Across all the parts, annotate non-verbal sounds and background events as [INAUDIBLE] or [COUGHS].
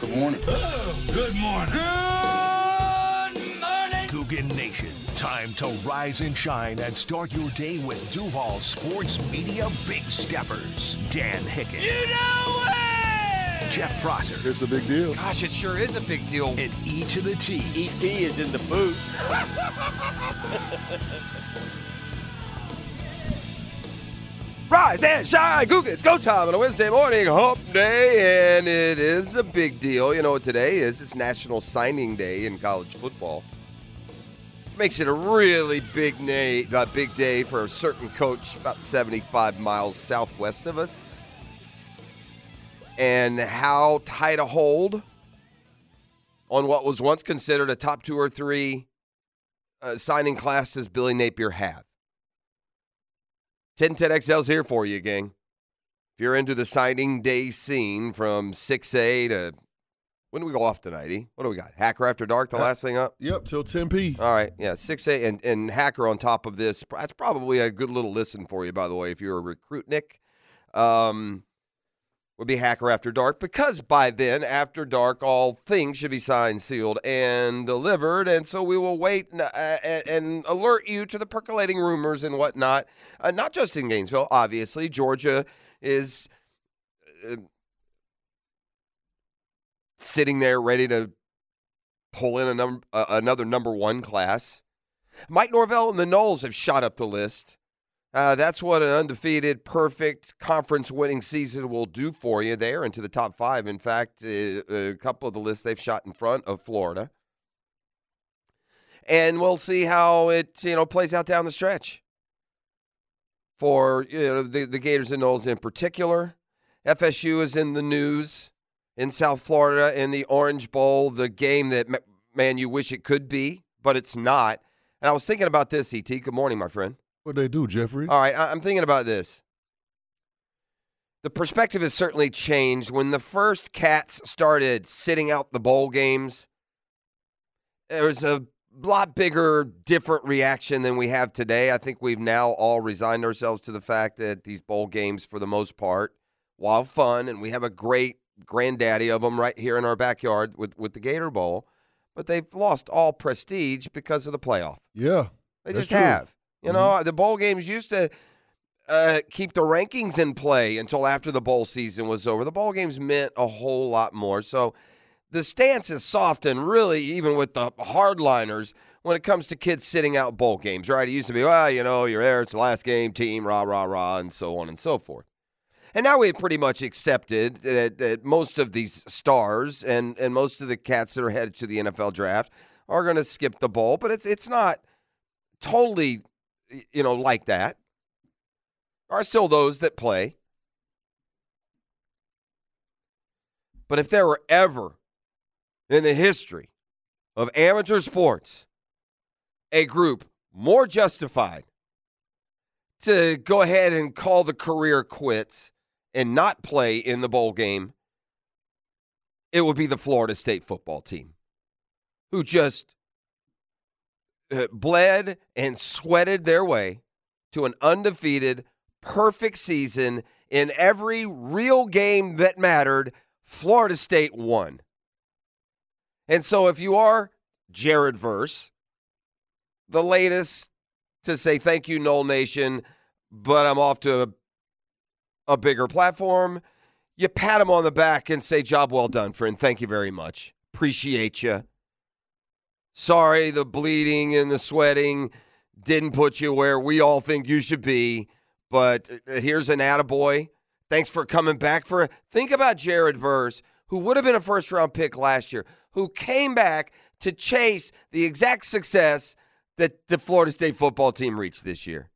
Good morning. Oh, Good morning. Good morning. Coogan Nation. Time to rise and shine and start your day with Duval Sports Media Big Steppers. Dan Hicken, You know it. Jeff Prosser, It's the big deal. Gosh, it sure is a big deal. and E to the T. E.T. is in the booth. Rise and shine, Google. It's go time on a Wednesday morning, hump day, and it is a big deal. You know what today is? It's National Signing Day in college football. Makes it a really big, na- uh, big day for a certain coach about 75 miles southwest of us. And how tight a hold on what was once considered a top two or three uh, signing class does Billy Napier have? 1010XL's here for you, gang. If you're into the signing day scene from 6A to when do we go off tonight? E? What do we got? Hacker after dark, the last thing up? Yep, till 10 p. All right. Yeah. 6A and, and Hacker on top of this. That's probably a good little listen for you, by the way, if you're a recruit, Nick. Um, would be Hacker After Dark because by then, after dark, all things should be signed, sealed, and delivered. And so we will wait and, uh, and, and alert you to the percolating rumors and whatnot. Uh, not just in Gainesville, obviously. Georgia is uh, sitting there ready to pull in a num- uh, another number one class. Mike Norvell and the Knowles have shot up the list. Uh, that's what an undefeated, perfect conference winning season will do for you. They are into the top five. In fact, uh, a couple of the lists they've shot in front of Florida. And we'll see how it you know plays out down the stretch for you know the, the Gators and Knowles in particular. FSU is in the news in South Florida in the Orange Bowl, the game that, ma- man, you wish it could be, but it's not. And I was thinking about this, ET. Good morning, my friend. [LAUGHS] What they do, Jeffrey? All right, I- I'm thinking about this. The perspective has certainly changed. When the first Cats started sitting out the bowl games, there was a lot bigger, different reaction than we have today. I think we've now all resigned ourselves to the fact that these bowl games, for the most part, while fun, and we have a great granddaddy of them right here in our backyard with, with the Gator Bowl, but they've lost all prestige because of the playoff. yeah. They That's just true. Mm-hmm. have. You know, the bowl games used to uh, keep the rankings in play until after the bowl season was over. The bowl games meant a whole lot more. So the stance is soft and really even with the hardliners when it comes to kids sitting out bowl games, right? It used to be, well, you know, you're there, it's the last game, team, rah, rah, rah, and so on and so forth. And now we've pretty much accepted that, that most of these stars and, and most of the cats that are headed to the NFL draft are going to skip the bowl, but it's it's not totally, y- you know, like that. Are still those that play. But if there were ever in the history of amateur sports a group more justified to go ahead and call the career quits and not play in the bowl game, it would be the Florida State football team, who just uh, bled and sweated their way to an undefeated, perfect season in every real game that mattered. Florida State won. And so, if you are Jared Verse, the latest to say thank you, Knoll Nation, but I'm off to a, a bigger platform, you pat him on the back and say, Job well done, friend. Thank you very much. Appreciate you. Sorry, the bleeding and the sweating didn't put you where we all think you should be, but uh, here's an attaboy. Thanks for coming back for think about Jared Verse, who would have been a first round pick last year, who came back to chase the exact success that the Florida State football team reached this year.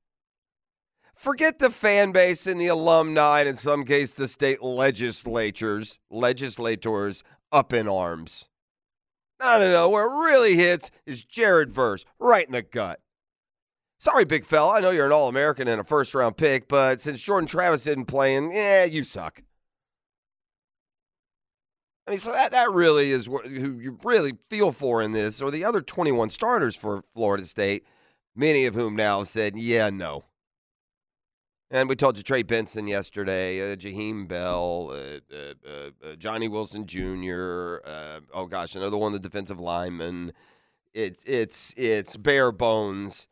Forget the fan base and the alumni, and in some case, the state legislatures, legislators up in arms. No, no, no. Where it really hits is Jared Verse, right in the gut. Sorry, big fella. I know you're an All American and a first round pick, but since Jordan Travis isn't playing, yeah, you suck. I mean, so that, that really is wh- who you really feel for in this, or the other 21 starters for Florida State, many of whom now have said, yeah, no. And we told you Trey Benson yesterday, uh, Jaheim Bell, uh, uh, uh, uh, Johnny Wilson Jr. Uh, oh gosh, another one, the defensive lineman. It's it's it's bare bones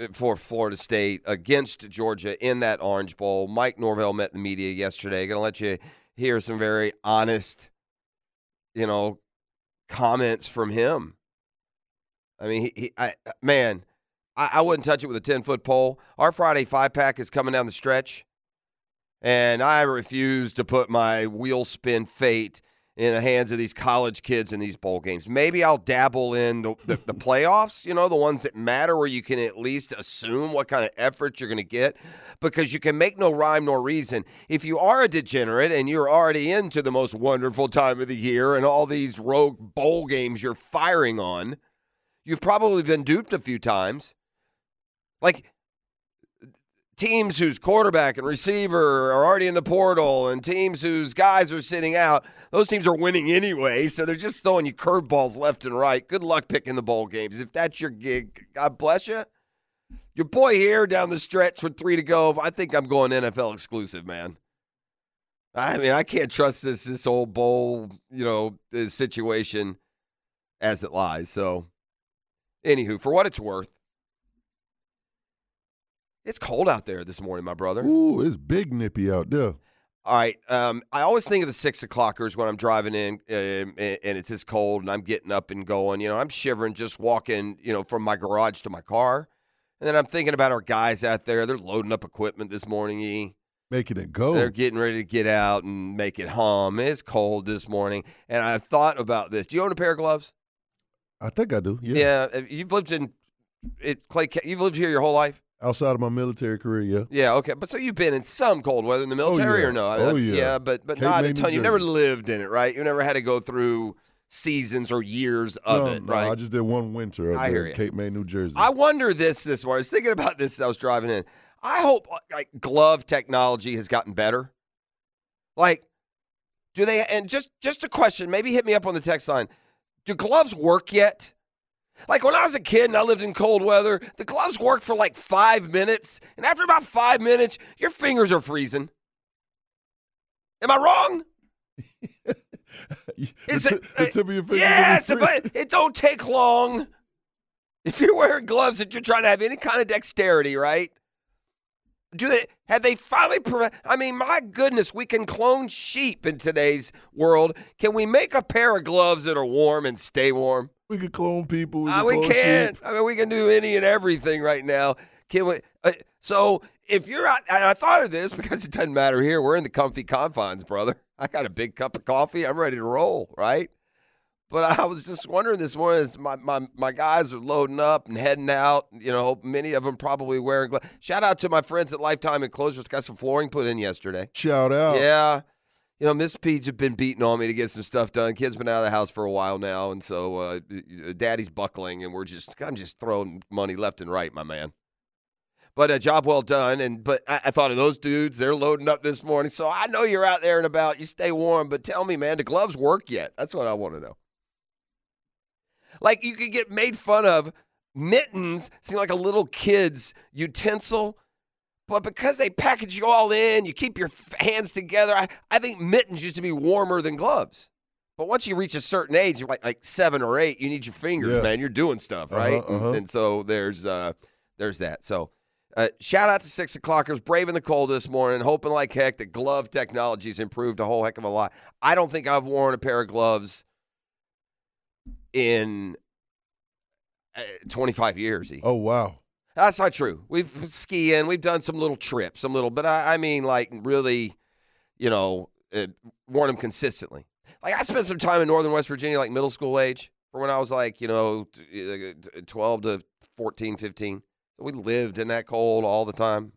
uh, for Florida State against Georgia in that Orange Bowl. Mike Norvell met the media yesterday. Going to let you hear some very honest, you know, comments from him. I mean, he, he I, man, I, I wouldn't touch it with a 10 foot pole. Our Friday five pack is coming down the stretch, and I refuse to put my wheel spin fate in the hands of these college kids in these bowl games. Maybe I'll dabble in the, the, the playoffs, you know, the ones that matter where you can at least assume what kind of effort you're going to get because you can make no rhyme nor reason. If you are a degenerate and you're already into the most wonderful time of the year and all these rogue bowl games you're firing on, you've probably been duped a few times. Like teams whose quarterback and receiver are already in the portal and teams whose guys are sitting out, those teams are winning anyway. So they're just throwing you curveballs left and right. Good luck picking the bowl games. If that's your gig, God bless you. Your boy here down the stretch with three to go. I think I'm going NFL exclusive, man. I mean, I can't trust this this old bowl, you know, uh, situation as it lies. So, anywho, for what it's worth, it's cold out there this morning, my brother. Ooh, it's big nippy out there. All right. Um, I always think of the six o'clockers when I'm driving in um, and, and it's this cold and I'm getting up and going. You know, I'm shivering just walking, you know, from my garage to my car. And then I'm thinking about our guys out there. They're loading up equipment this morning, E. Making it go. They're getting ready to get out and make it hum. It's cold this morning. And I thought about this. Do you own a pair of gloves? I think I do. Yeah. Yeah. uh, You've lived in it, Clay, Ca- you've lived here your whole life? Outside of my military career, yeah. Yeah, okay. But so you've been in some cold weather in the Oh, military yeah. or no? Oh, yeah. but but Cape not May, a New ton. You never Jersey. lived in it, right? You never had to go through seasons or years of no, it, no, Oh, right? I just did one winter up I there hear in ya. Cape May, New Jersey. I wonder this this morning. I was thinking about this as I was driving in. I hope uh, like glove technology has gotten better. Like, do they? And just just a question. Maybe hit me up on the text line. Do gloves work yet? Like when I was a kid and I lived in cold weather, the gloves worked for like five minutes, and after about five minutes, your fingers are freezing. Am I [LAUGHS] wrong? Is the, it- ti- the tip of your finger? Yes, but it don't take long. If you're wearing gloves that you're trying to have any kind of dexterity, right? Do they have they finally? Pre- I mean, my goodness, we can clone sheep in today's world. Can we make a pair of gloves that are warm and stay warm? we could clone people. We, Ah, could we clone can. sheep. I mean, we can do any and everything right now. Can we? Uh, so if you're out, and I thought of this because it doesn't matter here. We're in the comfy confines, brother. I got a big cup of coffee. I'm ready to roll, right? But I was just wondering this morning, as my, my, my guys are loading up and heading out, you know, many of them probably wearing gloves. Shout out to my friends at Lifetime Enclosures. Got some flooring put in yesterday. Shout out. Yeah. You know, Miss Peach had been beating on me to get some stuff done. Kid's been out of the house for a while now, and so uh, Daddy's buckling, and we're just I'm just throwing money left and right, my man. But a job well done, and but I, I thought of those dudes. They're loading up this morning, so I know you're out there and about. You stay warm, but tell me, man, do gloves work yet? That's what I want to know. Like you could get made fun of. Mittens seem like a little kid's utensil but because they package you all in, you keep your f- hands together. I, I think mittens used to be warmer than gloves. But once you reach a certain age, you're like like seven or eight, you need your fingers, Yeah. man. You're doing stuff, Uh-huh, right? uh-huh. And, and so there's uh there's that. So uh, shout out to six o'clockers, braving the cold this morning, hoping like heck that glove technology's improved a whole heck of a lot. I don't think I've worn a pair of gloves in uh, 25 years. E. Oh, wow. That's not true. We've skiing. We've done some little trips, some little, but I, I mean, like really, you know, uh, worn them consistently. Like I spent some time in northern West Virginia, like middle school age, for when I was like, you know, t- uh, 12 to 14, 15. So we lived in that cold all the time.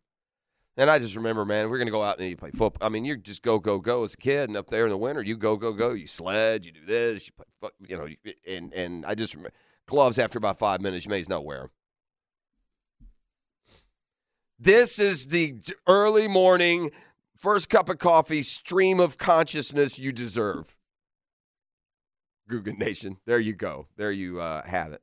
And I just remember, man, we're going to go out and you play football. I mean, you just go, go, go as a kid. And up there in the winter, you go, go, go. You sled, you do this, you play, fo- you know, you- and, and I just remember gloves after about five minutes, you may as well wear them. This is the j- early morning, first cup of coffee, stream of consciousness you deserve. Guggen Nation. There you go. There you uh, have it.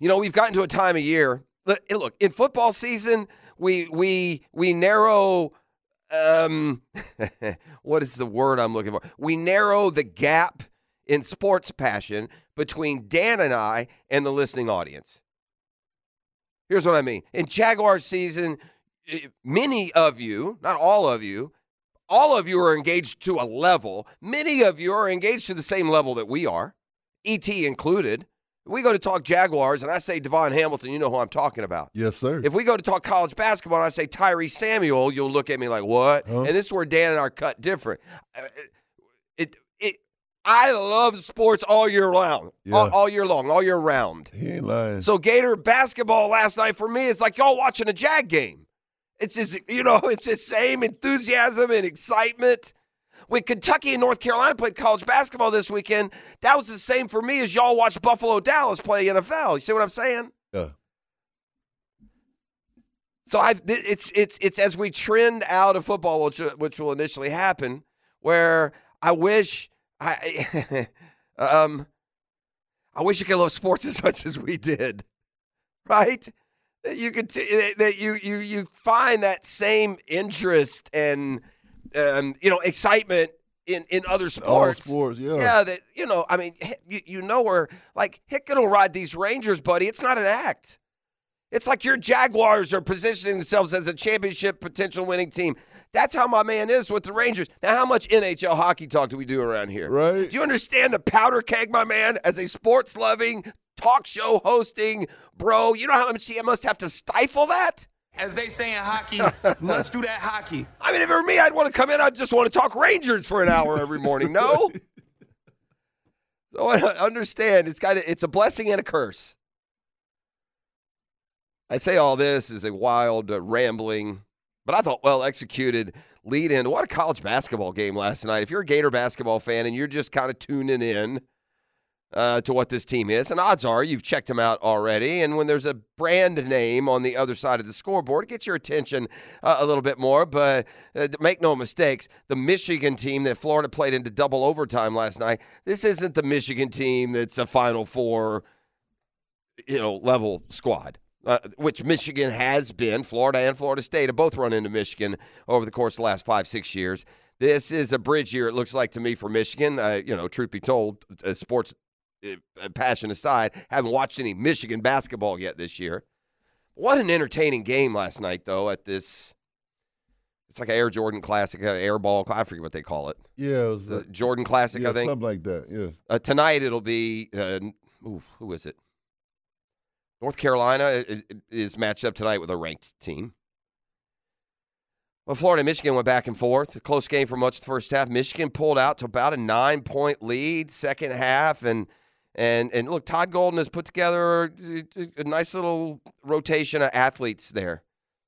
You know, we've gotten to a time of year. Look, look, in football season, we we we narrow um [LAUGHS] what is the word I'm looking for? We narrow the gap in sports passion between Dan and I and the listening audience. Here's what I mean. In Jaguar season, eh, many of you, not all of you, all of you are engaged to a level. Many of you are engaged to the same level that we are, ET included. We go to talk Jaguars, and I say Devon Hamilton, you know who I'm talking about. Yes, sir. If we go to talk college basketball and I say Tyree Samuel, you'll look at me like, what? Huh? And this is where Dan and I are cut different. Uh, It, it, I love sports all year round, all, Yeah. all year long, all year round. he ain't lying. So Gator basketball last night for me is like y'all watching a Jag game. It's just you know [LAUGHS] it's the same enthusiasm and excitement. When Kentucky and North Carolina played college basketball this weekend, that was the same for me as y'all watched Buffalo Dallas play NFL. You see what I'm saying? yeah. So I've th- it's it's it's as we trend out of football, which which will initially happen, where I wish I [LAUGHS] um I wish you could love sports [LAUGHS] as much as we did, right? That you could t- that you you you find that same interest and um, you know excitement in in other All sports. sports. Yeah. Yeah, that you know, I mean, he- you, you know where like Hicken will ride these Rangers, buddy. It's not an act. It's like your Jaguars are positioning themselves as a championship potential winning team. That's how my man is with the Rangers. Now, how much NHL hockey talk do we do around here? Right. Do you understand the powder keg, my man, as a sports loving talk show hosting bro? You know how much he must have to stifle that? As they say in [LAUGHS] hockey, let's do that hockey. I mean, if it were me, I'd want to come in. I'd just want to talk Rangers for an hour every morning. No. So [LAUGHS] I understand it's got it's a blessing and a curse. I say all this is a wild uh, rambling, but I thought well executed lead in. What a college basketball game last night! If you're a Gator basketball fan and you're just kind of tuning in uh, to what this team is, and odds are you've checked them out already. And when there's a brand name on the other side of the scoreboard, it gets your attention uh, a little bit more. But uh, make no mistakes, the Michigan team that Florida played into double overtime last night, this isn't the Michigan team that's a Final Four, you know, level squad. Uh, which Michigan has been, Florida and Florida State have both run into Michigan over the course of the last five, six years. This is a bridge year, it looks like to me, for Michigan. Uh, you know, truth be told, uh, sports uh, passion aside, haven't watched any Michigan basketball yet this year. What an entertaining game last night, though. At this, it's like an Air Jordan Classic, uh, Air Ball. I forget what they call it. Yeah. It was, Uh, uh, Jordan Classic, yeah, I think. something like that. Yeah. Uh, tonight it'll be. Uh, n- ooh, who is it? North Carolina i- i- is matched up tonight with a ranked team. Well, Florida and Michigan went back and forth. A close game for much of the first half. Michigan pulled out to about a nine point lead second half, and and and look, Todd Golden has put together a- a nice little rotation of athletes there.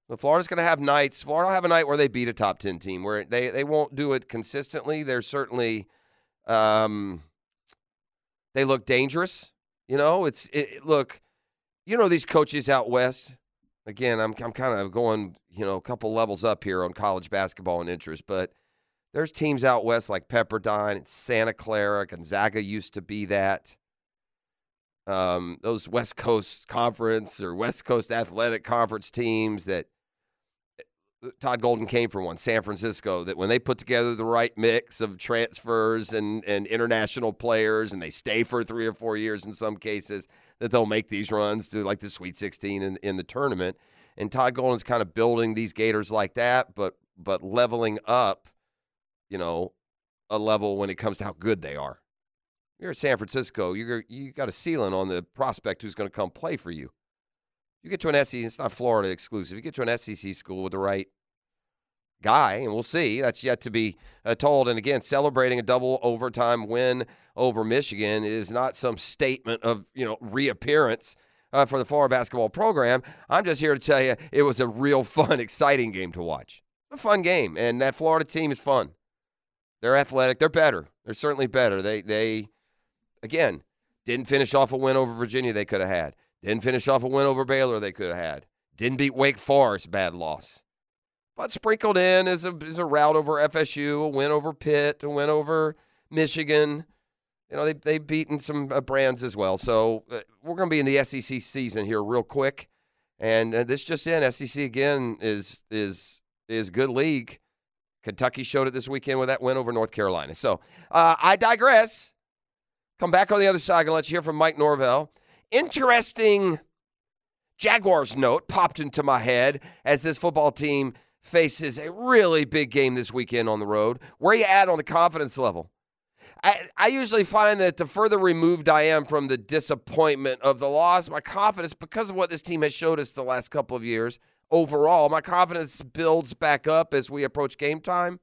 But Florida's going to have nights. Florida will have a night where they beat a top ten team, where they they won't do it consistently. They're certainly. Um, they look dangerous. You know, it's it, it- look, you know these coaches out west. Again, I'm I'm kind of going, you know, a couple levels up here on college basketball and interest, but there's teams out west like Pepperdine and Santa Clara, Gonzaga used to be that. Um, those West Coast Conference or West Coast Athletic Conference teams that Todd Golden came from one, San Francisco, that when they put together the right mix of transfers and, and international players and they stay for three or four years in some cases, that they'll make these runs to like the Sweet 16 in, in the tournament. And Todd Golden's kind of building these Gators like that, but but leveling up, you know, a level when it comes to how good they are. You're at San Francisco, you're you got a ceiling on the prospect who's going to come play for you. You get to an SEC, it's not Florida exclusive. You get to an SEC school with the right guy, and we'll see. That's yet to be uh, told. And again, celebrating a double overtime win over Michigan is not some statement of you know reappearance uh, for the Florida basketball program. I'm just here to tell you it was a real fun, [LAUGHS] exciting game to watch. A fun game, and that Florida team is fun. They're athletic. They're better. They're certainly better. They they again didn't finish off a win over Virginia they could have had. Didn't finish off a win over Baylor they could have had. Didn't beat Wake Forest, bad loss. But sprinkled in is a is a route over FSU, a win over Pitt, a win over Michigan. You know they they've E beaten some uh, brands as well. So uh, we're going to be in the SEC season here real quick, And uh, this just in, SEC again is is is good league. Kentucky showed it this weekend with that win over North Carolina. So uh, I digress. Come back on the other side and let's hear from Mike Norvell. Interesting Jaguars note popped into my head as this football team faces a really big game this weekend on the road. Where you at on the confidence level? I, I usually find that the further removed I am from the disappointment of the loss, my confidence, because of what this team has showed us the last couple of years overall, my confidence builds back up as we approach game time.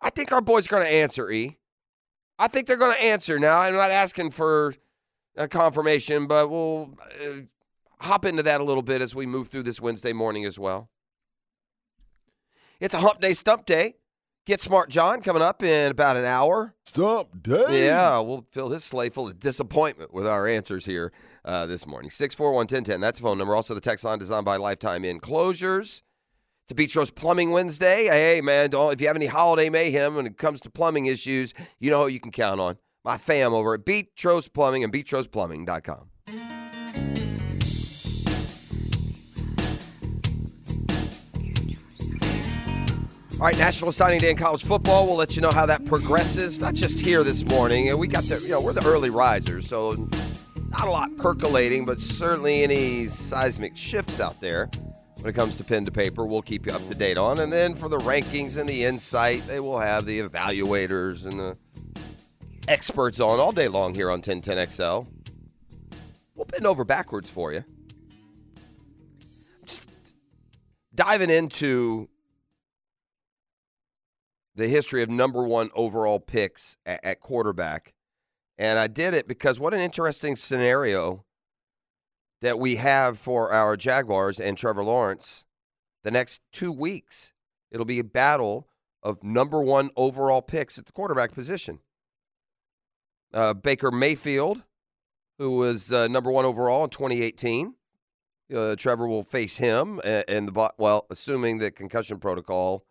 I think our boys are going to answer, E. I think they're going to answer now. I'm not asking for a confirmation, but we'll uh, hop into that a little bit as we move through this Wednesday morning as well. It's a hump day, stump day. Get Smart John coming up in about an hour. Stump day. Yeah, we'll fill this slate full of disappointment with our answers here uh, this morning. 641 That's the phone number. Also, the text line designed by Lifetime Enclosures. It's a Beach Rose Plumbing Wednesday. Hey, man, don't, if you have any holiday mayhem when it comes to plumbing issues, you know who you can count on. My fam over at Beach Rose Plumbing and BeachRosePlumbing.com. All right, National Signing Day in college football. We'll let you know how that progresses. Not just here this morning, and we got the you know we're the early risers, so not a lot percolating, but certainly any seismic shifts out there when it comes to pen to paper. We'll keep you up to date on, and then for the rankings and the insight, they will have the evaluators and the experts on all day long here on 1010XL. We'll bend over backwards for you. Just diving into the history of number one overall picks at, at quarterback. And I did it because what an interesting scenario that we have for our Jaguars and Trevor Lawrence the next two weeks. It'll be a battle of number one overall picks at the quarterback position. Uh, Baker Mayfield, who was uh, number one overall in 2018. Uh, Trevor will face him, and, and the bo- well, assuming that concussion protocol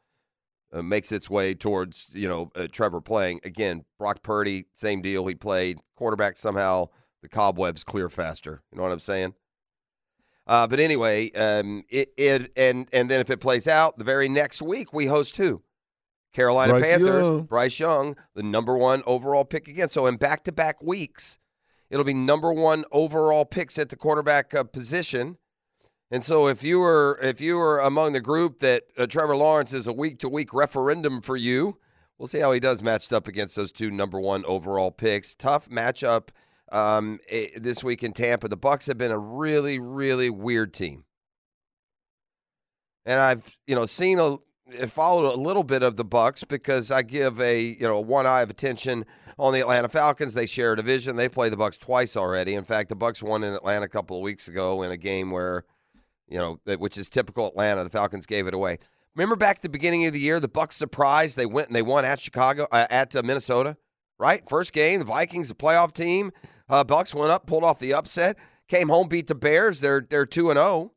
uh, makes its way towards you know uh, Trevor playing again. Brock Purdy, same deal. He played quarterback somehow. The cobwebs clear faster. You know what I'm saying? Uh, but anyway, um, it, it and and then if it plays out, the very next week we host who? Carolina Bryce Panthers. Young. Bryce Young, the number one overall pick again. So in back to back weeks, it'll be number one overall picks at the quarterback uh, position. And so, if you were if you were among the group that uh, Trevor Lawrence is a week to week referendum for you, we'll see how he does matched up against those two number one overall picks. Tough matchup um, eh, this week in Tampa. The Bucks have been a really really weird team, and I've you know seen a eh, followed a little bit of the Bucks because I give a you know one eye of attention on the Atlanta Falcons. They share a division. They play the Bucks twice already. In fact, the Bucks won in Atlanta a couple of weeks ago in a game where you know, that- which is typical Atlanta. The Falcons gave it away. Remember back at the beginning of the year, the Bucks surprised. They went and they won at Chicago, uh, at uh, Minnesota, right? First game, the Vikings, the playoff team. Uh, Bucks went up, pulled off the upset, came home, beat the Bears. They're they're two and oh. zero.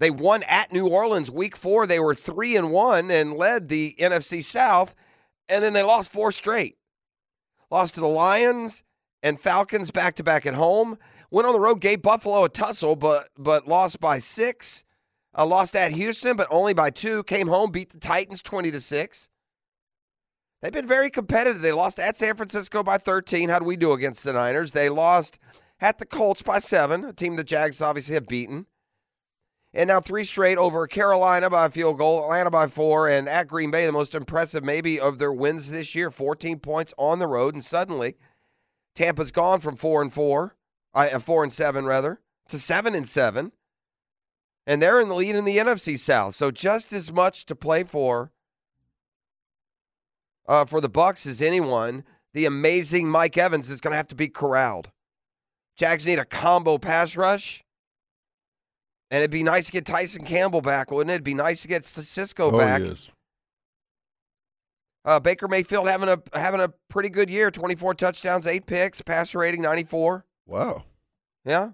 They won at New Orleans week four. They were three and one and led the NFC South, and then they lost four straight. Lost to the Lions and Falcons back to back at home. Went on the road, gave Buffalo a tussle, but but lost by six. Uh, lost at Houston, but only by two. Came home, beat the Titans twenty to six. They've been very competitive. They lost at San Francisco by thirteen. How do we do against the Niners? They lost at the Colts by seven, a team the Jags obviously have beaten. And now three straight over Carolina by a field goal, Atlanta by four, and at Green Bay, the most impressive maybe of their wins this year, 14 points on the road. And suddenly, Tampa's gone from four and four, I uh, four and seven rather, to seven and seven, and they're in the lead in the NFC South. So just as much to play for uh, for the Bucks as anyone. The amazing Mike Evans is going to have to be corralled. Jags need a combo pass rush. And it'd be nice to get Tyson Campbell back, wouldn't it? It'd be nice to get Sis- Cisco oh, back. yes. Uh, Baker Mayfield having a having a pretty good year. Twenty four touchdowns, eight picks, passer rating ninety four. Wow. Yeah.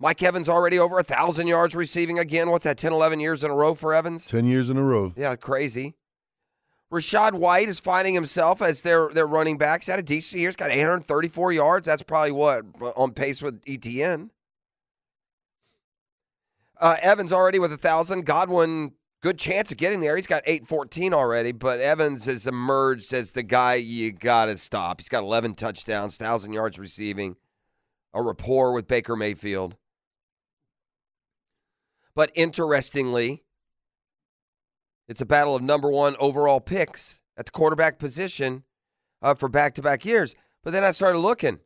Mike Evans already over a thousand yards receiving again. What's that? 10, 11 years in a row for Evans. Ten years in a row. Yeah, crazy. Rashad White is finding himself as their their running backs out of DC. He's got 834 yards. That's probably what on pace with E ETN. Uh, Evans already with a thousand. Godwin, good chance of getting there. He's got eight fourteen already, but Evans has emerged as the guy you gotta stop. He's got eleven touchdowns, thousand yards receiving, a rapport with Baker Mayfield. But interestingly, it's a battle of number one overall picks at the quarterback position uh, for back to back years. But then I started looking.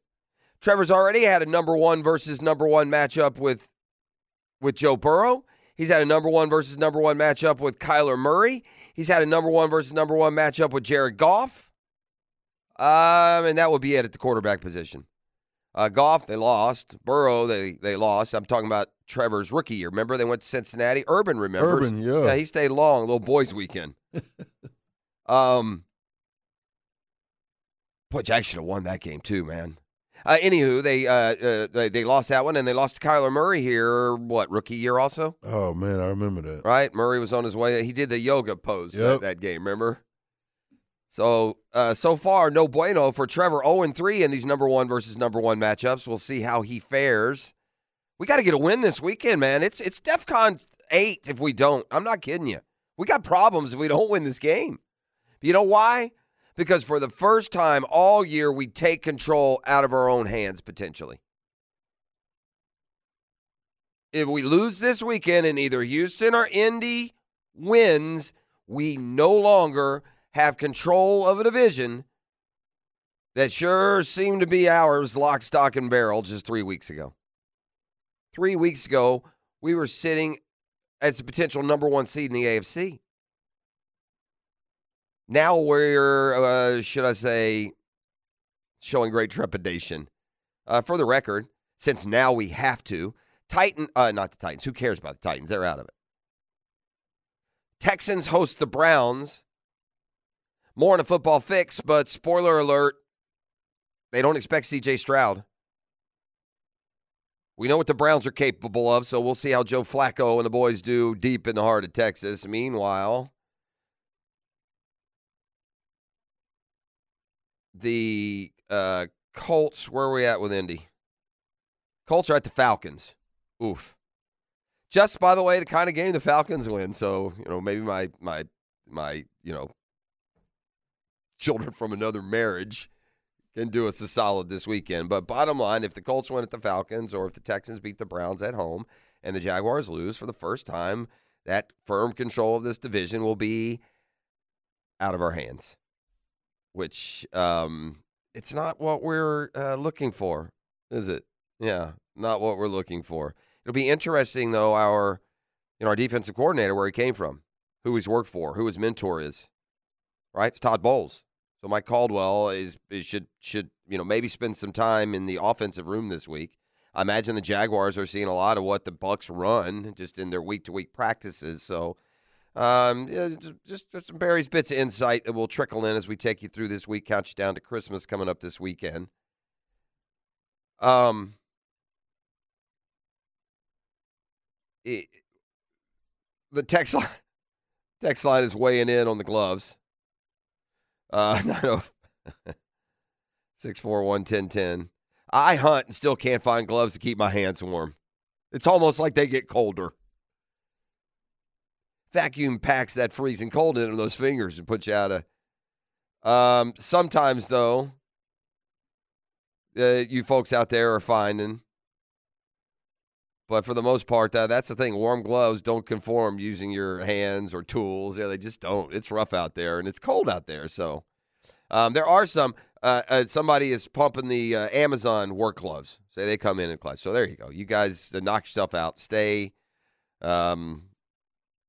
Trevor's already had a number one versus number one matchup with with Joe Burrow. He's had a number one versus number one matchup with Kyler Murray. He's had a number one versus number one matchup with Jared Goff. Um, and that would be it at the quarterback position. Uh, Goff, they lost. Burrow, they they lost. I'm talking about Trevor's rookie year. Remember, they went to Cincinnati. Urban remembers. Urban, yeah. he stayed long. Little boys' [LAUGHS] weekend. um, which I should have won that game too, man. Uh, anywho, they, uh, uh, they they lost that one, and they lost to Kyler Murray here. What rookie year also? Oh man, I remember that. Right, Murray was on his way. He did the yoga pose that, Yep. that game. Remember? So uh, so far, no bueno for Trevor. Zero and three in these number one versus number one matchups. We'll see how he fares. We got to get a win this weekend, man. It's it's DefCon eight. If we don't, I'm not kidding you. We got problems if we don't win this game. You know why? Because for the first time all year, we take control out of our own hands potentially. If we lose this weekend and either Houston or Indy wins, we no longer have control of a division that sure seemed to be ours lock, stock, and barrel just three weeks ago. Three weeks ago, we were sitting as a potential number one seed in the AFC now we're uh, should I say showing great trepidation. Uh, for the record, since now we have to Titan, uh, not the Titans. Who cares about the Titans? They're out of it. Texans host the Browns. More in a football fix, but spoiler alert: they don't expect C.J. Stroud. We know what the Browns are capable of, so we'll see how Joe Flacco and the boys do deep in the heart of Texas. Meanwhile, the uh, Colts. Where are we at with Indy? Colts are at the Falcons. Oof. Just by the way, the kind of game the Falcons win. So you know, maybe my my my you know children from another marriage can do us a solid this weekend. But bottom line, if the Colts win at the Falcons or if the Texans beat the Browns at home and the Jaguars lose for the first time, that firm control of this division will be out of our hands which um, it's not what we're uh, looking for, is it? Yeah, not what we're looking for. It'll be interesting though. Our you know our defensive coordinator, where he came from, who he's worked for, who his mentor is, right? It's Todd Bowles. So Mike Caldwell is, is should should you know maybe spend some time in the offensive room this week. I imagine the Jaguars are seeing a lot of what the Bucks run just in their week to week practices. So um, yeah, ju- just, just some various bits of insight that will trickle in as we take you through this week, count you down to Christmas coming up this weekend. Um, it- the text line, text line is weighing in on the gloves. Uh, [LAUGHS] I know. [LAUGHS] Six four one ten ten. I hunt and still can't find gloves to keep my hands warm. It's almost like they get colder vacuum packs that freezing cold into those fingers and puts you out of. Um, sometimes though, uh, you folks out there are finding, but for the most part, that that's the thing. Warm gloves don't conform using your hands or tools. Yeah, they just don't. It's rough out there and it's cold out there. So, um, there are some. Uh, uh, somebody is pumping the uh, Amazon work gloves. Say they come in in class. So there you go. You guys uh, knock yourself out. Stay. Um,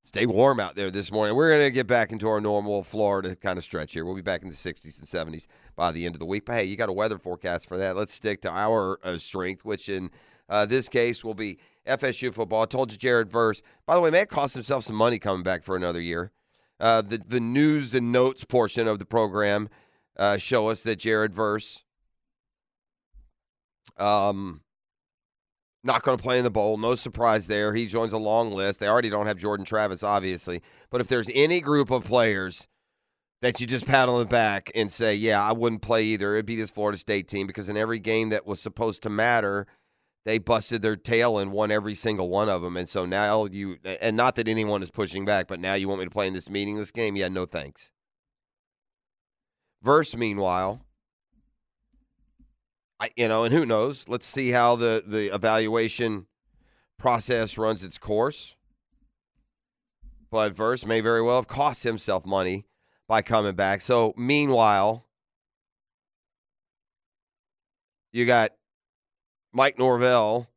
stay warm out there this morning. We're going to get back into our normal Florida kind of stretch here. We'll be back in the 60s and 70s by the end of the week. But hey, you got a weather forecast for that. Let's stick to our uh, strength, which in uh, this case will be FSU football. I told you Jared Verse. By the way, man cost himself some money coming back for another year. Uh, the, the news and notes portion of the program uh, show us that Jared Verse um, not going to play in the bowl. No surprise there. He joins a long list. They already don't have Jordan Travis, obviously. But if there's any group of players that you just pat on the back and say, yeah, I wouldn't play either, it'd be this Florida State team because in every game that was supposed to matter, they busted their tail and won every single one of them. And so now you, and not that anyone is pushing back, but now you want me to play in this meaningless game? Yeah, no thanks. Verse, meanwhile, I, you know, and who knows? Let's see how the the evaluation process runs its course. But Verse may very well have cost himself money by coming back. So meanwhile, you got Mike Norvell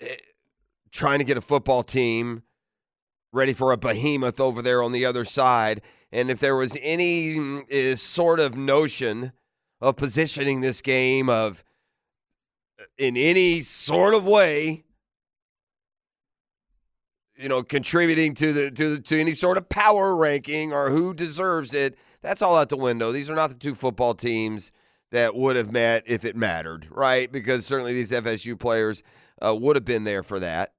eh, trying to get a football team ready for a behemoth over there on the other side. And if there was any mm, eh, sort of notion of positioning this game of uh, in any sort of way, you know, contributing to the to the, to any sort of power ranking or who deserves it, that's all out the window. These are not the two football teams that would have met if it mattered, right? Because certainly these FSU players uh, would have been there for that.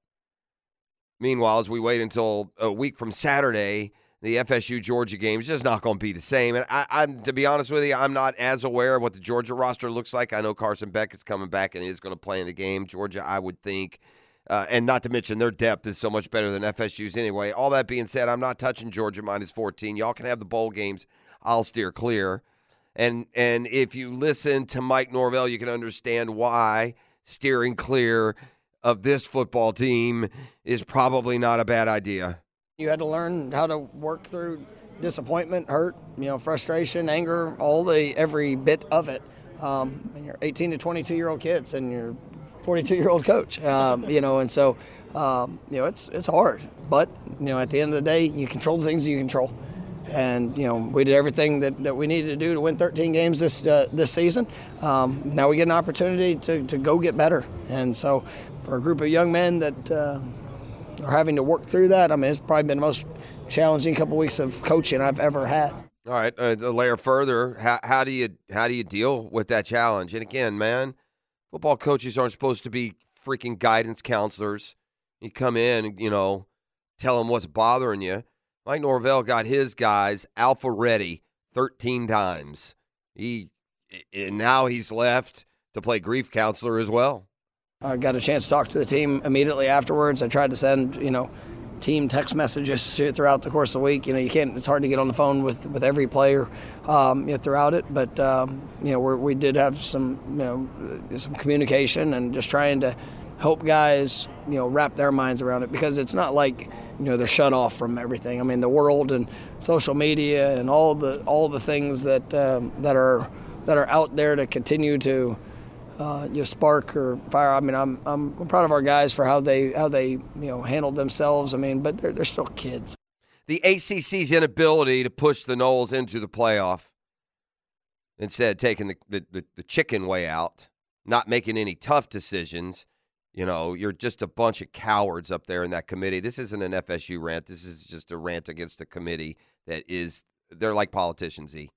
Meanwhile, as we wait until a week from Saturday, the FSU Georgia game is just not going to be the same. And I, I'm, to be honest with you, I'm not as aware of what the Georgia roster looks like. I know Carson Beck is coming back and is going to play in the game. Georgia, I would think, uh, and not to mention their depth is so much better than FSU's anyway. All that being said, I'm not touching Georgia minus 14. Y'all can have the bowl games. I'll steer clear. And and if you listen to Mike Norvell, you can understand why steering clear of this football team is probably not a bad idea. You had to learn how to work through disappointment, hurt, you know, frustration, anger, all the every bit of it. Um, and you're 18 to 22 year old kids, and you're 42 year old coach, um, you know, and so um, you know it's it's hard. But you know, at the end of the day, you control the things you control, and you know we did everything that, that we needed to do to win 13 games this uh, this season. Um, now we get an opportunity to, to go get better, and so for a group of young men that. Uh, or having to work through that. I mean, it's probably been the most challenging couple weeks of coaching I've ever had. All right, uh, a layer further, how, how do you how do you deal with that challenge? And again, man, football coaches aren't supposed to be freaking guidance counselors. You come in and you know tell them what's bothering you. Mike Norvell got his guys alpha ready thirteen times. He and now he's left to play grief counselor as well. I got a chance to talk to the team immediately afterwards. I tried to send, you know, team text messages to- throughout the course of the week. You know, you can't. It's hard to get on the phone with with every player um, you know, throughout it. But um, you know, we're, we did have some, you know, uh, some communication and just trying to help guys, you know, wrap their minds around it because it's not like you know they're shut off from everything. I mean, the world and social media and all the all the things that um, that are that are out there to continue to uh, you know, spark or fire. I mean, I'm, I'm proud of our guys for how they how they you know handled themselves. I mean, but they're, they're still kids. the ACC's inability to push the Knowles into the playoff, instead taking the, the, the, the chicken way out, not making any tough decisions. You know, you're just a bunch of cowards up there in that committee. This isn't an FSU rant. This is just a rant against a committee that is, they're like politicians, E.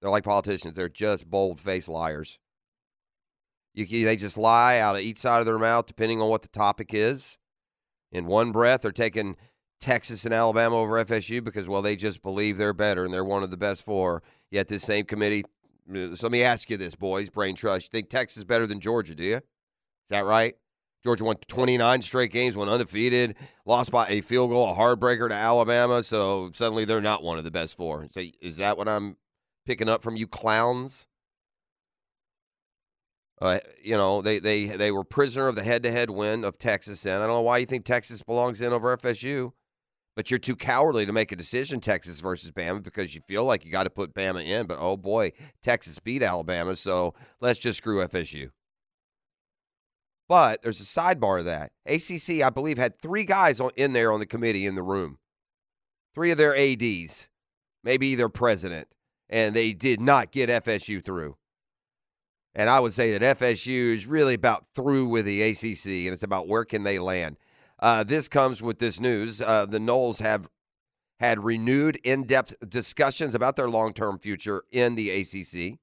They're like politicians. They're just bold faced liars. You, can- they just lie out of each side of their mouth, depending on what the topic is. In one breath, they're taking Texas and Alabama over FSU because, well, they just believe they're better and they're one of the best four. Yet this same committee. uh, So let me ask you this, boys, brain trust. You think Texas is better than Georgia, do you? Is that right? Georgia won 29 straight games, went undefeated, lost by a field goal, a heartbreaker to Alabama. So suddenly they're not one of the best four. So is that what I'm picking up from you clowns? Uh, you know, they they they were prisoner of the head-to-head win of Texas, and I don't know why you think Texas belongs in over FSU, but you're too cowardly to make a decision Texas versus Bama because you feel like you got to put Bama in, but oh boy, Texas beat Alabama, so let's just screw FSU. But there's a sidebar of that. ACC, I believe, had three guys on, in there on the committee in the room, three of their ads, maybe their president, and they did not get FSU through. And I would say that FSU is really about through with the ACC, and it's about where can they land. Uh, this comes with this news: uh, the Knowles have had renewed in-depth discussions about their long-term future in the ACC.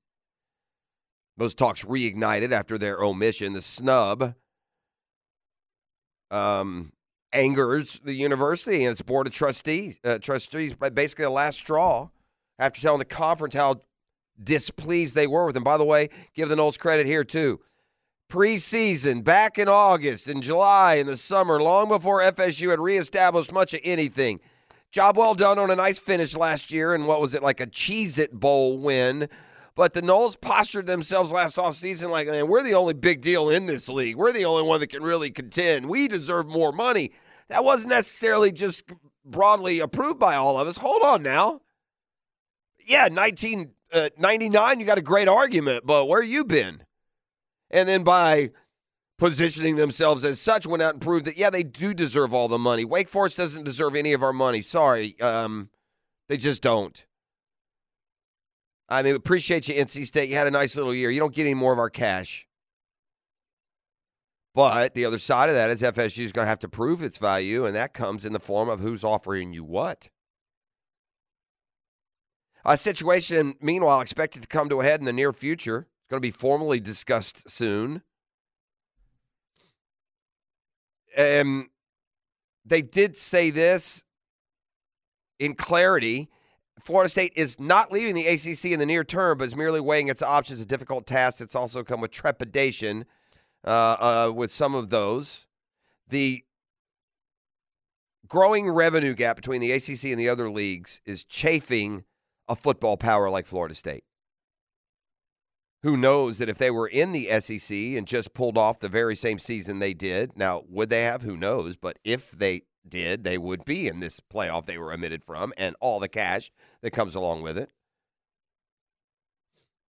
Those talks reignited after their omission. The snub um, angers the university and its board of trustees. Uh, trustees, but basically, the last straw after telling the conference how displeased they were with him. By the way, give the Knowles credit here too. preseason back in August and July in the summer, long before FSU had reestablished much of anything. Job well done on a nice finish last year and what was it, like a Cheez It Bowl win. But the Knowles postured themselves last offseason like, man, we're the only big deal in this league. We're the only one that can really contend. We deserve more money. That wasn't necessarily just broadly approved by all of us. Hold on now. Yeah, 1999, you got a great argument, but where you been? and then by positioning themselves as such went out and proved that yeah they do deserve all the money wake forest doesn't deserve any of our money sorry um, they just don't i mean appreciate you nc state you had a nice little year you don't get any more of our cash but the other side of that is fsu is going to have to prove its value and that comes in the form of who's offering you what a situation meanwhile expected to come to a head in the near future it's going to be formally discussed soon. Um, they did say this in clarity. Florida State is not leaving the ACC in the near term, but is merely weighing its options. A difficult task that's also come with trepidation uh, uh, with some of those. The growing revenue gap between the ACC and the other leagues is chafing a football power like Florida State who knows that if they were in the SEC and just pulled off the very same season they did, now would they have? Who knows? But if they did, they would be in this playoff they were omitted from and all the cash that comes along with it.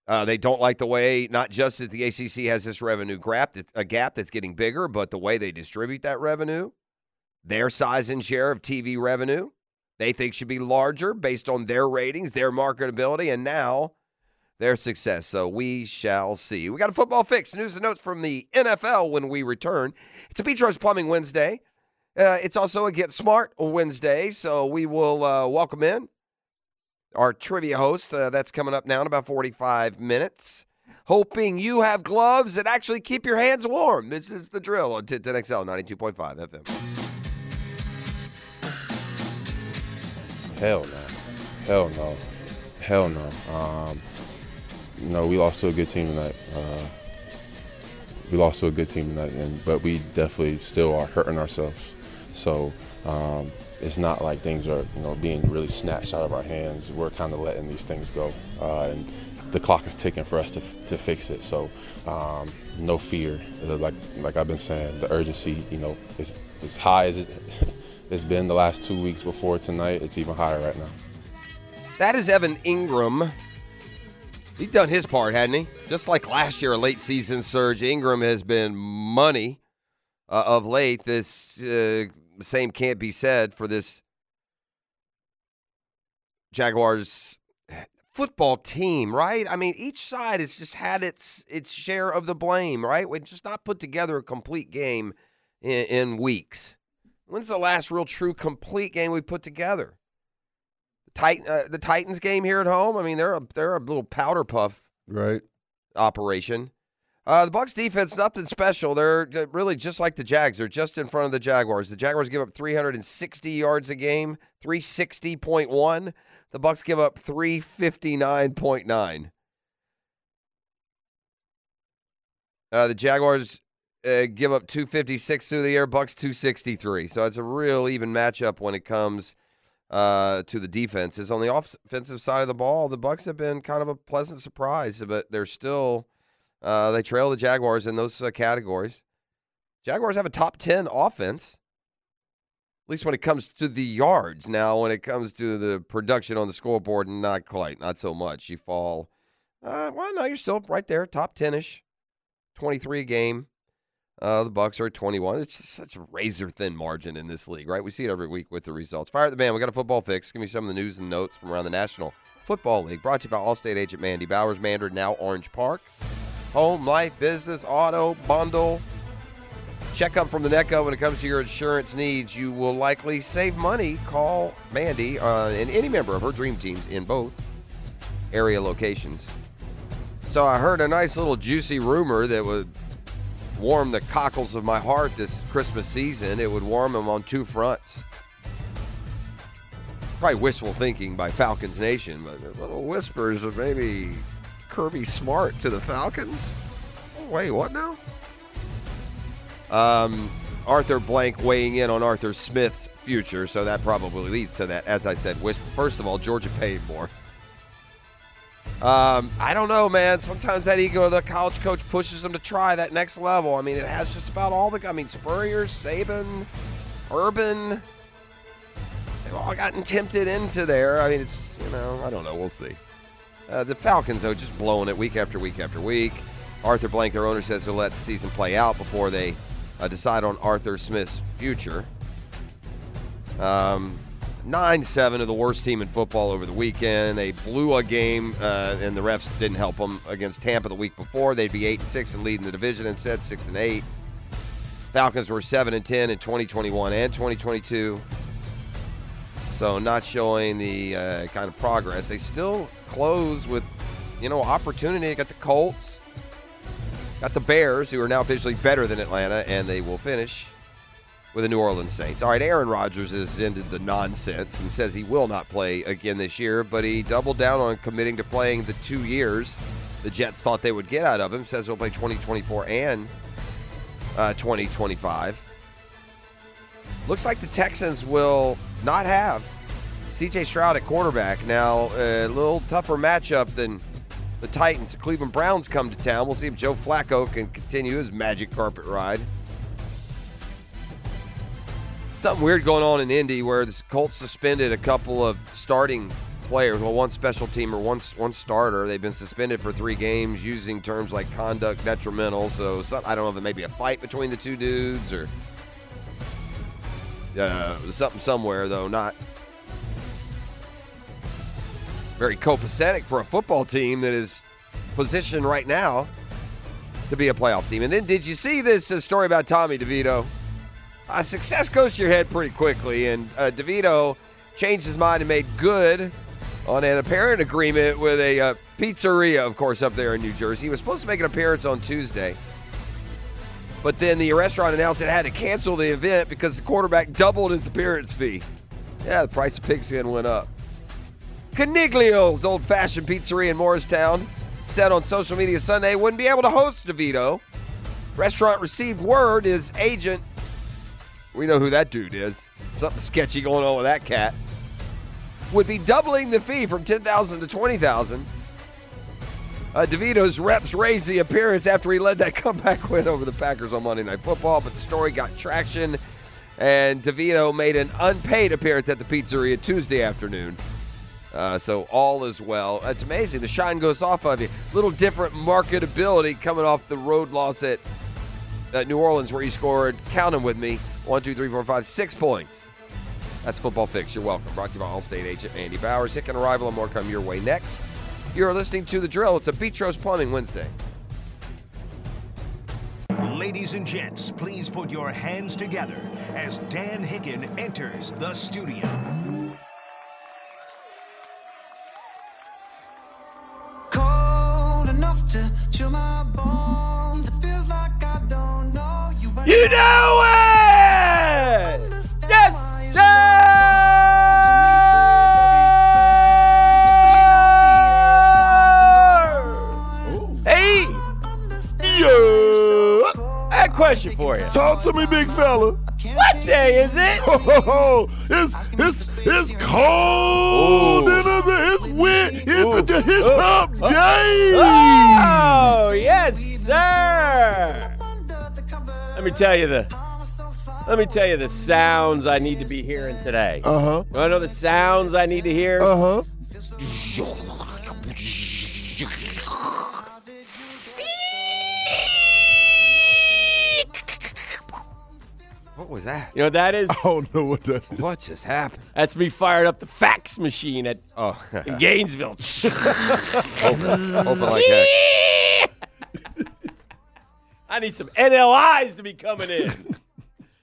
Uh, they don't like the way, not just that the ACC has this revenue gap, that- a gap that's getting bigger, but the way they distribute that revenue, their size and share of TV revenue, they think should be larger based on their ratings, their marketability, and now their success. So we shall see. We got a football fix, news and notes from the NFL when we return. It's a Petros Plumbing Wednesday. Uh, it's also a Get Smart Wednesday. So we will uh, welcome in our trivia host. Uh, that's coming up now in about 45 minutes. Hoping you have gloves that actually keep your hands warm. This is the drill on 1010XL 92.5 FM. Hell no. Hell no. Hell no. Um, you know, we lost to a good team tonight. Uh, we lost to a good team tonight, and but we definitely still are hurting ourselves. So um, it's not like things are you know being really snatched out of our hands. We're kind of letting these things go, uh, and the clock is ticking for us to, to fix it. So um, no fear. Uh, Like like I've been saying, the urgency you know is as high as it, [LAUGHS] it's been the last two weeks before tonight. It's even higher right now. That is Evan Ingram. He's done his part, hadn't he? Just like last year, a late season surge. Ingram has been money uh, of late. This uh, same can't be said for this Jaguars football team, right? I mean, each side has just had its its share of the blame, right? We've just not put together a complete game in, in weeks. When's the last real true complete game we put together? Titan, uh, the Titans game here at home. I mean, they're a, they're a little powder puff right operation. Uh, the Bucks defense, nothing special. They're uh, really just like the Jags. They're just in front of the Jaguars. The Jaguars give up 360 yards a game, 360.1. The Bucks give up 359.9. Uh, the Jaguars uh, give up 256 through the air, Bucks 263. So it's a real even matchup when it comes uh, to the defenses. On the off- offensive side of the ball, the Bucks have been kind of a pleasant surprise, but they're still uh, they trail the Jaguars in those uh, categories. Jaguars have a top 10 offense. At least when it comes to the yards. Now, when it comes to the production on the scoreboard, not quite, not so much. You fall. Uh, well, no, you're still right there, top 10 ish, 23 a game. Uh, the Bucks are at 21. It's just such a razor thin margin in this league, right? We see it every week with the results. Fire at the man. We got a football fix. Give me some of the news and notes from around the National Football League. Brought to you by Allstate agent Mandy Bowers, Mandarin, now Orange Park. Home, life, business, auto, bundle. Check up from the neck up when it comes to your insurance needs. You will likely save money. Call Mandy uh, and any member of her dream teams in both area locations. So I heard a nice little juicy rumor that would warm the cockles of my heart this Christmas season. It would warm them on two fronts. Probably wishful thinking by Falcons Nation, but a little whispers of maybe Kirby Smart to the Falcons. Oh, wait, what now? Um, Arthur Blank weighing in on Arthur Smith's future, so that probably leads to that. As I said, wish, first of all, Georgia paid more. Um, I don't know, man. Sometimes that ego of the college coach pushes them to try that next level. I mean, it has just about all the. I mean, Spurrier, Saban, Urban. They've all gotten tempted into there. I mean, it's you know, I don't know. We'll see. Uh, the Falcons, though, just blowing it week after week after week. Arthur Blank, their owner, says he'll let the season play out before they uh, decide on Arthur Smith's future. Um, 9 7 of the worst team in football over the weekend. They blew a game, uh, and the refs didn't help them against Tampa the week before. They'd be 8 6 and leading the division instead, 6 and 8. Falcons were 7 and 10 in 2021 and 2022. So not showing the uh, kind of progress. They still close with, you know, opportunity. They got the Colts, got the Bears, who are now officially better than Atlanta, and they will finish with the New Orleans Saints. All right, Aaron Rodgers has ended the nonsense and says he will not play again this year, but he doubled down on committing to playing the two years the Jets thought they would get out of him. Says he'll play 2024 and uh, 2025. Looks like the Texans will not have CJ Stroud at quarterback. Now, a little tougher matchup than the Titans. The Cleveland Browns come to town. We'll see if Joe Flacco can continue his magic carpet ride. Something weird going on in Indy where the Colts suspended a couple of starting players. Well, one special teamer, one one starter. They've been suspended for three games using terms like conduct detrimental. So some, I don't know if it may be a fight between the two dudes or uh, something somewhere, though not very copacetic for a football team that is positioned right now to be a playoff team. And then, did you see this uh, story about Tommy DeVito? Uh, success goes to your head pretty quickly, and uh, DeVito changed his mind and made good on an apparent agreement with a uh, pizzeria, of course, up there in New Jersey. He was supposed to make an appearance on Tuesday. But then the restaurant announced it had to cancel the event because the quarterback doubled his appearance fee. Yeah, the price of pigskin went up. Caniglio's old fashioned pizzeria in Morristown said on social media Sunday it wouldn't be able to host DeVito. Restaurant received word his agent, we know who that dude is, something sketchy going on with that cat, would be doubling the fee from 10000 to 20000 uh, DeVito's reps raised the appearance after he led that [LAUGHS] comeback win over the Packers on Monday Night Football, but the story got traction, and DeVito made an unpaid appearance at the pizzeria Tuesday afternoon. Uh, so all is well. It's amazing. The shine goes off of you. Little different marketability coming off the road loss at, at New Orleans, where he scored, count 'em with me, one, two, three, four, five, six points. That's Football Fix. You're welcome. Brought to you by Allstate agent Andy Bowers. Hick and Arrival and more come your way next. You're listening to The Drill. It's a Beatrice Plumbing Wednesday. Ladies and gents, please put your hands together as Dan Hicken enters the studio. Cold enough to chill my bones. It feels like I don't know you. but You know it! Yes, sir! Hey! Yeah! I had a question for you. Talk to me, big fella. What day is it? Ho, ho, ho. [LAUGHS] It's it's it's cold in the it's wet. It's it's, it's up day. Oh, yes, sir! Let me tell you the. Let me tell you the sounds I need to be hearing today. Uh huh. You want to know the sounds I need to hear? Uh [LAUGHS] huh. What was that? You know what that is? [LAUGHS] I don't know what that is. What just happened? That's me fired up the fax machine at Oh, [LAUGHS] in Gainesville. open like heck. [LAUGHS] I need some NLIs to be coming in,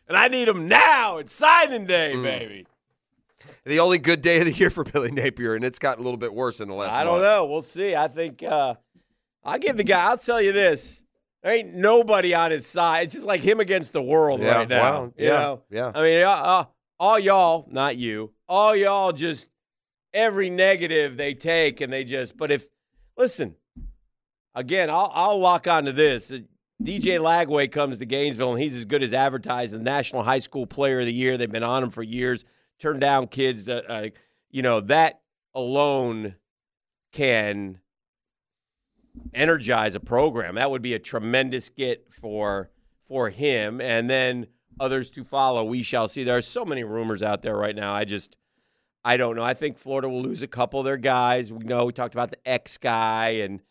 and I need them now. It's signing day, Mm. baby. The only good day of the year for Billy Napier, and it's gotten a little bit worse in the last. I don't month. know. We'll see. I think uh, I'll give the guy. I'll tell you this: there ain't nobody on his side. It's just like him against the world Yeah, right now. wow. you Yeah, know? yeah. I mean, uh, uh, all y'all, not you, all y'all, just every negative they take and they just. But if listen, again, I'll I'll lock onto this. DJ Lagway comes to Gainesville, and he's as good as advertised. The National High School Player of the Year. They've been on him for years. Turn down kids. That, uh, you know that alone can energize a program. That would be a tremendous get for for him, and then others to follow. We shall see. There are so many rumors out there right now. I just I don't know. I think Florida will lose a couple of their guys. We know we talked about the X guy and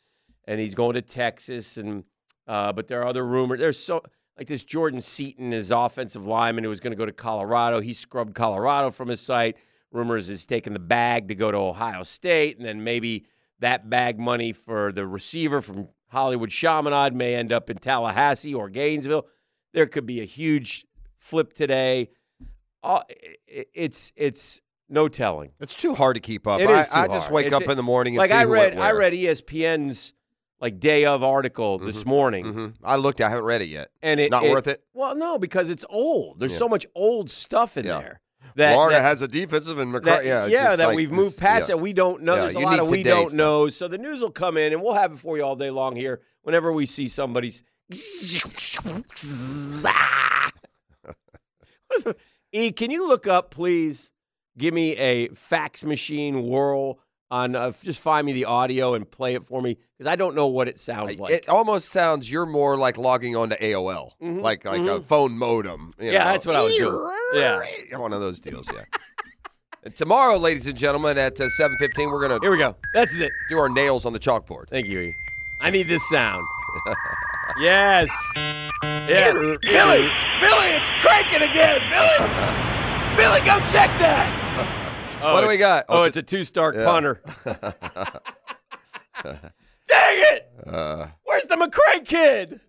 and he's going to Texas and uh, but there are other rumors. There's so like this Jordan Seaton is offensive lineman who was going to go to Colorado. He scrubbed Colorado from his site. Rumors is taking the bag to go to Ohio State and then maybe that bag money for the receiver from Hollywood Chaminade may end up in Tallahassee or Gainesville. There could be a huge flip today. All- i- i- it's it's no telling. It's too hard to keep up. It I, is too I just hard. wake It's- up in the morning and like see I who read went where. I read E ESPN's like day of article this morning Mhm. I looked. I haven't read it yet. and it Not worth it? Well, no, because it's old. There's Yeah. so much old stuff in Yeah. there. That, Florida that- has a defensive and McCar- that- yeah, it's just that like we've this- moved past yeah. that we don't know. Yeah, There's a you lot need of we today's don't stuff. know. So the news will come in and we'll have it for you all day long here whenever we see somebody's [LAUGHS] What's the- E, can you look up, please? Give me a fax machine whirl on. Uh, just find me the audio and play it for me because I don't know what it sounds like. it almost sounds you're more like logging onto AOL, like like a phone modem. you Mm-hmm, yeah, know. that's what I was doing. Yeah. one of those deals. Yeah. [LAUGHS] And tomorrow, ladies and gentlemen, at uh, seven fifteen, we're gonna Here we go. That's it. do our nails on the chalkboard. Thank you. E. I need this [LAUGHS] sound. yes. Yeah. Billy, Billy, it's cranking again. Billy, Billy, go check that. Oh, What do we it's- got? Oh, Oh, it's a two-star Yeah. [LAUGHS] punter. [LAUGHS] Dang it! Uh, Where's the McCray kid?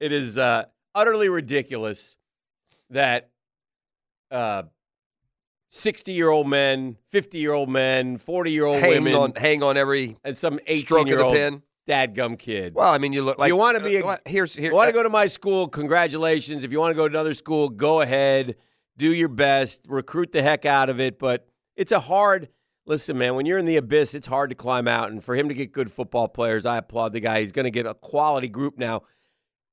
it is uh, utterly ridiculous that uh, 60 year old men, 50 year old men, 40 year old hang women, on, hang on every and some 18 stroke of year the old pen. dadgum kid. Well, I mean, you look like you want to be uh, a, what- here's here. you want to go to my school, congratulations. If you want to go to another school, go ahead. Do your best. Recruit the heck out of it. But it's a hard listen, man, when you're in the abyss, it's hard to climb out. And for him to get good football players, I applaud the guy. He's gonna get a quality group now.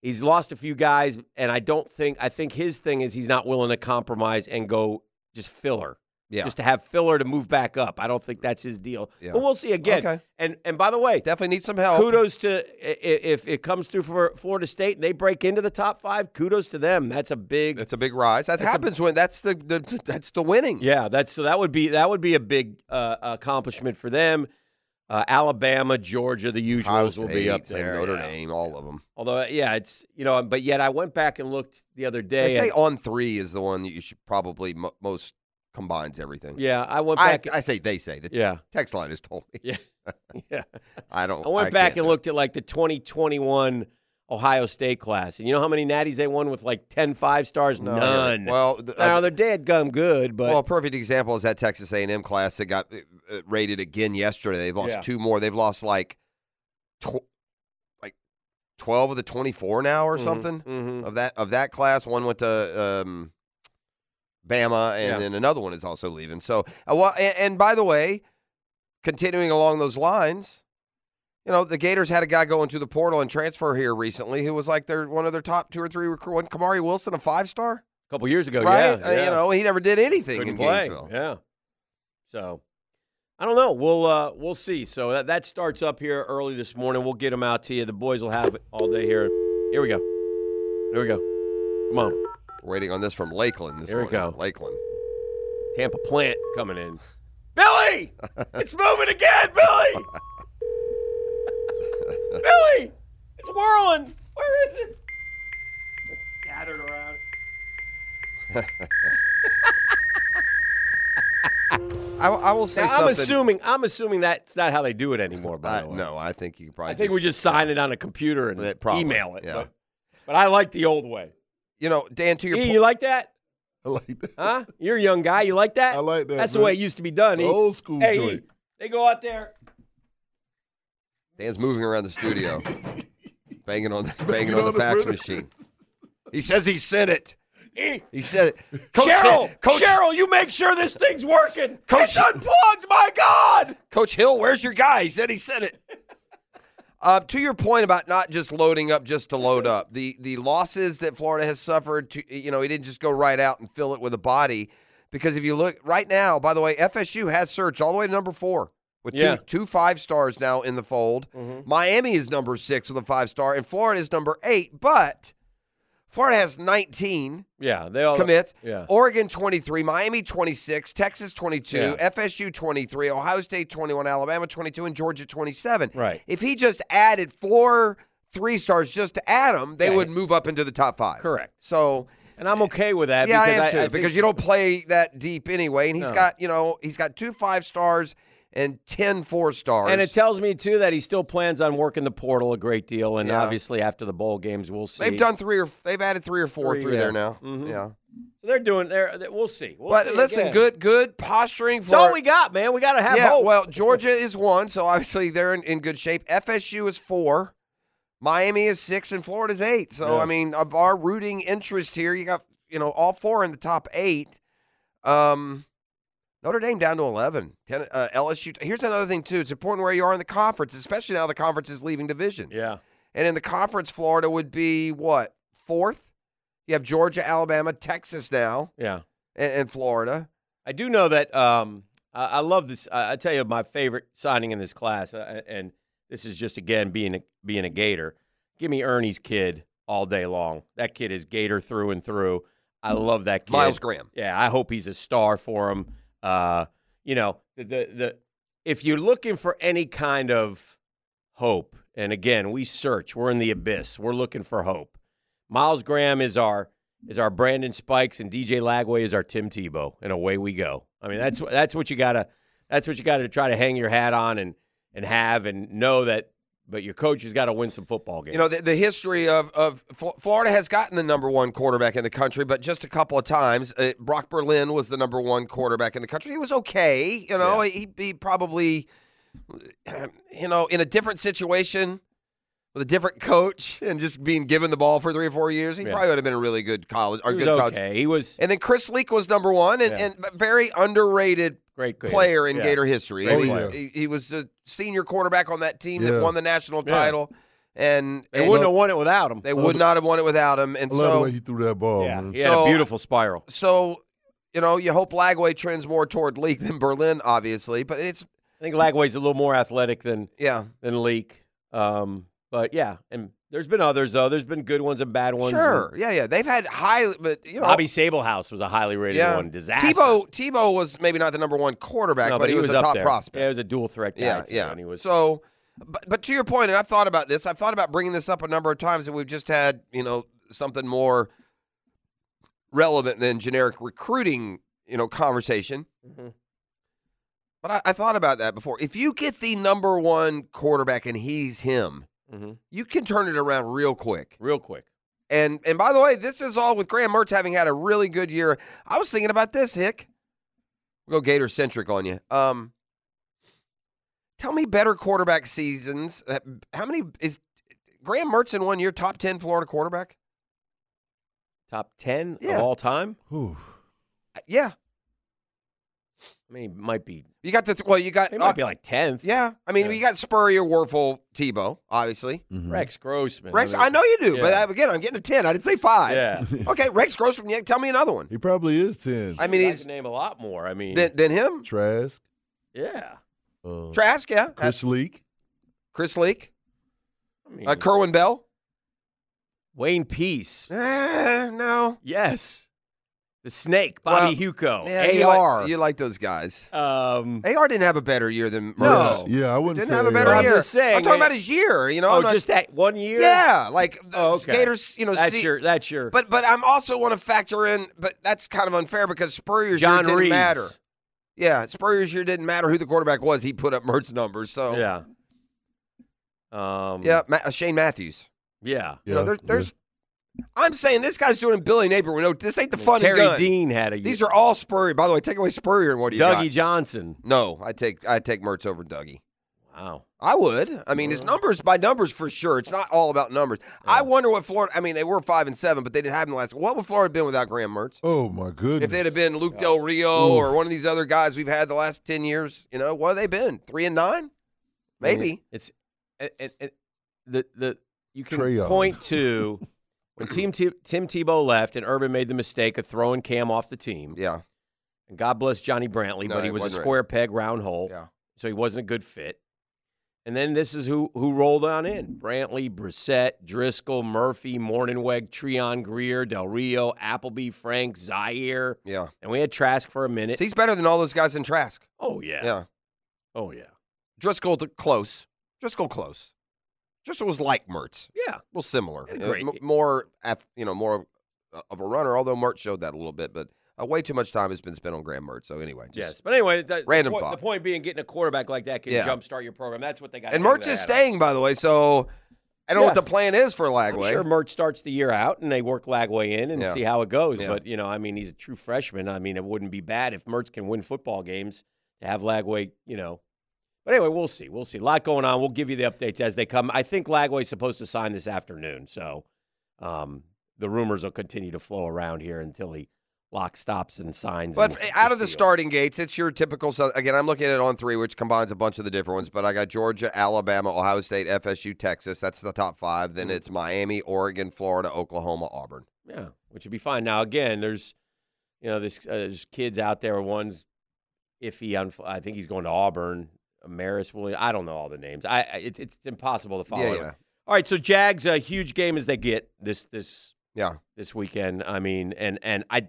He's lost a few guys, and I don't think I think his thing is he's not willing to compromise and go just filler. Yeah. Just to have filler to move back up. I don't think that's his deal. Yeah. But we'll see again. Okay. And and by the way, definitely need some help. kudos to i- i- if it comes through for Florida State and they break into the top five. Kudos to them. That's a big. That's a big rise. That happens when that's the, the that's the winning. yeah, that's so that would be that would be a big uh, accomplishment for them. Uh, Alabama, Georgia, the Ohio usuals will be up State and there. Notre yeah. Name, all of them. Although, uh, yeah, it's you know, but yet I went back and looked the other They day. say and- on three is the one that you should probably mo- most combines everything. yeah, I went I, back. I say they say the yeah, text line has told me. [LAUGHS] yeah. I don't. I went back can't and do it. looked at like the 2021 Ohio State class, and you know how many natties they won with like 10 five stars? No, None. Well, the, now uh, they're dead gum good, but well, a perfect example is that Texas A&M class that got uh, uh, rated again yesterday. They've lost Yeah. two more. They've lost like, tw- like twelve of the twenty-four now or Mhm, something mhm. of that of that class. One went to um, Bama, and Yeah. then another one is also leaving. So, uh, well, and, and by the way, continuing along those lines, you know, the Gators had a guy go into the portal and transfer here recently who was like their one of their top two or three recruit. Wasn't Kamari Wilson a five star? couple years ago, right? yeah, Uh, yeah. You know, he never did anything Couldn't in play, Gainesville. Yeah. So I don't know. We'll uh, we'll see. So that, that starts up here early this morning. We'll get them out to you. The boys will have it all day here. Here we go. Here we go. Come on, We're waiting on this from Lakeland this Here we morning. go. Lakeland. Tampa Plant coming in. Billy, it's moving again, Billy. [LAUGHS] Billy, it's whirling. Where is it? Gathered around. [LAUGHS] I, I will say Now, something. I'm assuming I'm assuming that's not how they do it anymore. By I, the way, no, I think you probably. I think we just sign it on a computer and That probably, email it. yeah. But, but I like the old way. You know, Dan, to your E, point. you like that? I like that. Huh? You're a young guy. You like that? I like that, That's the man. way it used to be done. E. Old school Hey, E, joint. they go out there. Dan's moving around the [LAUGHS] studio, banging on the, banging on on the the fax printer. machine. He says he sent it. E, He said, it. Uh, Coach, Cheryl, Hill, Coach, Cheryl, you make sure this thing's working. Coach- it's unplugged. My God. Coach Hill, where's your guy? He said he sent it. Uh, to your point about not just loading up just to load up, the the losses that Florida has suffered, to, you know, he didn't just go right out and fill it with a body. Because if you look right now, by the way, FSU has surged all the way to number four with Yeah. two, two five stars now in the fold. Miami is number six with a five star, and Florida is number eight. But Florida has 19 Yeah, they all commits. Yeah, Oregon 23, Miami 26, Texas 22, Yeah. FSU 23, Ohio State 21, Alabama 22, and Georgia 27. Right. If he just added four three stars just to add them, they Yeah. would move up into the top five. Correct. So and I'm okay with that. yeah, I because am I, too I think- because you don't play that deep anyway. And he's No. got you know he's got two five stars and ten four stars. And it tells me too that he still plans on working the portal a great deal, and Yeah. obviously after the bowl games, we'll see. they've done three or they've added three or four Three, through yeah. there now. Mhm. Yeah. So they're doing. They're. they- We'll see. We'll but see listen, again. good good posturing. That's all for- we got, man. We got to have yeah, hope. well, Georgia is one, so obviously they're in, in good shape. FSU is four, Miami is six, and Florida's eight. So Yeah. I mean, of our rooting interest here, you got you know all four in the top eight. Um, Notre Dame down to eleven. Ten, uh, LSU. Here's another thing too. It's important where you are in the conference, especially now the conference is leaving divisions. yeah. And in the conference, Florida would be what fourth. You have Georgia, Alabama, Texas now, Yeah. and, and Florida. I do know that um, I, I love this. I, I tell you, my favorite signing in this class, uh, and this is just again being a, being a Gator. Give me Ernie's kid all day long. That kid is Gator through and through. I love that kid. Hmm. Miles Graham. Yeah, I hope he's a star for him. Uh, you know, the, the the if you're looking for any kind of hope, and again, we search. We're in the abyss. We're looking for hope. Miles Graham is our is our Brandon Spikes, and DJ Lagway is our Tim Tebow, and away we go. I mean, that's that's what you gotta that's what you gotta try to hang your hat on and and have and know that. But your coach has got to win some football games. You know, the, the history of, of Fl- Florida has gotten the number one quarterback in the country, but just a couple of times. Uh, Brock Berlin was the number one quarterback in the country. He was okay. You know, Yeah. he, he probably, you know, in a different situation with a different coach and just being given the ball for three or four years, he Yeah. probably would have been a really good college or he was good college. okay. He was And then Chris Leak was number one and, Yeah. and a very underrated great Gator. player in Yeah. Gator history. Great I mean, player. he, he was a senior quarterback on that team Yeah. that won the national Yeah. title. And, They and- wouldn't have won it without him. they would not have won it without him. And I love the so, way he threw that ball, yeah, man. he had So- a beautiful spiral. so you know, you hope Lagway trends more toward Leak than Berlin, obviously. But it's I think Lagway's a little more athletic than yeah, than Leak. Um, but yeah, and there's been others though. There's been good ones and bad ones. sure, yeah, yeah. They've had high, but you know, Bobby Sablehouse was a highly rated yeah. one. Disaster. Tebow Tebow was maybe not the number one quarterback, No, but, he was, a up top there. prospect. Yeah, he was a dual threat guy. yeah, too, yeah. And he was So, but, but to your point, and I've thought about this. I've thought about bringing this up a number of times, and we've just had you know something more relevant than generic recruiting, you know, conversation. Mhm. But I, I thought about that before. If you get the number one quarterback and he's him, Mhm. you can turn it around real quick. real quick. And and by the way, this is all with Graham Mertz having had a really good year. I was thinking about this, Hick. We'll go Gator centric on you. Um, tell me better quarterback seasons. uh, How many is Graham Mertz in one year top ten Florida quarterback? Top ten Yeah. of all time. Whew. Uh, Yeah, I mean, he might be. you got the th- well. You got He might uh, be like tenth. yeah. I mean, Yeah. you got Spurrier, Werfel, Tebow, obviously. Mhm. Rex Grossman. Rex, mean, I know you do, but yeah. I, again, I'm getting a ten. I didn't say five. [LAUGHS] Yeah, Okay, Rex Grossman. Yeah, tell me another one. He probably is ten. I mean, I he's could name a lot more. I mean, than, than him. Trask, yeah. uh, Trask. Yeah, Chris Leak. Chris Leak, I mean, uh, Kerwin Bell. Wayne Peace. Eh, no. Yes, the Snake. Bobby Huco. Yeah, you like- Ar. you like those guys. um, AR didn't have a better year than Mertz. No. Yeah, I wouldn't Didn't say have a yeah. better I'm year. just saying, I'm talking man. about his year. You know, oh, I'm not- just that one year. yeah, like the Oh, okay. skaters. You know, that's see, your that's your. but but I'm also want to factor in. But that's kind of unfair because Spurrier's year John didn't Reeves. matter. Yeah, Spurrier's year didn't matter who the quarterback was. He put up Mertz numbers. So Yeah. Um, yeah, Ma- uh, Shane Matthews. Yeah. You know, there- there's. I'm saying this guy's doing Billy Napier. We know this ain't the fun Terry and gun. Dean had a. These are all Spurrier. By the way, take away Spurrier and what do you Dougie got? Johnson. No, I take I take Mertz over Dougie. Wow. I would. I mean, his numbers by numbers for sure. It's not all about numbers. I wonder what Florida. I mean, they were five and seven, but they didn't have in the last. What would Florida have been without Graham Mertz? Oh my goodness. If they'd have been Luke Del Rio or one of these other guys we've had the last ten years, you know, what have they been? Three and nine, I mean, maybe. it's. It, it, it- the the you can Trayon. point [LAUGHS] to when Team T- Tim Tebow left and Urban made the mistake of throwing Cam off the team. Yeah. And God bless Johnny Brantley, No, but he it was a wasn't right. square peg, round hole. Yeah. So he wasn't a good fit. And then this is who who rolled on in: Brantley, Brissett, Driscoll, Murphy, Morningweg, Treon Greer, Del Rio, Appleby, Frank, Zaire, Yeah. and we had Trask for a minute. So he's better than all those guys in Trask. oh yeah. Yeah. Oh yeah. Driscoll to close. Driscoll close. Driscoll was like Mertz. Yeah. Well, similar. Had a Uh, great- m- more, ath- you know, more of a runner, although Mertz showed that a little bit, but uh, way too much time has been spent on Graham Mertz. So anyway, just, yes. But anyway, the, Random the, point, thought. the point being, getting a quarterback like that can Yeah. jumpstart your program. That's what they got. And Mertz is staying, by the way, so I don't know what Yeah. the plan is for I'm Lagway. sure Mertz starts the year out, and they work Lagway in and Yeah. see how it goes. Yeah. But you know, I mean, he's a true freshman. I mean, it wouldn't be bad if Mertz can win football games to have Lagway. You know, but anyway, we'll see. We'll see. A lot going on. We'll give you the updates as they come. I think Lagway's supposed to sign this afternoon, so um, the rumors will continue to flow around here until he lock stops and signs. But f- and gets out of the seal. starting gates, it's your typical. South- Again, I'm looking at it on three, which combines a bunch of the different ones. But I got Georgia, Alabama, Ohio State, FSU, Texas. That's the top five. Mm. Then it's Miami, Oregon, Florida, Oklahoma, Auburn. Yeah, which would be fine. Now again, there's you know this uh, there's kids out there. One's iffy on. I think he's going to Auburn. Maris Williams. I don't know all the names. I I- it's it's impossible to follow. Yeah, everyone. yeah. All right, so Jags a huge game as they get this this Yeah. this weekend. I mean, and and I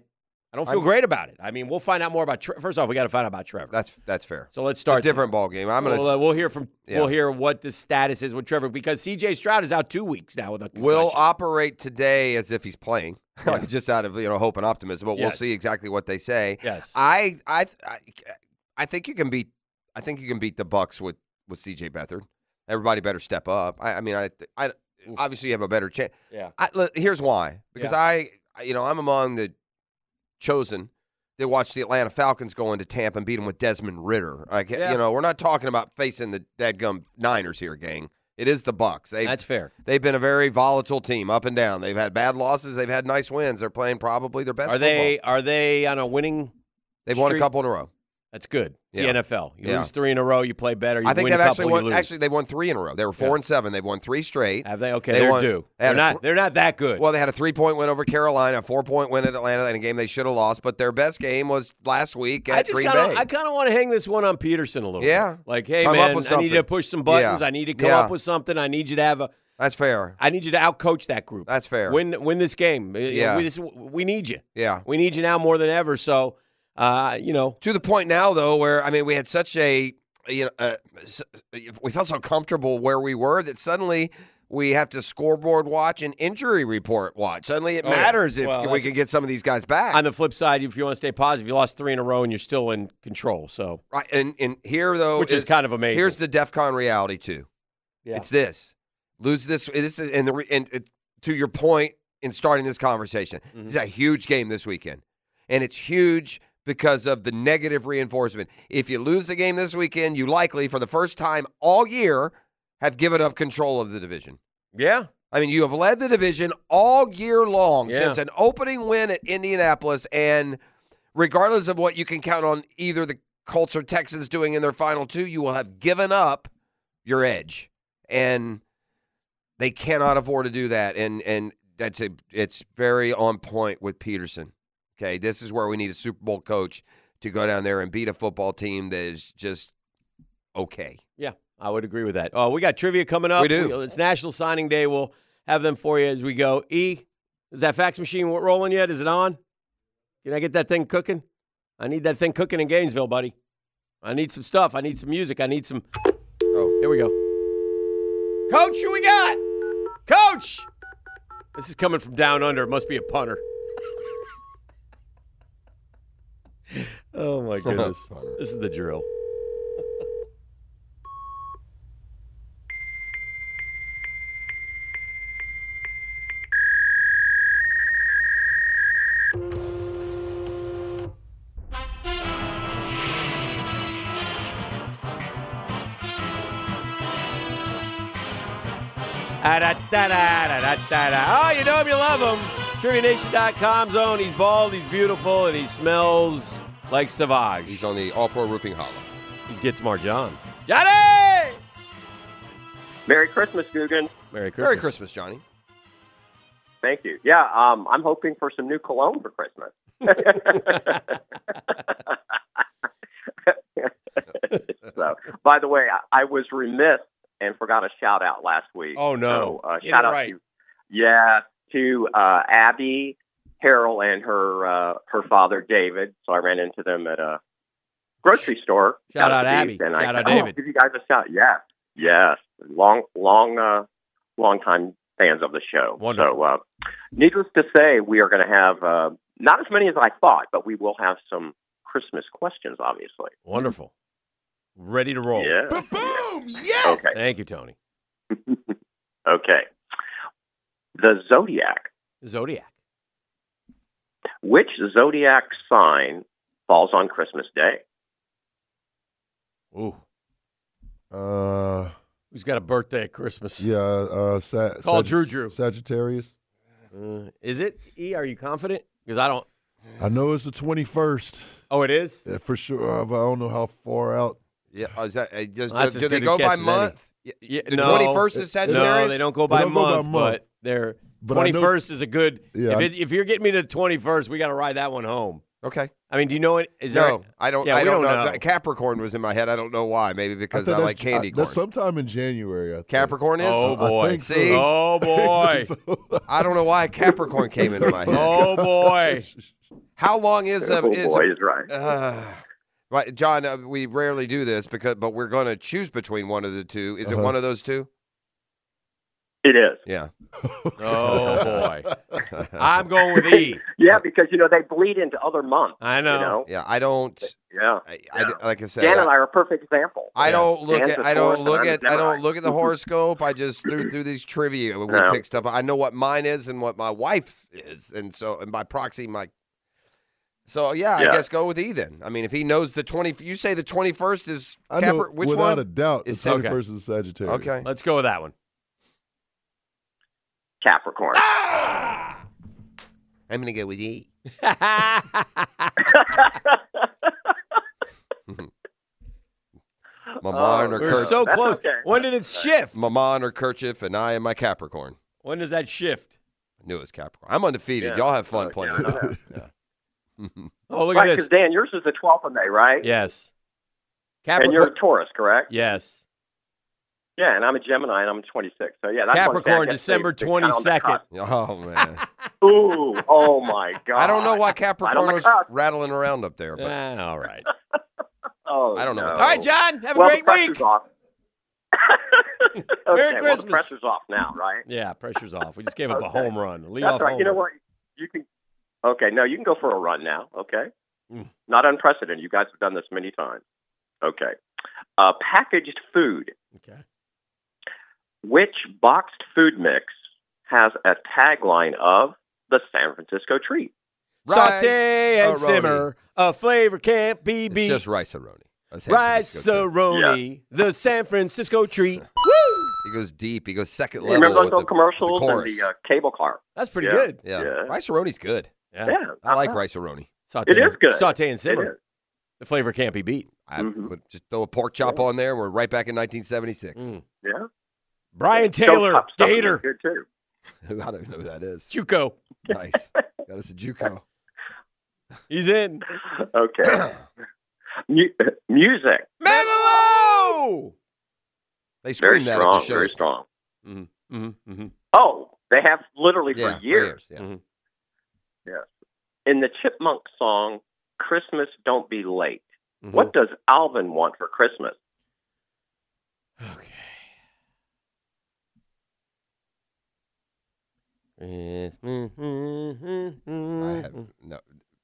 I don't feel I'm- great about it. I mean, we'll find out more about. Tre- First off, we got to find out about Trevor. That's that's fair. so let's It's a start. different ball game. I'm gonna. We'll, uh, we'll hear from. We'll Yeah. hear what the status is with Trevor because C.J. Stroud is out two weeks now with a will concussion. operate today as if he's playing, [LAUGHS] like just out of you know hope and optimism. But we'll Yes. see exactly what they say. yes. I I I I think you can beat. I think you can beat the Bucks with with C.J. Beathard. Everybody better step up. I, I mean, I I obviously you have a better chance. Yeah. I, look, here's why. Because I I, you know I'm among the chosen. They watched the Atlanta Falcons go into Tampa and beat them with Desmond Ritter. Like Yeah. you know, we're not talking about facing the dadgum Niners here, gang. It is the Bucks. They That's fair. They've been a very volatile team, up and down. They've had bad losses. They've had nice wins. They're playing probably their best. Are they are they on a winning? football. They've won a streak? couple in a row. That's good. It's Yeah. the NFL. You Yeah. lose three in a row, you play better. You I think win they've a couple, actually you won. lose. Actually, they won three in a row. They were four Yeah. and seven. They've won three straight. have they? Okay, they they are won- due. they had They're a not. th- they're not that good. Well, they had a three point win over Carolina, a four point win at Atlanta, in a game they should have lost. But their best game was last week at I just Green kinda, Bay. I kind of want to hang this one on Peterson a little. Yeah. Bit. Like, hey Come up man, with I need you to something. push some buttons. Yeah. I need to come Yeah. up with something. I need you to have a. That's fair. I need you to outcoach that group. That's fair. Win win this game. You know, Yeah. We, this, we need you. yeah. We need you now more than ever. So, uh, you know, To the point now, though, where I mean, we had such a you know, uh, s- we felt so comfortable where we were that suddenly. We have to scoreboard watch and injury report watch. Suddenly, it Oh, yeah. matters if Well, we that's- can get some of these guys back. on the flip side, if you want to stay positive, you lost three in a row and you're still in control. So, Right, and and here though, which is, kind of amazing. here's the DEF CON reality too. Yeah. It's this lose this. This is and the re- and it, to your point in starting this conversation, Mm-hmm. this is a huge game this weekend, and it's huge because of the negative reinforcement. If you lose the game this weekend, you likely for the first time all year have given up control of the division. yeah. I mean, you have led the division all year long Yeah. since an opening win at Indianapolis, and regardless of what you can count on either the Colts or Texans doing in their final two, you will have given up your edge, and they cannot afford to do that. And and that's a it's very on point with Peterson. Okay, this is where we need a Super Bowl coach to go down there and beat a football team that is just okay. Yeah, I would agree with that. Oh, we got trivia coming up. We do. it's National Signing Day. We'll have them for you as we go. E, is that fax machine rolling yet? Is it on? Can I get that thing cooking? I need that thing cooking in Gainesville, buddy. I need some stuff. I need some music. I need some. Oh, here we go. Coach, who we got? Coach! This is coming from down under. It must be [LAUGHS] a punter. oh, my goodness. this is the drill. Ah-da-da-da-da-da-da-da. Oh, you know him, you love him. TriviaNation.com's own. He's bald, he's beautiful, and he smells like Savage. He's on the All Pro Roofing Hollow. He's Get Smart John. Johnny! Merry Christmas, Guggen. Merry Christmas. Merry Christmas, Johnny. Thank you. Yeah, um, I'm hoping for some new cologne for Christmas. [LAUGHS] so, by the way, I, I was remiss and forgot a shout out last week. Oh, no. So, uh, Get shout it out right. to yeah to uh, Abby Carol and her uh, her father David. So I ran into them at a grocery store. Shout out to Abby. Dee's, And Shout I, out said, "Oh, David." give you guys a shout. Yeah, yes. Long long uh, long time fans of the show. Wonderful. So, uh, needless to say, we are going to have uh, not as many as I thought, but we will have some Christmas questions, obviously. Wonderful. Ready to roll. Yeah. Boom! Yes! Okay. Thank you, Tony. [LAUGHS] Okay. The zodiac. Zodiac. Which zodiac sign falls on Christmas Day? Ooh. Uh, Who's got a birthday at Christmas? yeah. Uh, sa- Call Sagitt- Drew Drew. Sagittarius. Uh, is it? E, are you confident? Because I don't. I know it's the twenty first Oh, it is? yeah, for sure, uh, but I don't know how far out. Yeah, is that, uh, does, That's do as do they good a go guess by as any. month? Y- Yeah, the no. 21st is Sagittarius? No, they don't go by, don't go by month, month. but they're But I know- 21st is a good. Yeah, if, I- it, if you're getting me to the 21st, we got to ride that one home. Okay. I mean, do you know it? Is no, there? I don't. Yeah, I we don't, don't know. know. That Capricorn was in my head. I don't know why. Maybe because I, think like that's- candy I- corn. That's sometime in January. I think. Capricorn is. Oh boy! think so. [LAUGHS] Oh boy! So- [LAUGHS] I don't know why Capricorn came into my head. oh boy! [LAUGHS] How long is a oh is boy, a- is right. Uh, right, John, uh, we rarely do this because, but we're going to choose between one of the two. Is it Uh-huh. one of those two? It is. Yeah. Oh [LAUGHS] boy! [LAUGHS] I'm going with E. Yeah, because you know they bleed into other months. I know. You know. yeah, I don't. Yeah. I, Yeah. I, like I said, Dan and I, I are a perfect example. I don't Yes. look Dan's at. a I don't Taurus, look and I'm at. a I don't Gemini. look at [LAUGHS] the horoscope. I just through through these trivia we No. pick stuff. up. I know what mine is and what my wife's is, and so and by proxy my. So yeah, Yeah. I guess go with E then. I mean, if he knows the twenty, you say the twenty first is I know, Capri- which without one? a doubt, the It's- twenty okay. first is Sagittarius. okay, Let's go with that [LAUGHS] [LAUGHS] one. Capricorn. Ah! I'm gonna go with [LAUGHS] E. Maman or We Oh, We're Kerch- so Oh, That's close. okay. When did it shift? Maman or Kerchief, and I am my Capricorn. When does that shift? I knew it was Capricorn. I'm undefeated. Yeah. Y'all have fun Oh, playing. yeah, I [LAUGHS] know with me. Oh, look at right, because this. Dan, yours is the 12th of May, right? Yes. And you're Capricorn. a Taurus, correct? Yes. Yeah, and I'm a Gemini, and I'm 26. So yeah, that's one thing I Capricorn, guess they- December they kinda on the 22nd. Yeah. [LAUGHS] oh man, cusp. Ooh, oh my [LAUGHS] God. I don't know why Right on Capricorn the was cusp. rattling around up there, but Ah, all right. [LAUGHS] Oh, I don't know no. what All right, John. Have a well, great the pressure's week. off. [LAUGHS] okay, Well, Christmas. the pressure's off now, right? Yeah, pressure's off. We just gave up a Okay. home run. Lead off That's right. home You know run. what? You can. Okay, no, you can go for a run now. Okay, Mm. not unprecedented. You guys have done this many times. [LAUGHS] Okay, uh, packaged food. Okay. Which boxed food mix has a tagline of the San Francisco treat? Rice Saute and Aroni. simmer. A flavor can't be it's beat. just rice aroni. That's how Rice He goes, Aroni, the San Francisco treat. Woo! he goes deep. He goes second You level. remember those with little the, commercials with the and chorus. the uh, cable car? That's pretty Yeah. good. yeah. Yeah. rice aroni's good. Yeah, Uh-huh. I like rice aroni. Saute It is and- good. Saute and It is. simmer. The flavor can't be beat. I Mhm. would just throw a pork chop on there. We're right back in 1976. Mm. Yeah. Brian Joe Taylor, Cup stuff is Gator, Good too. [LAUGHS] I don't know who that is. Juco. [LAUGHS] nice. Got us a JUCO. He's in. Okay. Mu- music. Menlo! They Very scream that strong. at the show. Very strong. Mm-hmm. hmm hmm Oh, they have literally Yeah, for years. Yeah. Mhm. in the Chipmunk song, Christmas Don't Be Late, Mm-hmm. what does Alvin want for Christmas? Okay. Christmas. Mm-hmm. I have no.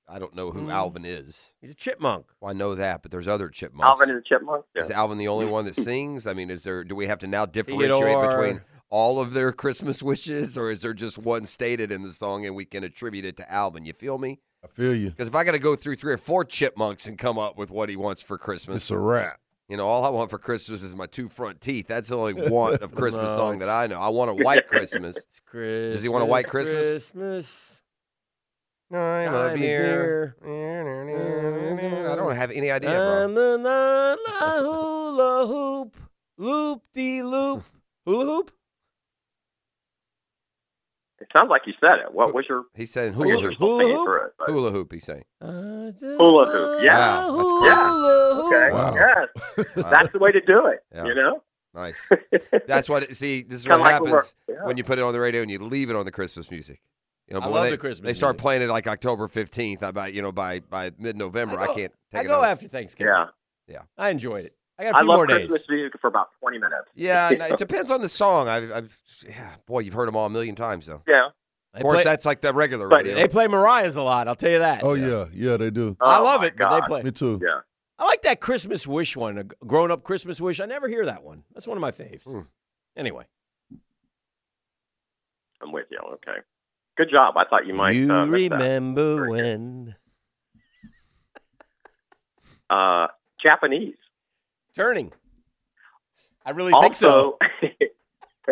I don't know who Mm. Alvin is. He's a chipmunk. Well, I know that, but there's other chipmunks. Alvin and the Chipmunks? is Alvin the only [LAUGHS] one that sings? I mean, is there? Do we have to now differentiate Theodore. between all of their Christmas wishes, or is there just one stated in the song and we can attribute it to Alvin? You feel me? I feel you. Because if I got to go through three or four chipmunks and come up with what he wants for Christmas, It's a wrap. you know, all I want for Christmas is my two front teeth. That's the [LAUGHS] only want of Christmas No, song that it's- I know. I want a white Christmas. It's Christmas. he want a white Christmas? Christmas. I'm Time is I don't have any idea, bro. [LAUGHS] I'm in a la hula hoop, loop de loop. Hula hoop? It sounds like you said it. What was your? He said hula hoop. Hula hoop. Hula hoop, he's saying. Hula hoop. Wow, Yeah. that's cool. Yeah. Okay. Wow. Yes. [LAUGHS] Wow. That's the way to do it. Yeah. You know. [LAUGHS] Nice. That's what. it- See, this is Kinda what like when we're- happens when you put it on the radio and you leave it on the Christmas music. You know, I but when love they, the Christmas They start music. playing it like October fifteenth. uh, By you know by by mid November, I, go- can't. Take I it go on. after Thanksgiving. Yeah. I enjoyed it. I got a I few love more days. Christmas music for about twenty minutes. [LAUGHS] Yeah, no, it depends on the song. I've, I've yeah, boy, you've heard them all a million times though. Yeah. Of course, play- that's like the regular But radio. they play Mariah's a lot. I'll tell you that. Oh yeah, yeah, they do. I Oh, love my it, but they God. play. Me too. Yeah. I like that Christmas Wish one, a grown up Christmas Wish. I never hear that one. That's one of my faves. Hmm. Anyway, I'm with you. Okay. Good job. I thought you might. you uh, miss that. remember Very good. [LAUGHS] when Uh, Japanese. turning? I really think so. also,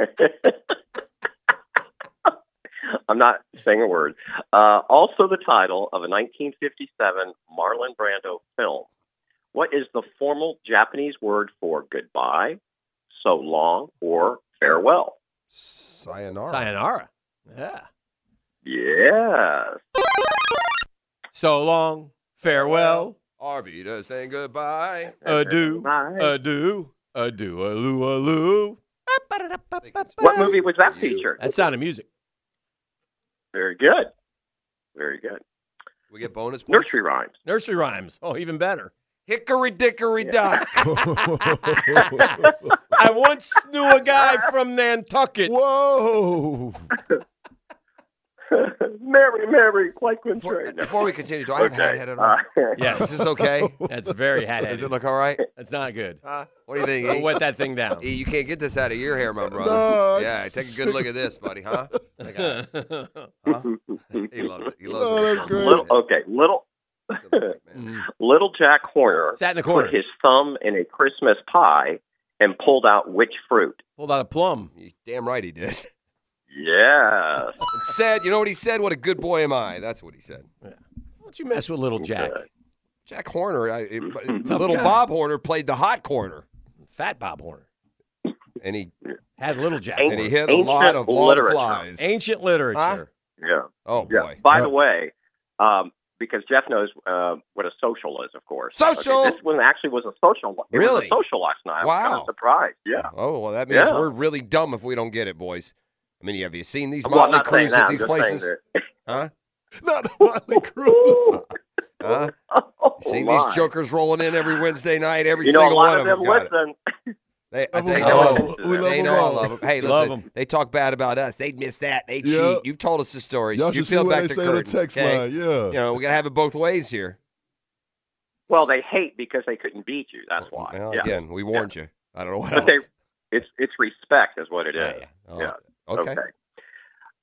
I'm not saying a word. Uh, also, the title of a 1957 Marlon Brando film. What is the formal Japanese word for goodbye, so long, or farewell? Sayonara. Sayonara. Yeah. Yes. So long. Farewell. Arvita saying goodbye. Adieu. Nice. Adieu. Adieu. Aloo. Aloo. What movie was that featured? That sound of music. Very good. Very good. We get bonus points. Nursery rhymes. Nursery rhymes. Oh, even better. Hickory dickory [LAUGHS] dock. I once knew a guy from Nantucket. Whoa. Mary, Mary, Quakeman Before, Train. No. before we continue, do I have a hat head at all? Uh, Is Yes. this okay? That's very hat Does it headed. look all right? That's not good. Huh? What do you think? We'll E? wet that thing down. E, you can't get this out of your hair, my brother. No, I yeah, take a good look at this, buddy, huh? Look at it. [LAUGHS] He loves it. He loves No, it. that's great. little, okay, little [LAUGHS] little Jack Horner Sat in the corner. put his thumb in a Christmas pie and pulled out which fruit? Pulled out a plum. You damn right he did. Yes. And [LAUGHS] said, you know what he said? What a good boy am I? That's what he said. Don't you mess with little Jack. Jack Horner, I, it- Tough little guy. Bob Horner played the hot corner, Fat Bob Horner. and he Had little Jack. Ain't- and he hit a Ancient lot of long literature. flies. Ancient literature. Huh? Yeah. oh Yeah. boy, By the way, um, because Jeff knows uh, what a social is, of course. Social? Okay, this one actually was a social. It was Really? a social last night. I was kind Wow. of surprised. Yeah. Oh well, that means Yeah. we're really dumb if we don't get it, boys. I mean, have you seen these Well, I'm motley not saying crews that. at I'm these just saying places? that- [LAUGHS] Not a Motley Crue. Huh? Oh, You seen my. these jokers rolling in every Wednesday night? Every You know, a single lot one of them. them got it. listen. They, I Love think, 'em know all. I oh, listen to We that. love they 'em know I all. love them. [LAUGHS] Hey, Love listen, 'em. they talk bad about us. They miss that. They Yeah. cheat. You've told us the stories. Y'all you should see peel what back they the say curtain. on the text okay? line. Yeah. You know, we gotta have it both ways here. Well, they hate because they couldn't beat you. That's why. Uh, Well, yeah. Again, [LAUGHS] we warned you. I don't know what But they- else. It's it's respect is what it is. Yeah, yeah. Oh, Yeah. Okay.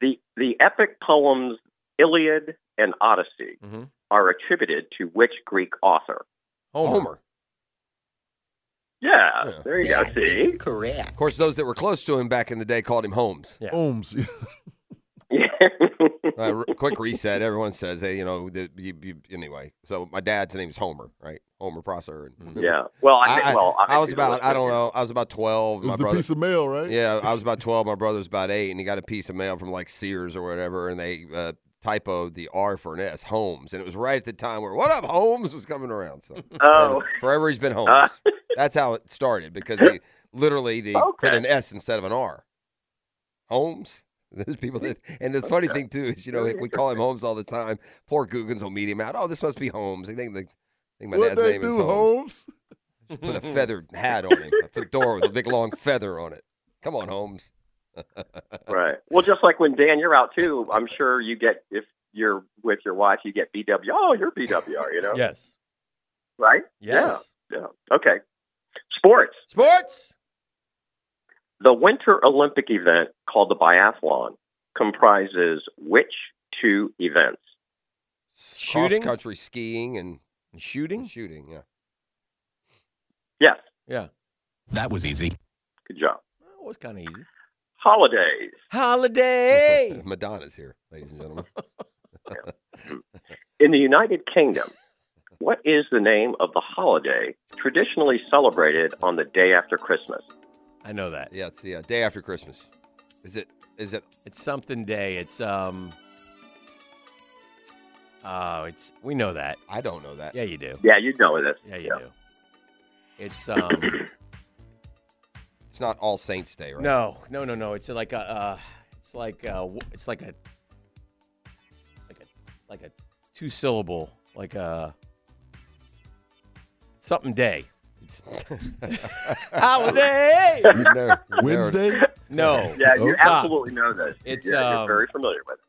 The the epic poems Iliad and Odyssey Mhm. are attributed to which Greek author? Homer. Homer. Yeah, Yeah. there you go. See, Of course, those that were close to him back in the day called him Holmes. Yeah. [LAUGHS] [LAUGHS] Ohms. uh, r- quick reset. Everyone says, hey, you know, the, you, you, anyway. So my dad's name is Homer, right? Homer Prosser. And, yeah. Well, I, I, think, well, I was obviously about, I don't the- know, I was about 12. It was My the brother, piece of mail, right? yeah, I was about 12. My brother was about eight, and he got a piece of mail from like Sears or whatever, and they uh, typoed the R for an S, Holmes. And it was right at the time where, what up, Holmes was coming around. So Oh, forever, forever he's been Holmes. That's how it started because they literally they put Okay. an S instead of an R. Holmes. There's people that, and the funny thing too is, you know, we call him Holmes all the time. Poor Googans will meet him out. Oh, this must be Holmes. They think, they think my What dad's they name do, is Holmes? Holmes. Put a feathered hat on him, a fedora with a big long feather on it. Come on, Holmes. right. Well, just like when Dan, you're out too. I'm sure you get if you're with your wife, you get BW. Oh, you're BWR. You know, Yes. right? Yes. Yeah. Okay. Sports. Sports. The Winter Olympic event called the biathlon comprises which two events? Shooting? Cross country skiing and Shooting. shooting. Yeah. Yes. Yeah. That was easy. Good job. Well, it was kind of easy. Holidays. Holiday. Madonna's here, ladies and gentlemen. [LAUGHS] In the United Kingdom, what is the name of the holiday traditionally celebrated on the day after Christmas? I know that. Yeah, it's the uh, day after Christmas. Is it? Is it? It's something day. It's um. Oh, it's we know that. I don't know that. Yeah, you do. Yeah, you know this. Yeah, you do. It's um. [COUGHS] It's not All Saints Day, right? No, no, no, no. It's like a, uh, it's like a, w- it's like a, like a, like a two syllable, like a something day. [LAUGHS] It's holiday. You know, Wednesday? No. Yeah, you Stop. absolutely know this. It's, you're, you're um, very familiar with it.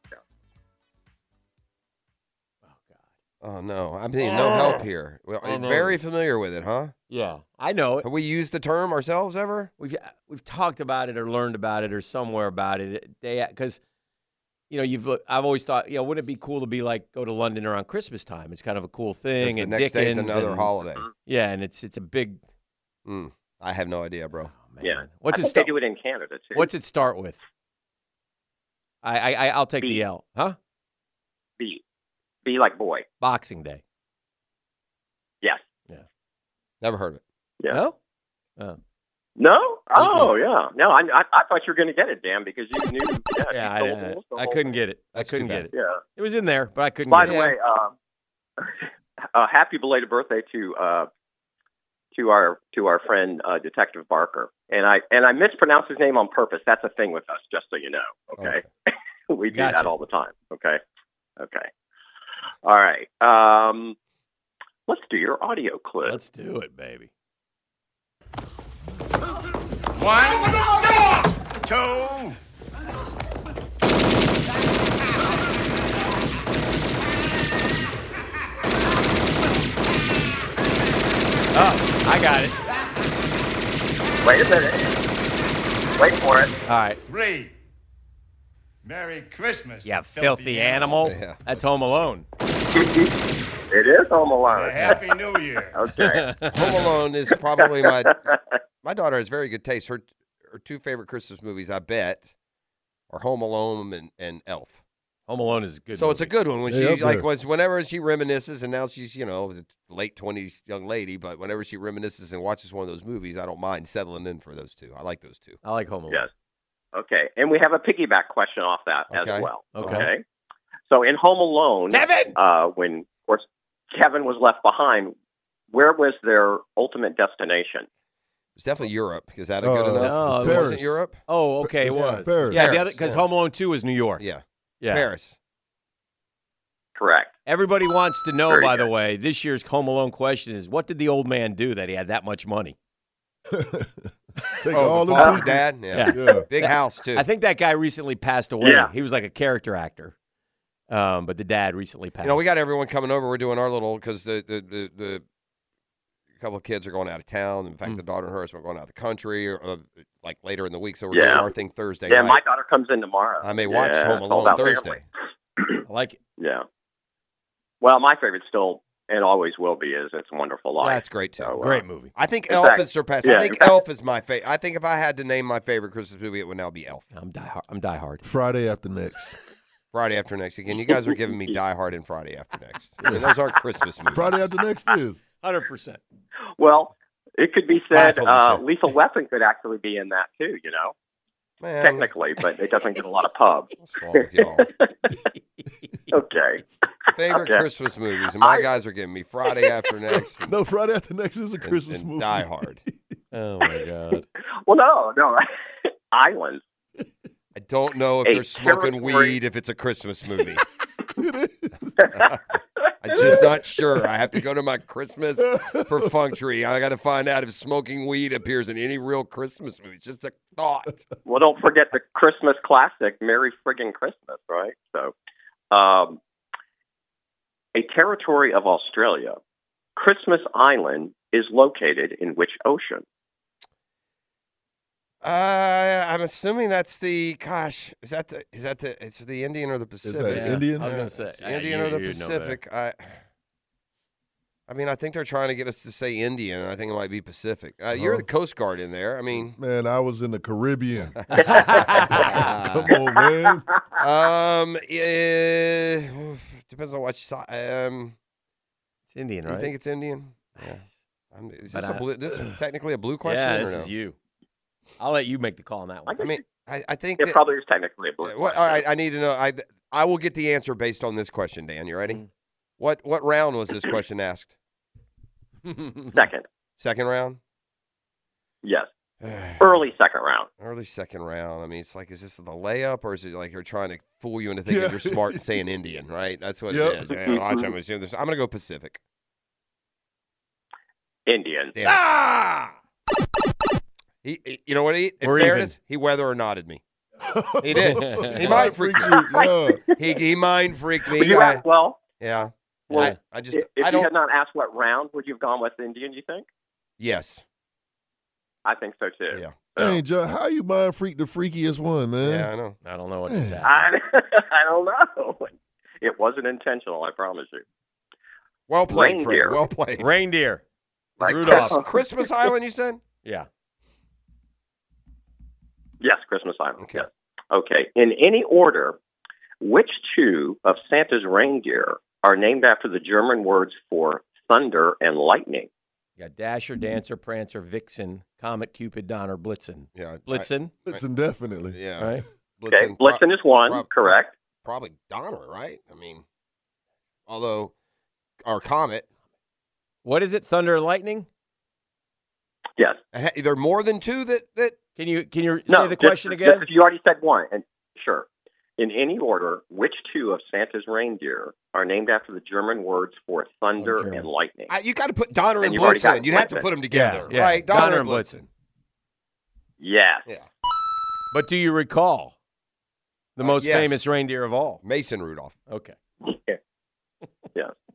Oh no, I'm mean, no help here. Well, Oh, no. Very familiar with it, huh? Yeah, I know it. Have we used the term ourselves ever? We've we've talked about it or learned about it or somewhere about it. They because you know you've look- I've always thought you know wouldn't it be cool to be like go to London around Christmas time? It's kind of a cool thing. the and next day is Dickens another and- holiday. Mm-hmm. Yeah, and it's it's a big Oh, Mm, I have no idea, bro. man. Yeah. What's it I think they start? do it in Canada too. What's it start with? I I I- I'll take B. the L. Huh? B? B like boy. Boxing Day. Yes. Never heard of it. Yeah. No. Oh, No. Oh yeah. No. I I, I thought you were going to get it, Dan, because you knew. Yeah. Yeah, you I, told I, us the I whole couldn't thing. get it. That's I too couldn't bad. get it. Yeah. It was in there, but I couldn't. By get the it. way, um, uh, happy belated birthday to uh, to our to our friend uh, Detective Barker, and I and I mispronounce his name on purpose. That's a thing with us, just so you know. Okay, [LAUGHS] we do that Gotcha. all the time. Okay, okay, all right. Um, let's do your audio clip. Let's do it, baby. Two. Oh, I got it. Wait a minute. Wait for it. All right. Three. Merry Christmas. Yeah, filthy, animal. Yeah. That's Home Alone. [LAUGHS] It is Home A Alone. Happy New [LAUGHS] Year. [LAUGHS] [LAUGHS] Okay. Home Alone is [LAUGHS] probably my my daughter has very good taste. Her her two favorite Christmas movies, I bet, are Home Alone and, and Elf. Home Alone is a good. so it's a movie. good one when They she up like there. was whenever she reminisces, and now she's you know the late twenties young lady, but whenever she reminisces and watches one of those movies, I don't mind settling in for those two. I like those two. I like Home Alone. Yes. Okay. And we have a piggyback question off that Okay. as well. Okay. So in Home Alone, Kevin! uh, when of course Kevin was left behind, where was their ultimate destination? It's definitely Europe. Is that a good Uh, enough? no, it was Paris. it Europe? Oh, okay, it Yeah, was. Paris. Yeah, the other Paris, because yeah. Home Alone Two is New York. Yeah, yeah. Paris. Correct. Everybody wants to know. Very by the good. way, this year's Home Alone question is: What did the old man do that he had that much money? [LAUGHS] Take Oh, all the the father, people. dad. Yeah. Yeah. Big house too. I think that guy recently passed away. Yeah. He was like a character actor, um, but the dad recently passed. You know, we got everyone coming over. We're doing our little because the the, the the couple of kids are going out of town. In fact, Mm. the daughter and her husband are going out of the country or uh, like later in the week. So we're Yeah. doing our thing Thursday yeah, night. my daughter comes in tomorrow. I may watch Yeah, Home it's Alone all about Thursday. family. I like it. Yeah. Well, my favorite still and always will be is It's a Wonderful Life. That's great too. So, uh, Great movie. I think in Elf fact- is surpassed. yeah, I in think fact- Elf is my favorite. I think if I had to name my favorite Christmas movie, it would now be Elf. I'm die hard. I'm die hard. Friday [LAUGHS] after next. Friday After Next. Again, you guys are giving [LAUGHS] me Die Hard and Friday After Next. I mean, those are Christmas movies. Friday after next is. [LAUGHS] Hundred percent. Well, it could be said Bye, uh, Felicia. Lethal Weapon could actually be in that too, you know, Man, technically, but it doesn't get a lot of pub. what's wrong with y'all? [LAUGHS] Okay. Favorite Okay. Christmas movies, and my I- guys are giving me Friday [LAUGHS] [LAUGHS] After Next and, No, Friday after next is a and- Christmas and movie. Die Hard. Oh my god. Well, no, no. Islands. I don't know if A they're smoking territory- weed if it's a Christmas [LAUGHS] movie. [LAUGHS] I'm just not sure. I have to go to my Christmas perfunctory. I got to find out if smoking weed appears in any real Christmas movie. It's just a thought. Well, don't forget the Christmas classic, Merry Friggin' Christmas, right? So, um, a territory of Australia, Christmas Island is located in which ocean? Uh, I'm assuming that's the gosh. Is that the is that the it's the Indian or the Pacific? Yeah. Indian? I was Yeah, gonna say it's Indian you- or the you know better. Pacific. I. I mean, I think they're trying to get us to say Indian, and I think it might be Pacific. Uh, You're Uh-huh. the Coast Guard in there. I mean, Man, I was in [LAUGHS] the Caribbean. [LAUGHS] uh, Come on, man. um, eh, oof, depends on what side. Um, It's Indian, you right? think it's Indian? Yeah. I'm, is But this a I- [CLEARS THROAT] blue? This is technically a blue question. yeah, or this no? is you. I'll let you make the call on that one. I mean, I, I think It that- probably is technically a blue. What, all right, I need to know. I I will get the answer based on this question, Dan. You Mm. ready? What what round was this question asked? [LAUGHS] Second. Second round. [SIGHS] Yes. Early second round. Early second round. I mean, it's like, is this the layup, or is it like you're trying to fool you into thinking Yeah. you're smart and saying Indian, right? That's what Yep. it is. Yeah, watch, I'm, assuming this- I'm gonna go Pacific. Indian. Damn it. He, he- you know what? He, in We're fairness, he whether or notted me. He did. he mind freaked Freaked you. you, [LAUGHS] [LAUGHS] He, he mind freaked me. Would you I- ask well? yeah. Well, I, I just, if if I you don't. had not asked what round, would you have gone with Indian? You think? yes. I think so too. Yeah. Hey, Joe, how you mind freak the freakiest one, man? Yeah, I know. I don't know what just happened. I, [LAUGHS] I don't know. It wasn't intentional. I promise you. Well played, Reindeer. Fred. Well played. Reindeer. It's Like Rudolph. Christmas. Christmas [LAUGHS] Island, you said? Yeah. Yes, Christmas Island. Okay. Okay. In any order, which two of Santa's reindeer are named after the German words for thunder and lightning? You got Dasher, Dancer, Prancer, Vixen, Comet, Cupid, Donner, Blitzen. Yeah. Blitzen, Listen, definitely. Yeah. right? Okay. Blitzen is one, prob- correct? Probably Donner, right? I mean, although our comet, What is it? Thunder and lightning? Yes. and ha- there are more than two that that Can you can you No, say the just- question just- again? you already said one, and sure. In any order, which two of Santa's reindeer are named after the German words for thunder Oh, German. and lightning? I, you got to put Donner And and you've already Blitzen. got You'd have to Blitzen. put them together, Yeah, yeah. right? Donner Donner, and and Blitzen. yes. Yeah. But do you recall the Uh, most yes. famous reindeer of all? Mason Rudolph. Okay. Yes.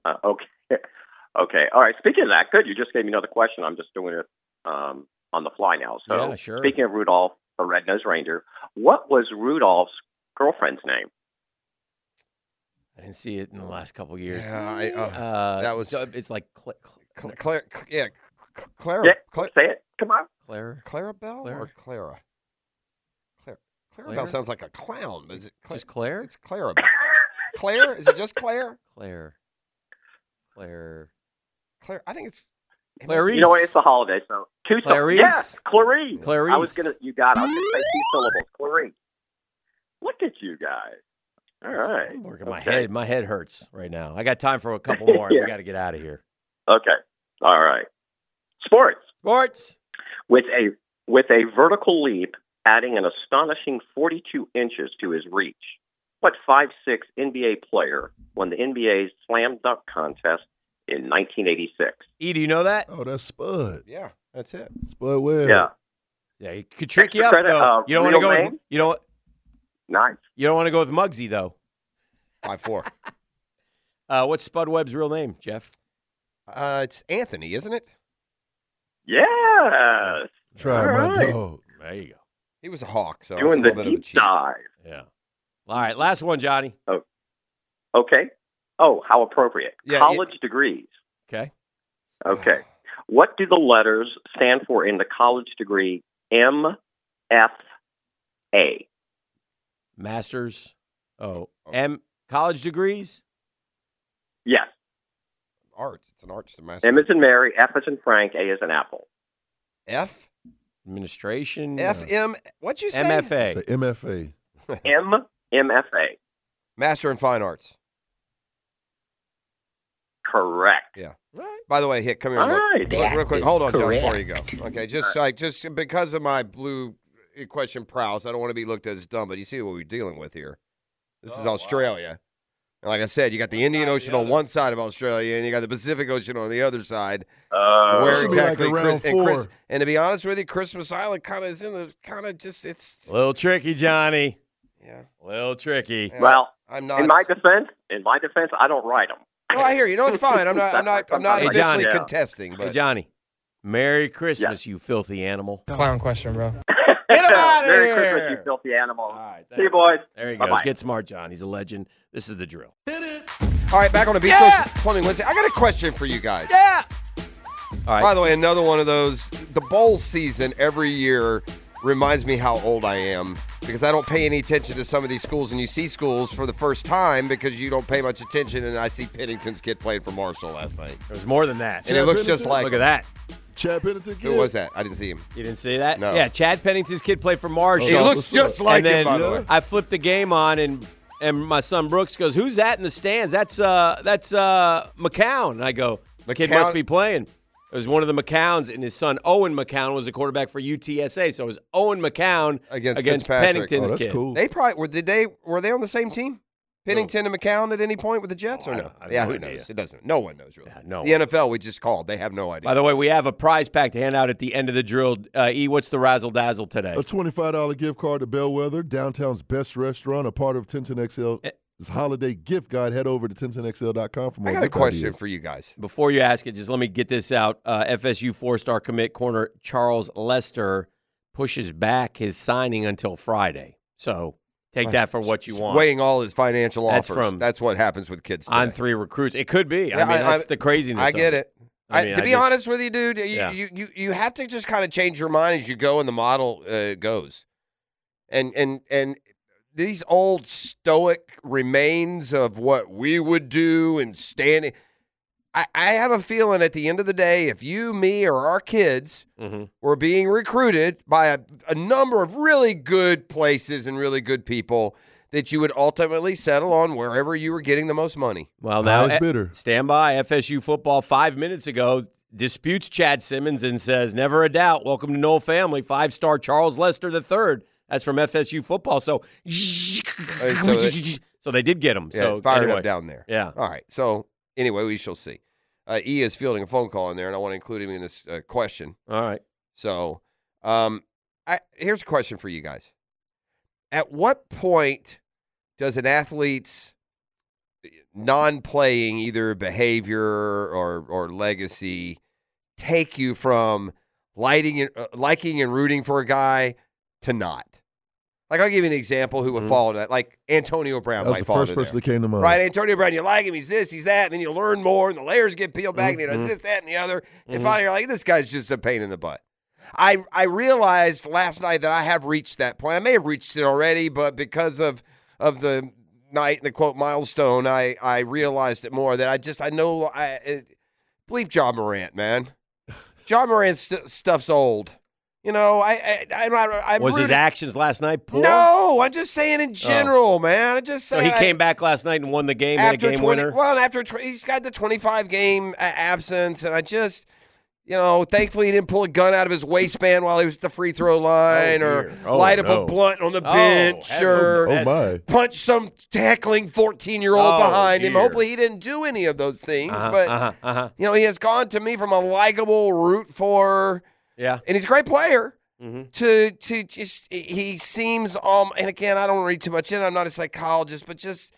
Uh, okay. [LAUGHS] Okay. All right. Speaking of that, good. You just gave me another question. I'm just doing it um, on the fly now. So, Yeah, sure. speaking of Rudolph, the red-nosed reindeer, what was Rudolph's girlfriend's name? I didn't see it in the last couple of years. Yeah, I, uh, Uh, That was- it's like Cl- Cl- Cl- Claire, Cl- yeah, Cl- Clara, Yeah, Cla- Say it. Come on. Claire, Clara Bell or Clara. Clara? Clara, Clara Claire? Bell sounds like a clown. Is it Cla- just Claire, It's Clara. Bell. Claire? Is it just Claire? Claire, Claire, Claire? I think it's it might Clarice. be- You know what? It's the holiday, so two syllables. Clarice. Yeah, Clarice. I was Clarice. gonna. You got. it. I was gonna say two syllables. Clarice. Look at you guys. All right. I'm working my Okay. head. My head hurts right now. I got time for a [LAUGHS] couple more. and Yeah. We got to get out of here. Okay. All right. Sports Sports. with a with a vertical leap, adding an astonishing 42 inches to his reach. What 5'6 NBA player won the NBA's slam dunk contest in 1986? E, do you know that? Oh, that's Spud. Yeah, that's it. Spud Webb. Yeah. Yeah, he could trick you Extra up credit, though. uh, you don't want to real go. With, name? you don't. Nice. You don't want to go with Muggsy though. Five four. [LAUGHS] Uh, what's Spud Webb's real name, Jeff? Uh, it's Anthony, isn't it? Yes. Try All my right. dog. There you go. He was a hawk, so Doing it's the a little bit of a deep cheat. dive. Yeah. All right, last one, Johnny. Oh, Okay. Oh, how appropriate. Yeah, College degrees. Okay. Okay. What do the letters stand for in the college degree MFA? Masters. Oh, Oh. M college degrees. Yes. Arts. It's an arts to master. M is in Mary, F is in Frank, A is in Apple. F Administration. uh, F M. What'd you say? MFA. Say [LAUGHS] MFA. M MFA. Master in Fine Arts. Correct. By the way, Hick, come here. All real- right. real- real quick. Hold on, John, before you go. Okay, just like just because of my blue question prowess, I don't want to be looked at as dumb, but you see what we're dealing with here. This Oh, is Australia. And like I said, you got the Indian Ocean on one side of Australia, and you got the Pacific Ocean on the other side. Uh, where should be like exactly? around Chris, and, Chris, four. and to be honest with you, Christmas Island kind of is in the kind of just it's Little tricky, Johnny. yeah. Little tricky. yeah, well, I'm not. in my defense, in my defense, I don't write them. no, I hear you. No, it's fine. I'm not. I'm not. I'm not Hey, John. officially Yeah. contesting. Hey, But Johnny. Merry Christmas, you filthy animal. Clown question, bro. [LAUGHS] Get 'em outta Merry here. Christmas, you filthy animal. All right. See you, boys. There he goes. Bye-bye. Get smart, John. He's a legend. This is the drill. all right, back on the beach. Yeah. Host Plumbing Wednesday. I got a question for you guys. Yeah. All By right. the way, another one of those. The bowl season every year reminds me how old I am because I don't pay any attention to some of these schools, and you see schools for the first time because you don't pay much attention. And I see Pennington's kid playing for Marshall last night, It was more than that. and it looks just like Look at that. Chad Pennington. Who was that? I didn't see him. You didn't see that? No. Yeah, Chad Pennington's kid played for Marshall. He looks just like and him, then by the way. I flipped the game on and and my son Brooks goes, "Who's that in the stands?" That's uh that's uh McCown. And I go, "The kid McCown- must be playing." It was one of the McCowns, and his son Owen McCown was a quarterback for UTSA. So it was Owen McCown against, Fitzpatrick. Pennington's kid. They probably were. Did they were they on the same team? Pennington and McCown at any point with the Jets or no? I have yeah, no who idea. knows? It doesn't. No one knows really. no the one. NFL we just called. They have no idea. By the way, we have a prize pack to hand out at the end of the drill. Uh, e, what's the razzle dazzle today? A twenty-five dollar gift card to Bellwether, downtown's best restaurant, a part of Tintin Eh. XL. holiday gift guide. Head over to tintinxl.com for more. I got a gift question ideas. for you guys. Before you ask it, just let me get this out. Uh, FSU four star commit corner Charles Lester pushes back his signing until Friday. So take that for what you He's want. Weighing all his financial That's offers. from- That's what happens with kids. Today. on three recruits, it could be. I Yeah, mean, that's the craziness. I of get it. I mean, to I be just- honest with you, dude, you, Yeah. you, you you have to just kind of change your mind as you go and the model uh, goes, and and and these old stoic remains of what we would do and standing. I, I have a feeling at the end of the day, if you, me, or our kids Mm-hmm. were being recruited by a, a number of really good places and really good people, that you would ultimately settle on wherever you were getting the most money. Well, now Highest eh, bidder. stand by. FSU football five minutes ago disputes Chad Simmons and says, "Never a doubt. Welcome to Noel family. Five star Charles Lester the third. That's from FSU football. So, [LAUGHS] so, it- they did get him. uh, Yeah, so it fired anyway. up down there. Yeah. All right. So anyway, we shall see. Uh, e is fielding a phone call in there, and I want to include him in this uh, question. All right. So, um, I, here's a question for you guys: At what point does an athlete's non-playing either behavior or or legacy take you from lighting and, uh, liking and rooting for a guy to not? Like I'll give you an example who would fall into that. Like Antonio Brown Mm-hmm. That was might the fall first into person there. that came to mind. Right, Antonio Brown, you like him, he's this, he's that, and then you learn more, and the layers get peeled back, and you know, Mm-hmm. it's Mhm. this, that, and the other. And Mhm. finally you're like, this guy's just a pain in the butt. I I realized last night that I have reached that point. I may have reached it already, but because of of the night and the quote milestone, I I realized it more that I just I know I it, bleep John Morant, man. John Morant's st- stuff's old. You know, I I I, I, I was his actions last night poor? No, I'm just saying in general, man. I just So saying he I- came back last night and won the game in a game 20, winner. Well, after 20, he's got the 25 game a- absence, and I just, you know, thankfully he didn't pull a gun out of his waistband while he was at the free throw line, Oh, or dear. Oh, light up a no. blunt on the Oh, bench, heavens, or Oh that's- my! punch some heckling 14 year old Oh, behind him. dear. Hopefully he didn't do any of those things, Uh-huh, but uh-huh, uh-huh. you know, he has gone to me from a likable root for, yeah. and he's a great player hmm to to just he seems um and again I don't want to read too much in I'm not a psychologist but just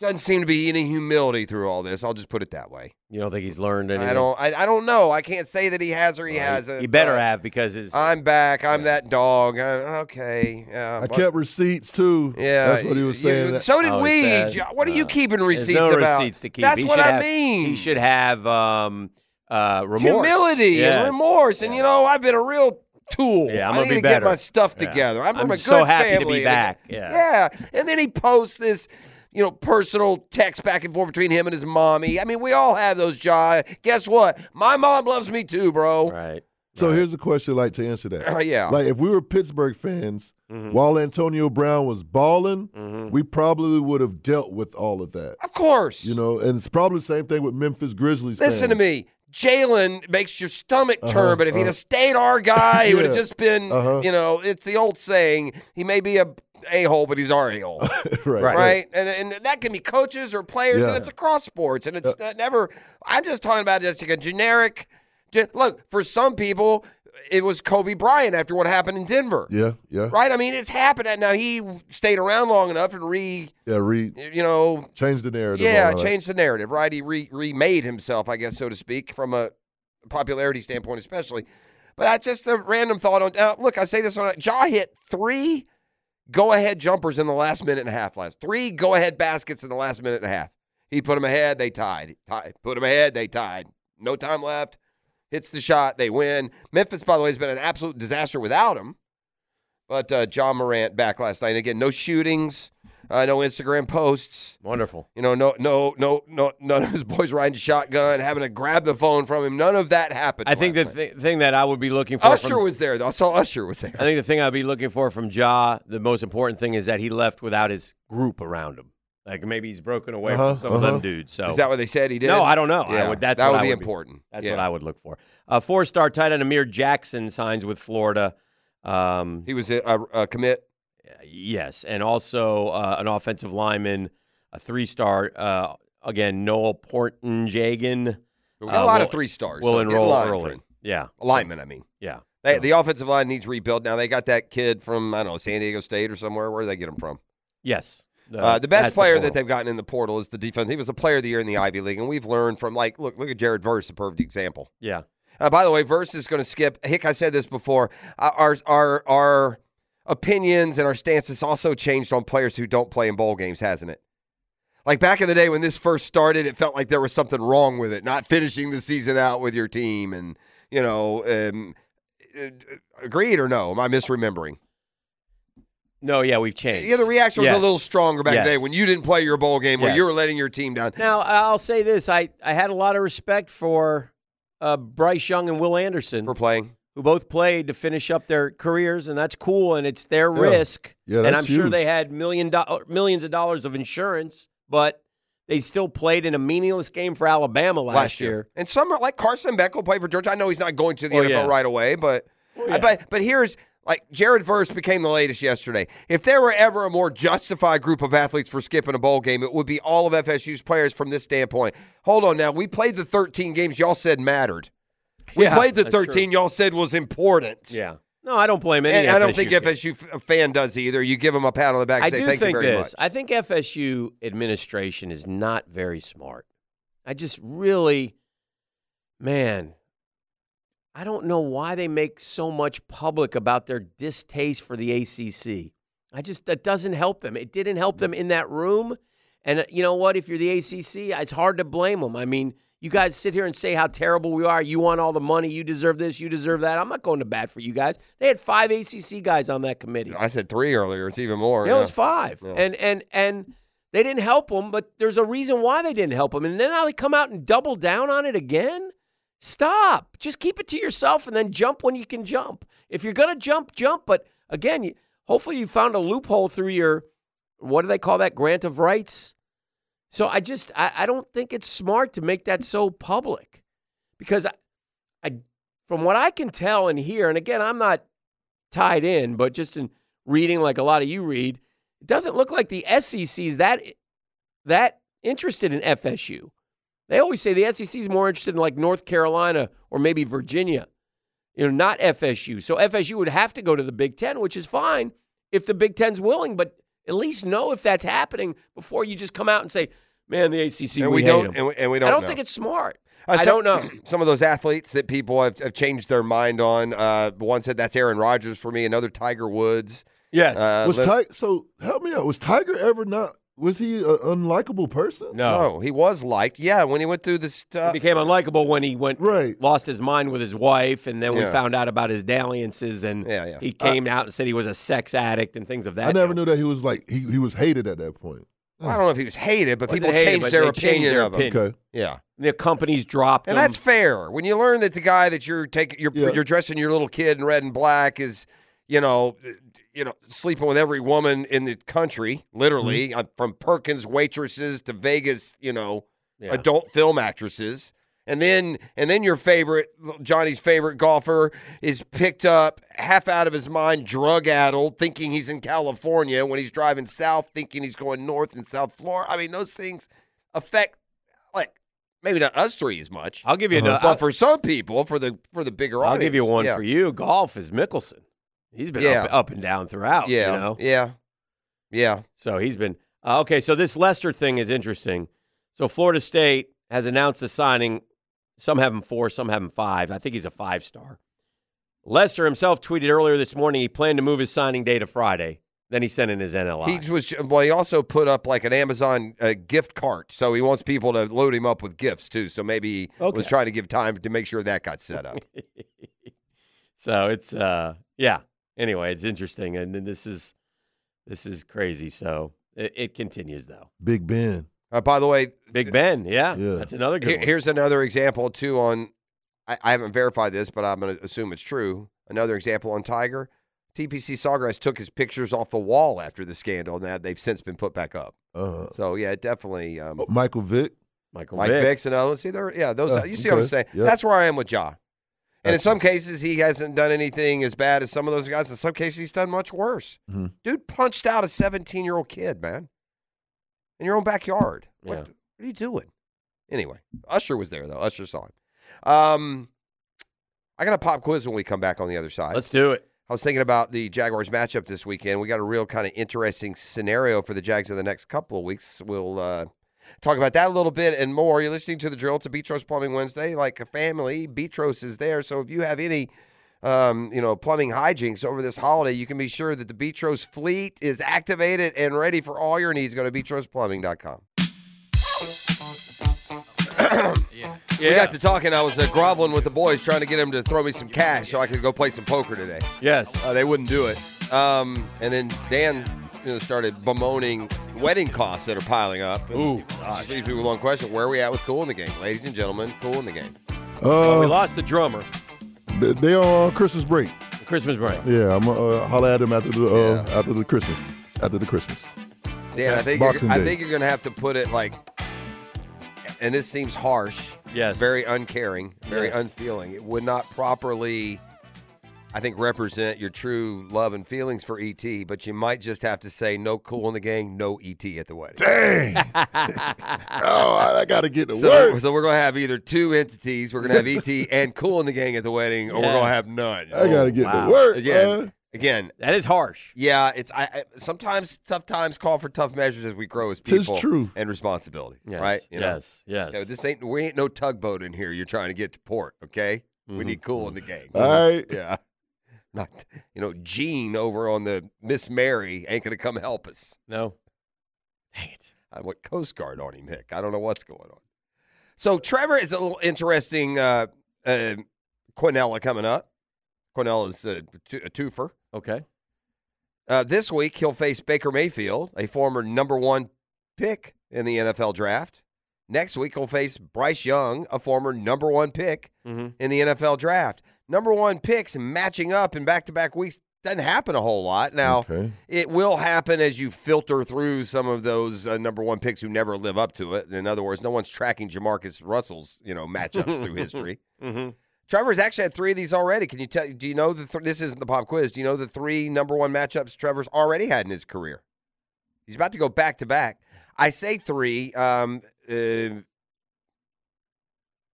doesn't seem to be any humility through all this I'll just put it that way You don't think he's learned anything? I don't I, I don't know I can't say that he has or he hasn't uh, You better but have because his I'm back I'm that dog I, okay Um, uh, yeah I but- kept receipts too. yeah that's what he was you- you- saying. That- so did Oh, we he said, Jo- what are you uh, keeping there's receipts no about receipts to keep. that's He what should I have- mean He should have um, uh, remorse, humility and Yes. remorse. And you know, I've been a real tool. Yeah, I'm I gonna need be to get better. my stuff Yeah. together. I'm from I'm a good so happy to be family. back. yeah. Yeah. And then he posts this, you know, personal text back and forth between him and his mommy. I mean, we all have those jobs. Guess what? My mom loves me too, bro. Right. So here's a question like to answer [CLEARS THROAT] that. yeah. Mm-hmm. Like if we were Pittsburgh fans, while Antonio Brown was balling, we probably would have dealt with all of that. Of course. You know, and it's probably the same thing with Memphis Grizzlies. Listen to fans. me. Jalen makes your stomach turn, Uh-huh, but if he'd uh-huh. have stayed our guy, he would have Yeah. just been, Uh-huh. you know, it's the old saying, he may be a a hole, but he's our a hole. [LAUGHS] right. right? And, and that can be coaches or players, and Yeah. it's across sports, and it's not- never. I'm just talking about just like a generic. ju- look, for some people, it was Kobe Bryant after what happened in Denver, Yeah, yeah. right? I mean, it's happened. and Now he stayed around long enough and re, Yeah, re you know, change the narrative. yeah, all that. changed the narrative, right? He re- remade himself, I guess, so to speak, from a popularity standpoint, especially. But I just a random thought on. Uh, look, I say this on. Jaw hit three go-ahead jumpers in the last minute and a half. Last three go-ahead baskets in the last minute and a half. He put them ahead. They tied. Tie, put them ahead. They tied. No time left. Hits the shot. They win. Memphis, by the way, has been an absolute disaster without him. But uh, John Morant back last night. Again, no shootings. Uh, no Instagram posts. Wonderful. You know, no, no, no, no, none of his boys riding shotgun, having to grab the phone from him. None of that happened. I think the th- thing that I would be looking for. Usher from, was there. though. I saw Usher was there. I think the thing I'd be looking for from Ja, the most important thing is that he left without his group around him. Like maybe he's broken away Uh-huh, from some of uh-huh. them dudes. So Is that what they said he did? No, I don't know. I Yeah, would, that's that what would I be important. That's Yeah. what I would look for. Uh, four-star tight end Amir Jackson signs with Florida. Um, he was a, a, a commit. Yes, and also uh, an offensive lineman, a three-star. Uh, again, Noel Portenjagan. We got a lot of three stars. Will so get in Uh, enroll line, early. friend. Yeah, Linemen, I mean. Yeah. They, the offensive line needs rebuild. Now they got that kid from I don't know San Diego State or somewhere. Where did they get him from? Yes. Uh, the best that's player portal. that they've gotten in the portal is the defense. He was a player of the year in the Ivy League, and we've learned from like look look at Jared Verse, a perfect example. Yeah. Uh, by the way, Verse is going to skip. Hick, I said this before. Uh, our our our opinions and our stance has also changed on players who don't play in bowl games, hasn't it? Like back in the day when this first started, it felt like there was something wrong with it, not finishing the season out with your team, and you know, um, uh, agreed or no? Am I misremembering? No, yeah, we've changed. Yeah, the reaction was a Yes. little stronger back Yes. then when you didn't play your bowl game, where you Yes. were letting your team down. Now, I'll say this: I, I had a lot of respect for uh, Bryce Young and Will Anderson for playing, who both played to finish up their careers, and that's cool, and it's their Yeah. risk. Yeah, and that's I'm sure huge. they had million do- millions of dollars of insurance, but they still played in a meaningless game for Alabama last, year. And some are like Carson Beck will play for Georgia. I know he's not going to the Oh, NFL yeah. Oh, right away, but but but here's like Jared Verse became the latest yesterday. If there were ever a more justified group of athletes for skipping a bowl game, it would be all of FSU's players from this standpoint. Hold on now. We played the 13 games y'all said mattered. We Yeah, played the that's true. 13 y'all said was important. Yeah. No, I don't blame any. And I don't FSU think fan. FSU f- a fan does either. You give him a pat on the back and I say do thank think you very this. much. I think FSU administration is not very smart. I just really, man, I don't know why they make so much public about their distaste for the ACC. I just that doesn't help them. It didn't help them in that room. And uh, you know what? If you're the ACC, it's hard to blame them. I mean, you guys sit here and say how terrible we are. You want all the money. You deserve this. You deserve that. I'm not going to bat for you guys. They had five ACC guys on that committee. I said 3 earlier. It's even more. Yeah, it was yeah. five, Yeah. and and and they didn't help him. But there's a reason why they didn't help him. And then now they come out and double down on it again. Stop. Just keep it to yourself, and then jump when you can jump. If you're gonna jump, jump. But again, you, hopefully you found a loophole through your what do they call that grant of rights. So I just I, I don't think it's smart to make that so public, because I, I from what I can tell and hear, and again I'm not tied in, but just in reading like a lot of you read, it doesn't look like the SEC's that that interested in FSU. They always say the SEC's more interested in like North Carolina or maybe Virginia, you know, not FSU. So FSU would have to go to the Big Ten, which is fine if the Big Ten's willing, but at least know if that's happening before you just come out and say, "Man, the ACC." And we hate don't- 'em." and we- and we don't I don't know. think it's smart. Uh, I some- don't know. [CLEARS THROAT] Some of those athletes that people have, have changed their mind on. Uh, one said that's Aaron Rodgers for me. Another Tiger Woods. Yes. Uh, was let- Tiger? So help me out. Was Tiger ever not? Was he an unlikable person? no, he was liked. Yeah, when he went through the stuff. He became unlikable when he went right. lost his mind with his wife, and then we Yeah. Uh, found out about his dalliances, and he came out and said he was a sex addict and things of that. I never knew that he was like he, he was hated at that point. I don't know if he was hated, but Wasn't people hated, changed but their they opinion changed their of him. opinion. Okay. Yeah, The companies dropped, and him. that's fair. When you learn that the guy that you're taking, you're, you're dressing your little kid in red and black is, you know, uh, you know, sleeping with every woman in the country, literally, uh, from Perkins waitresses to Vegas, you know, Yeah. adult film actresses. And then, and then your favorite Johnny's favorite golfer is picked up, half out of his mind, drug addled, thinking he's in California when he's driving south, thinking he's going north in South Florida. I mean, those things affect like maybe not us three as much. I'll give you but another- I'll- for some people, for the for the bigger I'll audience, give you one yeah. for you. Golf is Mickelson. He's been Yeah. up, up and down throughout. you Yeah, know? yeah, yeah. So he's been uh, okay. So this Lester thing is interesting. So Florida State has announced the signing. Some have him four, some have him five. I think he's a five star. Lester himself tweeted earlier this morning he planned to move his signing day to Friday. Then he sent in his NLI. He was well. He also put up like an Amazon uh, gift cart, so he wants people to load him up with gifts too. So maybe he Okay. was trying to give time to make sure that got set up. [LAUGHS] So it's uh yeah. Anyway, it's interesting, and then this is this is crazy. So It, it continues though. Big Ben. Uh, by the way, Big Ben, yeah, that's another good Here- one. Here's another example too. On I, I haven't verified this, but I'm going to assume it's true. Another example on Tiger. TPC Sawgrass took his pictures off the wall after the scandal. Now they've since been put back up. Uh-huh. So yeah, definitely. Um, Michael Vick. Michael Mike Vick's and others. See, there, yeah, those. Yeah, you see what I'm okay. saying? Yep. That's where I am with Ja. And in some cases, he hasn't done anything as bad as some of those guys. In some cases, he's done much worse. Mhm. Dude punched out a 17 year old kid, man, in your own backyard. What, Yeah. what are you doing? Anyway, Usher was there though. Usher saw him. Um, I got a pop quiz when we come back on the other side. Let's do it. I was thinking about the Jaguars matchup this weekend. We got a real kind of interesting scenario for the Jags in the next couple of weeks. We'll uh, talk about that a little bit and more. You're listening to the drill to Betros Plumbing Wednesday. Like a family, Betros is there. So if you have any, um, you know, plumbing hijinks over this holiday, you can be sure that the Betros fleet is activated and ready for all your needs. Go to betrosplumbing.com. We got to talking. I was uh, groveling with the boys, trying to get them to throw me some cash so I could go play some poker today. Yes. Uh, they wouldn't do it. Um, and then Dan you know, started bemoaning wedding costs that are piling up. And Ooh, just leaves me with one question: Where are we at with Cool in the Game, ladies and gentlemen? Cool in the Game. Well, we Uh, lost the drummer. they- they are on Christmas break. Christmas break. Yeah, I'm gonna uh, holler at them after the uh, after the Christmas. After the Christmas. Dan, I think Boxing you're, I Day. think you're going to have to put it like, and this seems harsh. Yes. It's very uncaring, very Yes. unfeeling. It would not properly, I think, represent your true love and feelings for ET. But you might just have to say, "No Cool in the Gang, no ET at the wedding." [LAUGHS] Dang. oh, I, I gotta get to So, work. so we're gonna have either two entities. We're gonna have ET [LAUGHS] and Cool in the Gang at the wedding, or we're Yeah. gonna have none. I gotta get wow. to work Again, man. again, That is harsh. yeah. It's I, I sometimes tough times call for tough measures as we grow as Tis people true. and responsibility. Yes. Right? You know? yes. Yes. You know, this ain't we ain't no tugboat in here. You're trying to get to port, okay? We Mhm. need Cool in the Gang. All right. [LAUGHS] Yeah. Not you know Gene over on the Miss Mary ain't gonna come help us. no. Dang it. I went Coast Guard on him, Hick. I don't know what's going on. So Trevor is a little interesting. Uh, uh, Quinella coming up. Quinella is a, two, a twofer. Okay. Uh, this week he'll face Baker Mayfield, a former number one pick in the NFL draft. Next week he'll face Bryce Young, a former number one pick Mhm. in the NFL draft. Number one picks matching up in back to back weeks doesn't happen a whole lot. Now Okay. it will happen as you filter through some of those uh, number one picks who never live up to it. In other words, no one's tracking Jamarcus Russell's you know matchups through history. Mm-hmm. Trevor's actually had three of these already. Can you tell? Do you know the? Th- this isn't the pop quiz. Do you know the three number one matchups Trevor's already had in his career? He's about to go back to back. I say three, um, uh,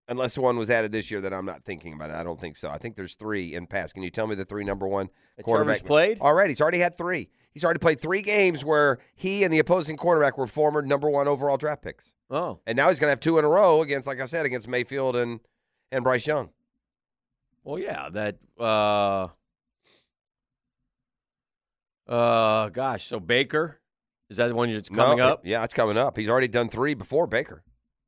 unless one was added this year that I'm not thinking about. It. I don't think so. I think there's three in past. Can you tell me the three number one That quarterback Trevor's played? already? He's already had three. He's already played three games where he and the opposing quarterback were former number one overall draft picks, Oh. and now he's going to have two in a row against, like I said, against Mayfield and and Bryce Young. Well, yeah. That. Uh. Uh. Gosh. So Baker, is that the one that's coming No, up? Yeah, it's coming up. He's already done three before Baker.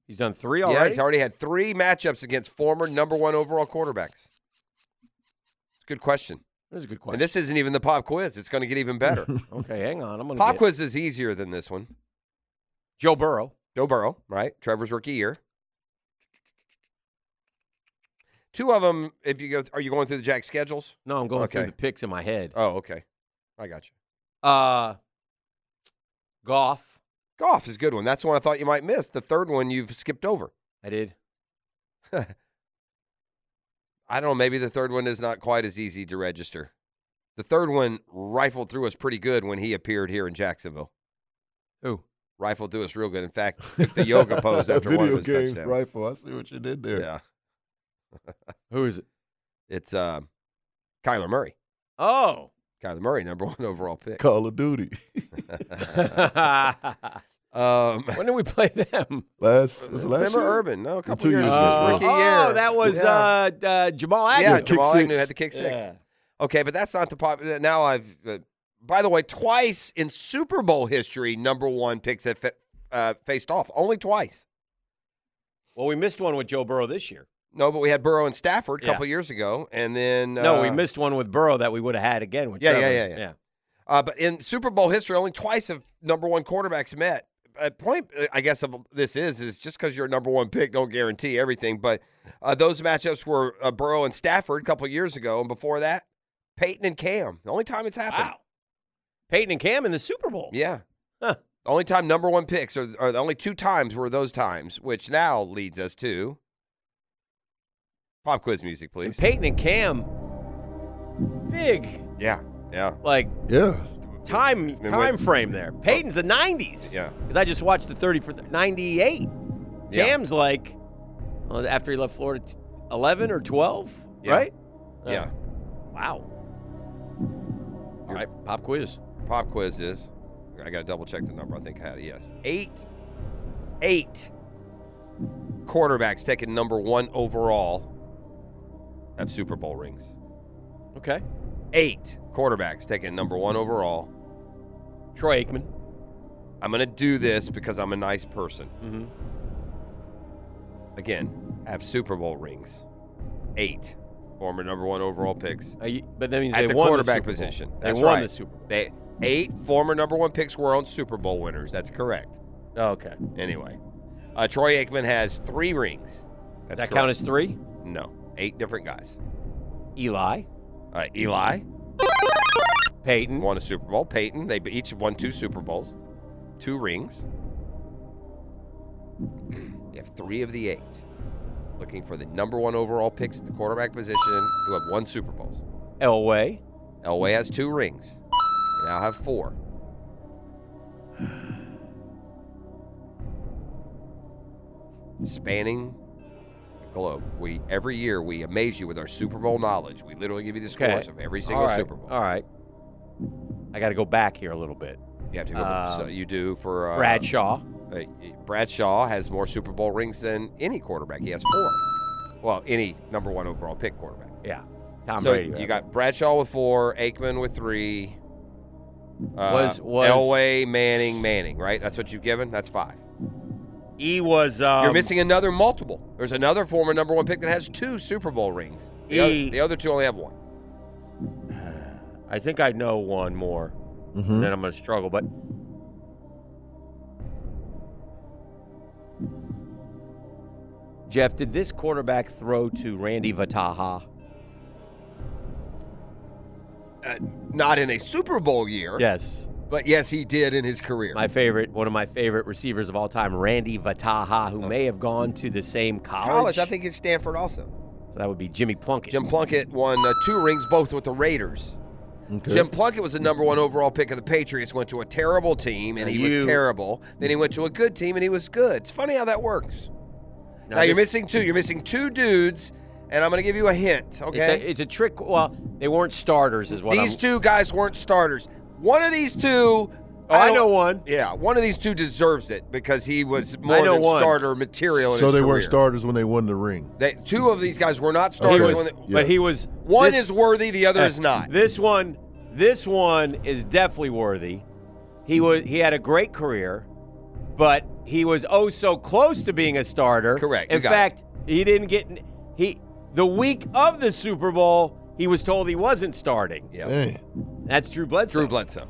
He's done three Yeah, already. he's already had three matchups against former number one overall quarterbacks. It's a good question. That's a good question. And this isn't even the pop quiz. It's going to get even better. [LAUGHS] okay, hang on. I'm gonna pop get- quiz is easier than this one. Joe Burrow. Joe Burrow, right? Trevor's rookie year. Two of them, if you go, are you going through the Jack schedules? No, I'm going through Okay. the picks in my head. Oh, okay. I got you. Uh, Goff. Golf is a good one. That's the one I thought you might miss. The third one you've skipped over. I did. [LAUGHS] I don't know. Maybe the third one is not quite as easy to register. The third one rifled through us pretty good when he appeared here in Jacksonville. Who? Rifled through us real good. In [LAUGHS] fact, took the yoga [LAUGHS] pose after one of Video his game touchdowns. Rifle. I see what you did there. Yeah, [LAUGHS] Who is it? it's uh, Kyler Murray. Oh. Kyler Murray, number one [LAUGHS] overall pick. Call of Duty. [LAUGHS] Um, Uh, when did we play them? Last, was it last remember year? Urban? No, a couple two years. years ago. ago. Rookie oh, year. that was Yeah. uh, uh, Jamal yeah, Agnew. kick Jamal six. Agnew had the kick six. Yeah. Okay, but that's not the pop. Now I've, uh, by the way, twice in Super Bowl history, number one picks have fa- uh, faced off. Only twice. Well, we missed one with Joe Burrow this year. No, but we had Burrow and Stafford a Yeah. couple years ago, and then no, we uh, missed one with Burrow that we would have had again with Yeah, yeah, Trevor. yeah, yeah. Uh, but in Super Bowl history, only twice have number one quarterbacks met. A point, uh, I guess, of this is is just because you're a number one pick don't guarantee everything. But uh, those matchups were uh, Burrow and Stafford a couple years ago, and before that, Peyton and Cam. The only time it's happened. Wow. Peyton and Cam in the Super Bowl. Yeah. The only time number one picks are, are the only two times were those times, which now leads us to pop quiz music, please. Peyton and Cam, big Yeah. Yeah. like yeah time And time what- frame there. Peyton's the '90s. Yeah. because I just watched the 30 for th- 98. Yeah. Cam's like well, after he left Florida, t- 11 or 12, Yeah. right? Uh, Yeah. Wow. All right, pop quiz. pop quiz is. I got to double check the number. I think I had it. Yes, eight, eight quarterbacks taken number one overall have Super Bowl rings. Okay. Eight quarterbacks taken number one overall. Troy Aikman. I'm gonna do this because I'm a nice person. Mm-hmm. Again, have Super Bowl rings. Eight former number one overall picks but that means at they the won quarterback the Super Bowl. position. They That's won right. the Super Bowl. They eight former number one picks were on Super Bowl winners. That's correct. Okay. Does Anyway, uh, Troy Aikman has three rings. That's that correct. count as three? No, eight different guys. Eli, Uh, Eli Peyton, won a Super Bowl. Peyton, they each won two Super Bowls, two rings. You have three of the eight looking for the number one overall picks at the quarterback position who have won Super Bowls. Elway, Elway has two rings. You now have four. Spanning the globe. We every year we amaze you with our Super Bowl knowledge. We literally give you the Okay. scores of every single All right, Super Bowl. All right. I got to go back here a little bit. You have to go. so Um, you do for uh, Bradshaw. uh, Bradshaw has more Super Bowl rings than any quarterback. He has four. Well, any number one overall pick quarterback. Yeah. Tom so Brady. you right? got Bradshaw with four, Aikman with three. Uh, Was- was- Elway, Manning, Manning, right? That's what you've given. That's five. He was. Um, You're missing another multiple. There's another former number one pick that has two Super Bowl rings. The, He- other, the other two only have one. I think I know one more. And then I'm going to struggle. But Jeff, did this quarterback throw to Randy Vataha? Uh, not in a Super Bowl year, Yes. but yes, he did in his career. My favorite, one of my favorite receivers of all time, Randy Vataha, who may have gone to the same college. Oh. college, I think it's Stanford also. so that would be Jimmy Plunkett. Jim Plunkett won uh, two rings, both with the Raiders. Okay. Jim Plunkett was the number one overall pick of the Patriots. Went to a terrible team, and Now he you- was terrible. Then he went to a good team, and he was good. It's funny how that works. Now, you're this- missing two. You're missing two dudes, and I'm going to give you a hint. It's, Okay, a, it's a trick. Well, they weren't starters, is what these I'm. two guys weren't starters. One of these two. oh, I, don't- know one. Yeah, one of these two deserves it because he was more know than one. starter material. In so his they career. weren't starters when they won the ring They, two of these guys were not starters. was- when they- Yeah. But he was. one this- is worthy, the other uh, is not. This one, this one is definitely worthy. He was. He had a great career, but he was oh so close to being a starter. Correct, you In got it. fact, he didn't get. He the week of the Super Bowl, he was told he wasn't starting. Yeah. Dang. That's Drew Bledsoe. Drew Bledsoe.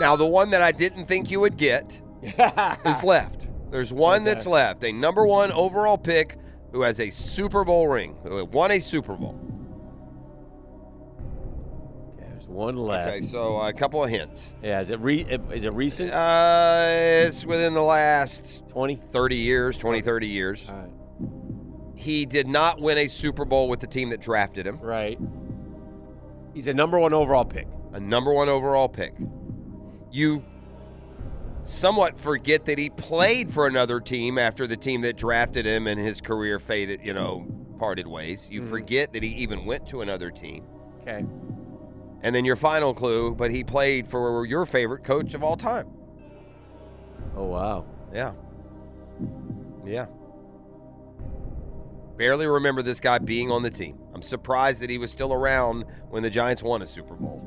Now, the one that I didn't think you would [LAUGHS] get is left. There's one that's left, a number one overall pick who has a Super Bowl ring, who won a Super Bowl. There's one left. Okay, so uh, a couple of hints. Yeah. Is it re? Is it recent? Uh, it's within the last Twenty. 30 years, 20, 30 years. All right. He did not win a Super Bowl with the team that drafted him, Right. He's a number one overall pick. a number one overall pick. You somewhat forget that he played for another team after the team that drafted him and his career faded, you know, parted ways. You forget that he even went to another team. Okay. And then your final clue, but he played for your favorite coach of all time. Oh wow. Yeah. Yeah. Barely remember this guy being on the team. I'm surprised that he was still around when the Giants won a Super Bowl,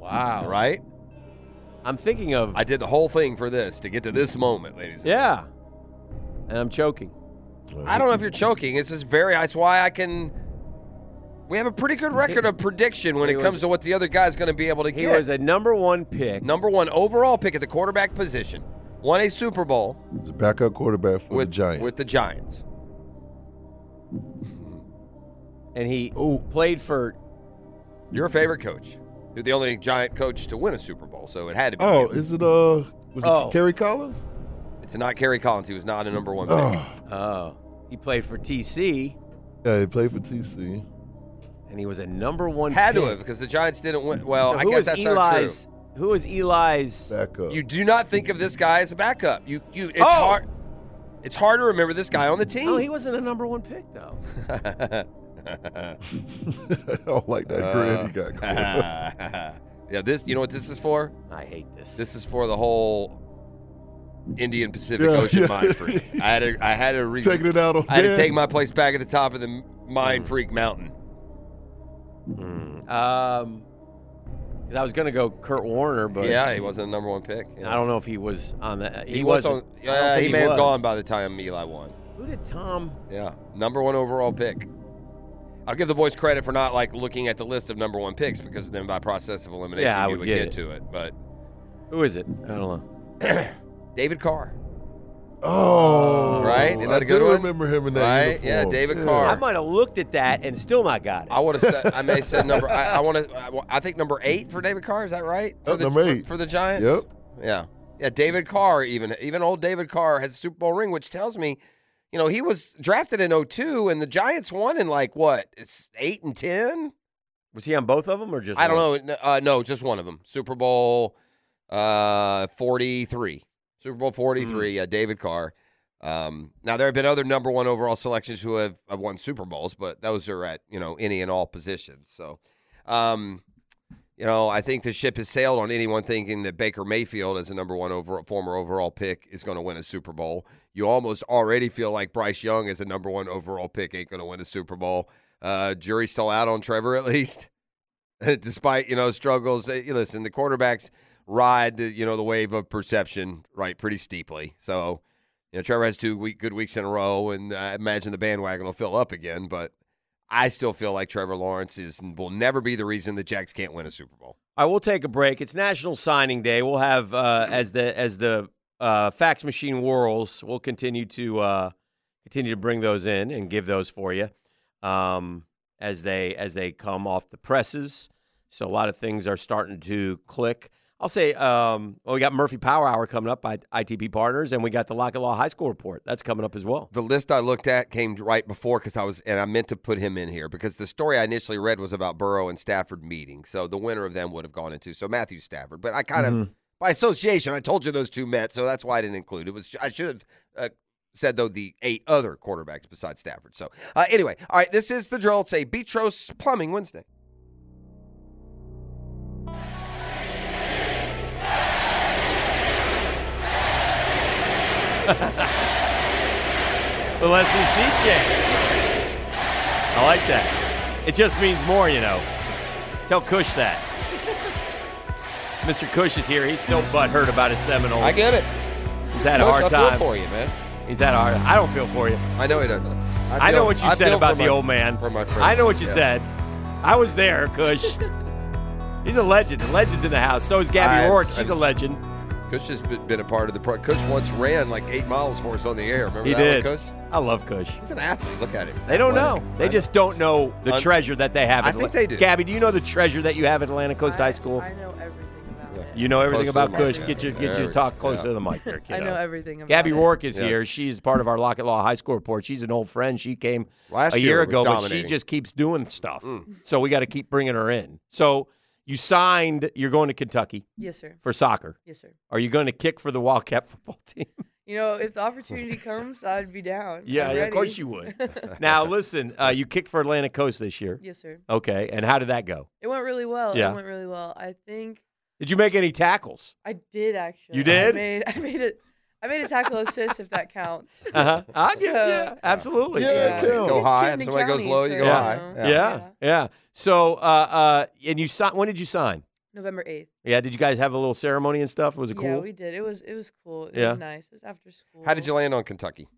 Wow. right? I'm thinking of. I did the whole thing for this to get to this moment, ladies. and yeah. And I'm choking. I don't know if you're choking. It's just very. That's why I can. We have a pretty good record of prediction when He it was- comes to what the other guy's going to be able to He get. was a number one pick. Number one overall pick at the quarterback position. Won a Super Bowl He's a backup quarterback for the Giants. with the Giants. and he played for Your favorite coach. You're the only Giant coach to win a Super Bowl, so it had to be. oh, you. is it uh was Oh. it Kerry Collins? It's not Kerry Collins. He was not a number one pick. Oh. Oh, he played for TC, Yeah, he played for TC. and he was a number one. Had pick. to have because the Giants didn't win. Well, So I who guess was that's Eli's? not Who was Eli's? Backup. true. You do not think of this guy as a backup. You you. It's Oh. hard. It's hard to remember this guy on the team. Oh, he wasn't a number one pick though. I don't like that grin he got going. [LAUGHS] yeah, this. You know what this is for? I hate this. This is for the whole Indian Pacific Yeah, Ocean yeah. mind [LAUGHS] freak. I had to. I had to re- Taking it out on I had to Dan. take my place back at the top of the Mm. mind freak mountain. Hmm. Um, because I was gonna go Kurt Warner, but yeah, he wasn't a number one pick. I don't know if he was on that. He, He, was. wasn't. On, I don't yeah, think he may have was. gone by the time Eli won. Who did [LAUGHS] Tom? Yeah, number one overall pick. I'll give the boys credit for not like looking at the list of number one picks because then by process of elimination Yeah, I you would would get get, it. to it. But Who is it? I don't know. [COUGHS] David Carr, Oh, Right? Isn't that a I good do one? remember him in that right? Yeah, uniform. David I Carr. might have looked at that and still not got it. I would have said I may have said [LAUGHS] number. I, I want to. I, I think number eight for David Carr. Is that right? For Yep, the, number for- eight. for, the Giants. Yep. Yeah. Yeah. David Carr. Even even old David Carr has a Super Bowl ring, which tells me, you know, he was drafted in 02 and the Giants won in like what? It's eight and ten. was he on both of them or just? I don't one? know. N- Uh, no, just one of them. Super Bowl uh, 43. Super Bowl 43, Mm. yeah, David Carr. Um, now, there have been other number one overall selections who have, have won Super Bowls, but those are at, you know, any and all positions. So, um, you know, I think the ship has sailed on anyone thinking that Baker Mayfield, as a number one overall, former overall pick, is going to win a Super Bowl. You almost already feel like Bryce Young, as a number one overall pick, ain't going to win a Super Bowl. Uh, jury's still out on Trevor, at least, [LAUGHS] despite you know struggles. They, you listen, the quarterbacks ride the you know the wave of perception right pretty steeply. So, you know, Trevor has two week, good weeks in a row, and I imagine the bandwagon will fill up again. But I still feel like Trevor Lawrence is will never be the reason the Jacks can't win a Super Bowl. All right, Uh, we'll take a break. It's National Signing Day. We'll have uh, as the as the uh, fax machine whirls, we'll continue to uh, continue to bring those in and give those for you um, as they as they come off the presses. So a lot of things are starting to click. I'll say, um, well, we got Murphy Power Hour coming up by ITP Partners, and we got the Lock and Law High School Report that's coming up as well. The list I looked at came right before because I was, and I meant to put him in here because the story I initially read was about Burrow and Stafford meeting. So the winner of them would have gone into so Matthew Stafford, but I kind of by association I told you those two met, so that's why I didn't include it. Was I should have uh, said though the eight other quarterbacks besides Stafford. So uh, anyway, all right, this is the drill. It's a Betros Plumbing Wednesday. Well, SEC check. I like that. It just means more, you know. Tell Kush that. Mr. Kush is here. He's still butthurt about his Seminoles. it. He's had a Plus, hard I feel time. for you, man. He's had a hard. I don't feel for you. I know he doesn't. I, feel- know what you I said feel about for the my- old man. for my I know what you friends, yeah. said. I was there, [LAUGHS] Kush. He's a legend. The legend's in the house. So is Gabby I- Rourke. I- She's a legend. Kush has been been a part of the pro. Kush once ran like eight miles for us on the air. Remember He that one, did. Kush? I love Kush. He's an athlete. Look at him. He's They don't know. athletic. They I just don't know the Un- treasure that they have. I at think Atla- they do. Gabby, do you know the treasure that you have at Atlantic Coast High School? I know everything about it. You know everything Close to about the mic, Kush. yeah. Get your There get your we- talk closer to yeah. the mic, [LAUGHS] there, I kiddo. know everything about Gabby it. Rourke is Yes. here. She's part of our Lockett Law High School report. She's an old friend. She came Last a year year was ago, but she dominating. Mm. just keeps doing stuff. So we got to keep bringing her in. So you signed. You're going to Kentucky Yes, sir. for soccer. Yes, sir. Are you going to kick for the Wildcat [LAUGHS] football team? [LAUGHS] You know, if the [LAUGHS] opportunity comes, I'd be down. I'm yeah, yeah, of ready. course [LAUGHS] you would. now listen, uh, you kicked for Atlantic Coast this year. yes, sir. Okay, and how did that go? It went really well. Yeah. It went really well. I think Did you make any tackles? I did actually. You did? I made I made it. I made a tackle assist if that [LAUGHS] counts. Uh huh. I get, So- yeah, absolutely. Yeah, it You counts. Go it's high. Camden If somebody goes County, Uh-huh. low, you so, uh, go Yeah. high. you Yeah. know. yeah, So, uh, uh, and you signed. When did you sign? November eighth. Yeah, did you guys have a little ceremony and stuff? Was it Yeah, cool? we did. It was it was cool. It Yeah. was nice. It was after school. [LAUGHS] How did you land on Kentucky?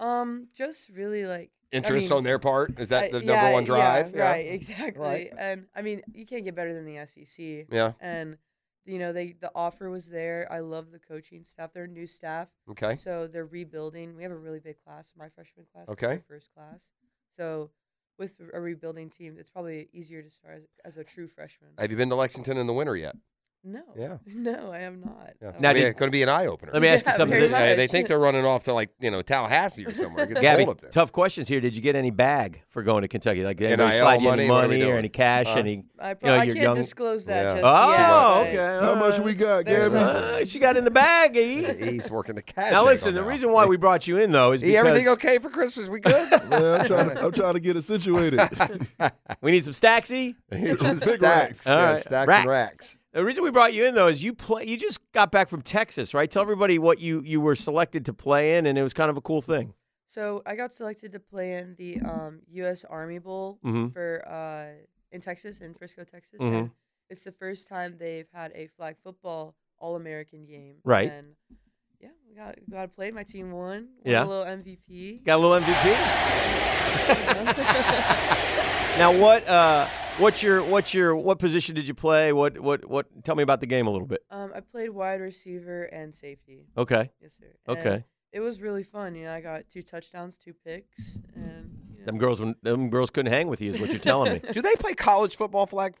Um, just really like I Interest mean, on their part? Is that I- the number yeah, one yeah, drive? Yeah. Right, exactly. Right. And I mean, you can't get better than the SEC. Yeah. And you know, they the offer was there. I love the coaching staff. They're new staff. Okay. So they're rebuilding. We have a really big class. My freshman class. is Okay. my first class. So with a rebuilding team, it's probably easier to start as, as a true freshman. [LAUGHS] Have you been to Lexington in the winter yet? No. Yeah. No, I am not. Yeah. Now, Now, did- it's going to be an eye opener. Let me ask you Yeah, something uh, very that- They- they much. think they're running off to like you know Tallahassee or somewhere. It gets Gabby, cold up there. tough questions here. Did you get any bag for going to Kentucky? Like, did NIL anybody slide you money? any Uh-huh. What are we money or doing? any cash? Huh? Any? I pro- you know, I you're can't young- disclose that Yeah. just oh, yet, okay. but- How much we got, There's Gabby? uh, she got in the bag. He's working the cash. Now angle listen, the reason why we brought you in though is Hey, because everything okay for Christmas? We good? I'm trying, to, I'm trying to get it situated. [LAUGHS] we need some stacksy. Need [LAUGHS] some Big stacks. All Yeah, right. stacks and racks. The reason we brought you in though is you play. You just got back from Texas, right? Tell everybody what you you were selected to play in, and it was kind of a cool thing. So I got selected to play in the um, U.S. Army Bowl Mhm. for uh, in Texas, in Frisco, Texas, Mhm. and it's the first time they've had a flag football All-American game. Right. And yeah, we got got to play. My team won. won Yeah. A little MVP. Got a little MVP. now what? Uh, what's your what's your what position did you play? What what what? Tell me about the game a little bit. [LAUGHS] Um, I played wide receiver and safety. Okay. Yes, sir. Okay. And It was really fun. You know, I got two touchdowns, two picks, and you know, Them girls, them girls couldn't hang with you, is what you're [LAUGHS] telling me. Do they play [LAUGHS] college football flag,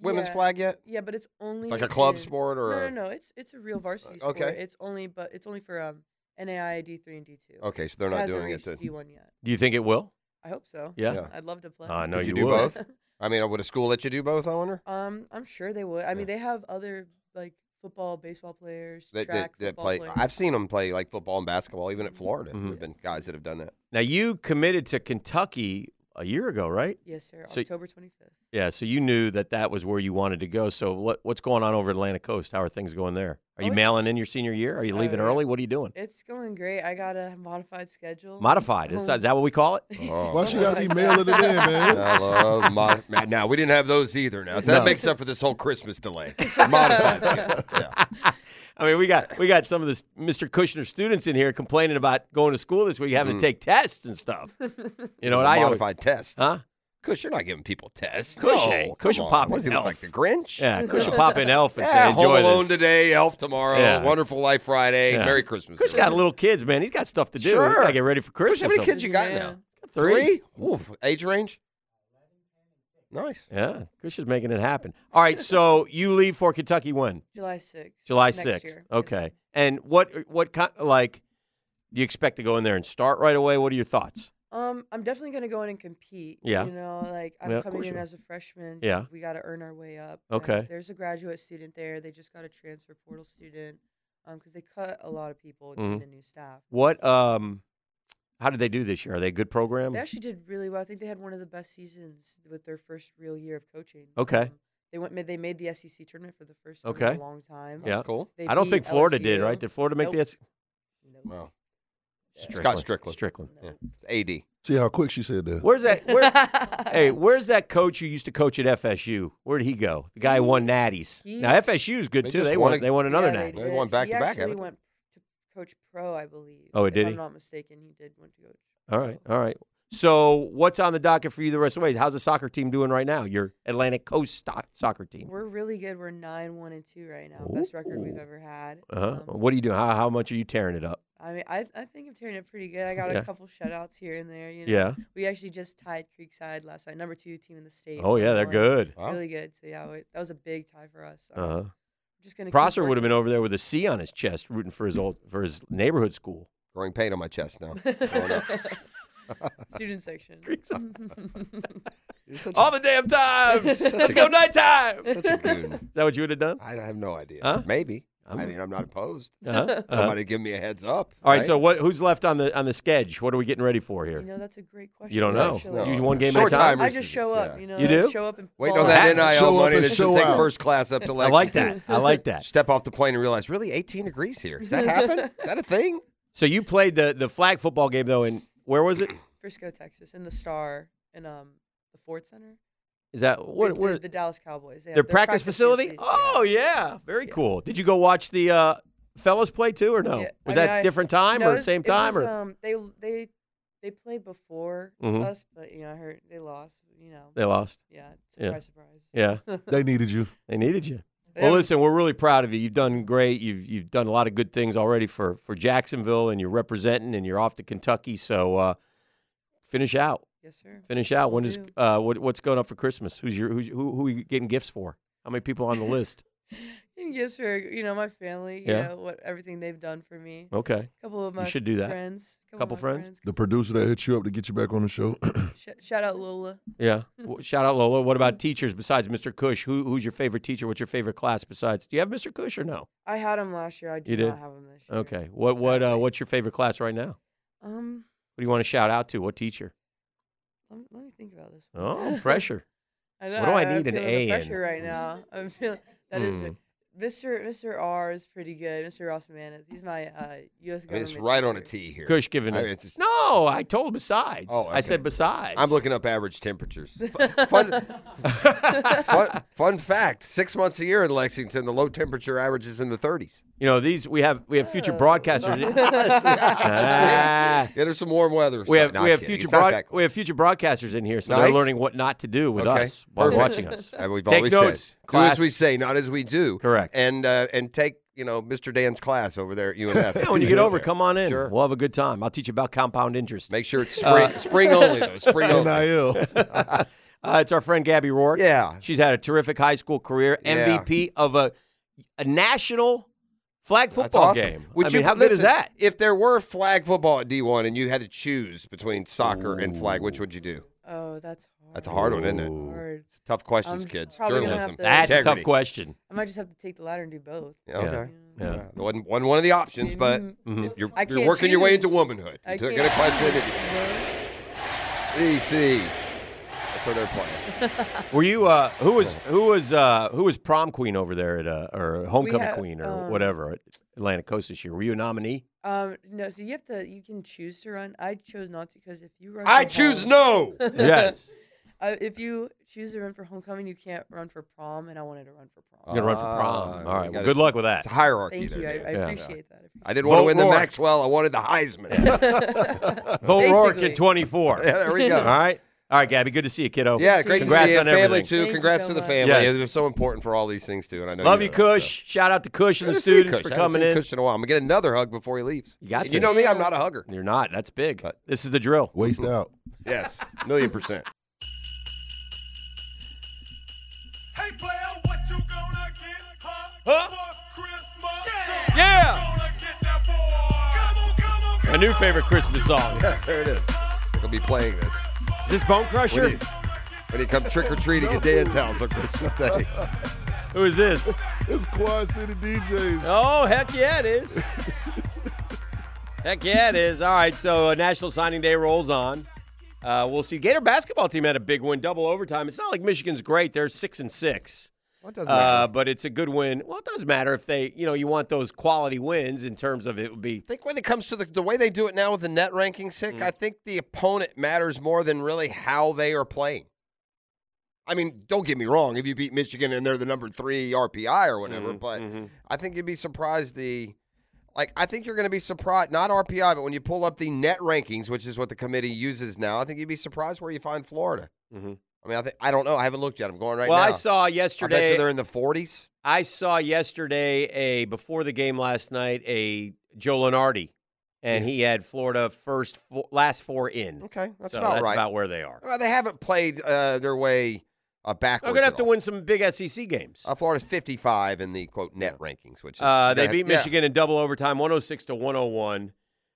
women's Yeah. flag yet? Yeah, but it's only It's like a club in- sport or no, a- Uh, no, no. It's it's a real varsity okay. sport. It's only but it's only for um NAIA D three and D two. Okay, so they're not hasn't doing it reached to- D one yet. Do you think it will? I hope so. Yeah. I'd love to play. Oh, I know Could you, you do would. both? I mean, would a school let you do both? I wonder. Um, I'm sure they would. I mean, they have other like football, baseball players, That, that, track that football play. players. Mm-hmm. I've seen them play like football and basketball, even at Florida. Mm-hmm. There've been guys that have done that. Now you committed to Kentucky a year ago, right? Yes, sir. So- October 25th. Yeah, so you knew that that was where you wanted to go. So what what's going on over Atlantic Coast? How are things going there? Are you mailing in your senior year? Are you leaving early? What are you doing? It's going great. I got a modified schedule. Modified. Is, is that what we call it? Oh. Why she gotta be mailing it in, [LAUGHS] man? I love [LAUGHS] mod- man, now we didn't have those either. Now so No. that makes up for this whole Christmas delay. Modified. schedule. [LAUGHS] I mean, we got we got some of this Mr. Kushner students in here complaining about going to school this week, having Mm. to take tests and stuff. You know what I always- modified test? Huh? Kush, you're not giving people tests. Kush no, ain't. come Kush will on. pop What an does he elf. look like the Grinch? [LAUGHS] Yeah, Kush will No. pop an elf and say, Yeah, Home "Enjoy Alone this." today, Elf tomorrow, Yeah. Wonderful Life Friday, Yeah. Merry Christmas. Kush got little kids, man. He's got stuff to do. Sure. He's gotta get ready for Kush, Christmas. how many kids you got now? Three. Oof, age range? [LAUGHS] Nice. Yeah, Kush is making it happen. All [LAUGHS] right, so you leave for Kentucky when? July 6th. July Next sixth. year. Okay. And what what kind like do you expect to go in there and start right away? What are your thoughts? Um, I'm definitely gonna go in and compete. Yeah. You know, like I'm Yeah, of coming course in you are. as a freshman. Yeah. We gotta earn our way up. and Okay. There's a graduate student there. They just got a transfer portal student. Um, because they cut a lot of people Mhm. in the new staff. What um how did they do this year? Are they a good program? They actually did really well. I think they had one of the best seasons with their first real year of coaching. Okay. Um, they went. made- They made the SEC tournament for the first time Okay. in a long time. Yeah. They I don't beat think Florida did, LSU. right? Did Florida make Nope. the S? E Wow. Strickland. Scott Strickland. Strickland. Yeah. AD. See how quick she said that. Where's that? [LAUGHS] Where, hey, where's that coach who used to coach at FSU? Where'd he go? The guy who won Natties. now he- FSU is good They too. just They won won. a- They won another Yeah, natty. They won back he to back, actually haven't they? went to coach pro, I believe. Oh, if did I'm he? not mistaken, he did went to coach. All right, all right. So what's on the docket for you the rest of the way? How's the soccer team doing right now? Your Atlantic Coast stoc- soccer team. We're really good. We're nine one and two right now. Best record we've Ooh. ever had. Uh-huh. Um, What are you doing? How, how much are you tearing it up? I mean, I I think I'm tearing it pretty good. [LAUGHS] I got Yeah. a couple shutouts here and there. You know? Yeah. We actually just tied Creekside last night, number two team in the state. Oh, yeah, they're Illinois. good. Wow. Really good. So yeah, we, that was a big tie for us. Um, Uh-huh. I'm Just gonna keep Prosser would working. have been over there with a C on his chest, rooting for his old for his neighborhood school. Growing pain on my [LAUGHS] chest now. student [LAUGHS] section. [LAUGHS] All the damn time. [LAUGHS] Such Let's a- go nighttime. Such a [LAUGHS] goon. Is that what you would have done? I have no idea. Huh? Maybe. i I'm- mean, I'm not opposed. Uh-huh, uh-huh. Somebody give me a heads up. All right, so what? Who's left on the on the sketch? What are we getting ready for here? You know, that's a great question. You don't know. actually. You one game Short at a time. I timers just show up. You know, You do? show up and Wait ball on that out. NIL Show up money and that should show take out. first class up to I Lexington. like that. I like that. Step off the plane and realize, really, [LAUGHS] 18 [LAUGHS] degrees here. Does that [LAUGHS] happen? Is that a thing? So you played the the flag football game though, and where was it? Frisco, Texas, in the Star, in um the Ford Center. Is that Like Uh, what? the, Where, the Dallas Cowboys? They have their practice facility? space, Oh yeah, very cool. Did you go watch the uh, fellas play too, or no? yeah. Was I mean, that I- different time no, it or the was- uh, same it time was, or? um, they they They played before Mhm. us, but you know, I heard they lost. You know, They lost. Yeah, surprise, Yeah. surprise. [LAUGHS] Yeah. They needed you. They needed you. They Well, have- listen, we're really proud of you. You've done great. You've you've done a lot of good things already for for Jacksonville, and you're representing, and you're off to Kentucky. So uh, finish out. Yes, sir. Finish out. When Will is do. uh, what, what's going up for Christmas? Who's your who's, who who are you getting gifts for? How many people on the [LAUGHS] list? And gifts for you know my family. You Yeah. know what everything they've done for me. Okay. couple of my you should do that. friends. Couple, Couple of my friends. The producer that hit you up to get you back on the show. [CLEARS THROAT] Sh- shout out Lola. [LAUGHS] Yeah. Well, Shout out Lola. What about teachers besides Mr. Cush? Who who's your favorite teacher? What's your favorite class besides? Do you have Mr. Cush or no? I had him last year. I do you did. not have him this year. Okay. What what uh, what's your favorite class right now? Um, What do you want to shout out to? What teacher? let me, let me think about this. one. [LAUGHS] Oh, pressure. I know. What do I I'm need an feeling the A in? Pressure right now. [LAUGHS] I'm feeling that is Hmm. Mr. Mr. R is pretty good. Mr. Ross Maneth. He's my uh, U.S. I mean, government. it's right on a teacher. T here. Cush giving I it. mean, it's just- no, I told besides. Oh, I said okay. besides. I'm looking up average temperatures. Fu- [LAUGHS] Fun, fun, fun fact: six months a year in Lexington, the low temperature average is in the 30s. You know these. We have we [LAUGHS] have future broadcasters. [LAUGHS] [LAUGHS] Ah. [LAUGHS] Yeah, there's some warm weather. We have No, we I'm have kidding. future It's not broad, that cold. we have future broadcasters in here, so they're Nice. learning what not to do with Okay, us while perfect. watching us. And we've Take always notes, said, do class. as we say, not as we do. Correct. And uh, and take you know Mr. Dan's class over [LAUGHS] there at UNF. Yeah, when you get over, come on in. We'll have a good time. I'll teach you about compound interest. Make sure it's spring- spring only, though. [LAUGHS] Spring only. NIL. uh, [LAUGHS] it's our friend Gabby Rourke. Yeah. She's had a terrific high school career, Yeah. MVP of a, a national flag That's football awesome. game. Would I you mean, how good is listen, that? If there were flag football at D1 and you had to choose between soccer and flag, which would you do? Oh, that's That's a hard one, isn't it? hard. It's tough questions, I'm kids. probably gonna have Journalism. to- That's a tough integrity. question. I might just have to take the ladder and do both. Yeah, okay. Yeah. Yeah. It wasn't, wasn't one of the options, but Mhm. you're, I you're can't working your way choose. into womanhood. I You took can't a question. choose. DC. E That's what they're playing. [LAUGHS] Were you uh, who was who was uh, who was prom queen over there at uh, or homecoming had, queen or um, whatever at Atlantic Coast this year? Were you a nominee? Um, no, so you have to. You can choose to run. I chose not to because if you run, I for choose home- [LAUGHS] no. Yes. uh, if you choose to run for homecoming, you can't run for prom, and I wanted to run for prom. You're gonna run for Ah, prom. you All right. Well, gotta- good luck with that. It's a hierarchy Thank there, you. I, Dan. I Yeah. appreciate that. I didn't want to Vote win the Rourke. Maxwell. I wanted the Heisman. [LAUGHS] Vote Rourke Basically. at 24. [LAUGHS] Yeah, there we go. All right. All right, Gabby. Good to see you, kiddo. yeah, great Congrats to see you. on And family everything. too. Thank you Congrats so to the much. family. Yes. It's so important for all these things too. And I know Love you, you, know that, Cush. Shout out to Cush so. and Good the to see you, students Cush. for I haven't coming seen in. Cush in a while. I'm gonna get another hug before he leaves. You got You to. know me. I'm not a hugger. You're not. That's big. But- This is the drill. Waste out. Yes, million percent. Hey, player, what you gonna get? Huh? Huh? For Christmas? Yeah. Yeah. Gonna get that boy. Come on, come on, My new favorite Christmas song. [LAUGHS] Yes, there it is. We'll be playing this Is this Bone Crusher? when you, when you come trick or treating at Dan's house on Christmas Day. [LAUGHS] Who is this? It's Quad City DJs. Oh, heck yeah, it is. heck yeah, it is. All right, so uh, National Signing Day rolls on. Uh, we'll see. Gator basketball team had a big win, double overtime. It's not like Michigan's great. They're six and six. What does Uh, but it's a good win. Well, it doesn't matter if they, you know, you want those quality wins in terms of it would be. I think when it comes to the, the way they do it now with the net ranking, Mm. sick. I think the opponent matters more than really how they are playing. I mean, don't get me wrong. If you beat Michigan and they're the number three RPI or whatever, Mm-hmm, Mm. but I think you'd be surprised the. Like I think you're going to be surprised, not RPI, but when you pull up the net rankings, which is what the committee uses now, I think you'd be surprised where you find Florida. Mhm. I mean, I think I don't know. I haven't looked yet. I'm going right well, now. I saw I bet yesterday. you they're in the 40s. I saw yesterday a before the game last night a Joe Lenardi, and he had Florida first fo- last four in. Okay, that's so about that's right. about where they are. well, they haven't played uh, their way uh, backwards. They're gonna at have to all. win some big SEC games. Uh, Florida's 55 in the quote net rankings, which is Uh, you're they gonna beat have- yeah. Michigan in double overtime, 106 to 101.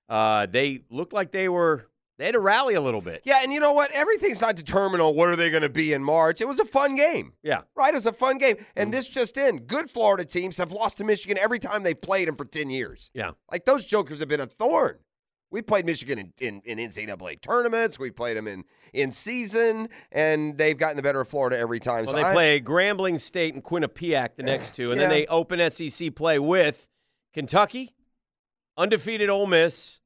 Uh, they looked like they were they had to rally a little bit. Yeah. and you know what? Everything's not determined on what are they going to be in March. It was a fun game, Yeah, Mm. right? It was a fun game, and this just in: good Florida teams have lost to Michigan every time they played them for 10 years. yeah. Like those jokers have been a thorn. We played Michigan in, in, in NCAA tournaments. We played them in in season, and they've gotten the better of Florida every time. so Well, they I- play Grambling State and Quinnipiac the next two, and then Yeah. they open SEC play with Kentucky, undefeated Ole Miss,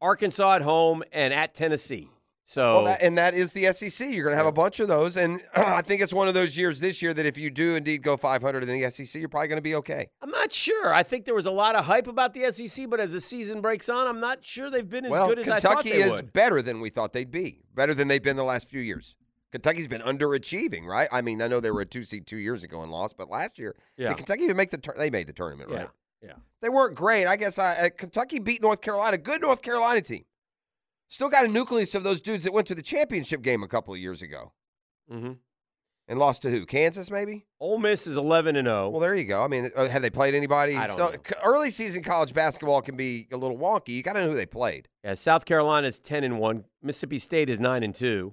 Arkansas at home, and at Tennessee. So Well, that, and that is the SEC. You're going to have a bunch of those, and [CLEARS THROAT] I think it's one of those years this year that if you do indeed go 500 in the SEC, you're probably going to be okay. I'm not sure. I think there was a lot of hype about the SEC, but as the season breaks on, I'm not sure they've been as well, good as I thought Kentucky they is would. better than we thought they'd be. Better than they've been the last few years. Kentucky's been underachieving, right? I mean, I know they were a two seed two years ago and lost, but last year, Yeah. did Kentucky even make the tur- they made the tournament, Yeah, right? yeah. They weren't great. I guess I, uh, Kentucky beat North Carolina, good North Carolina team. Still got a nucleus of those dudes that went to the championship game a couple of years ago Mm-hmm. and lost to who? Kansas, maybe. Ole Miss is 11 and 0. Well, there you go. I mean, uh, have they played anybody? I don't so know. c- early season college basketball can be a little wonky. You got to know who they played. Yeah, South Carolina's 10 and 1. Mississippi State is 9 and 2.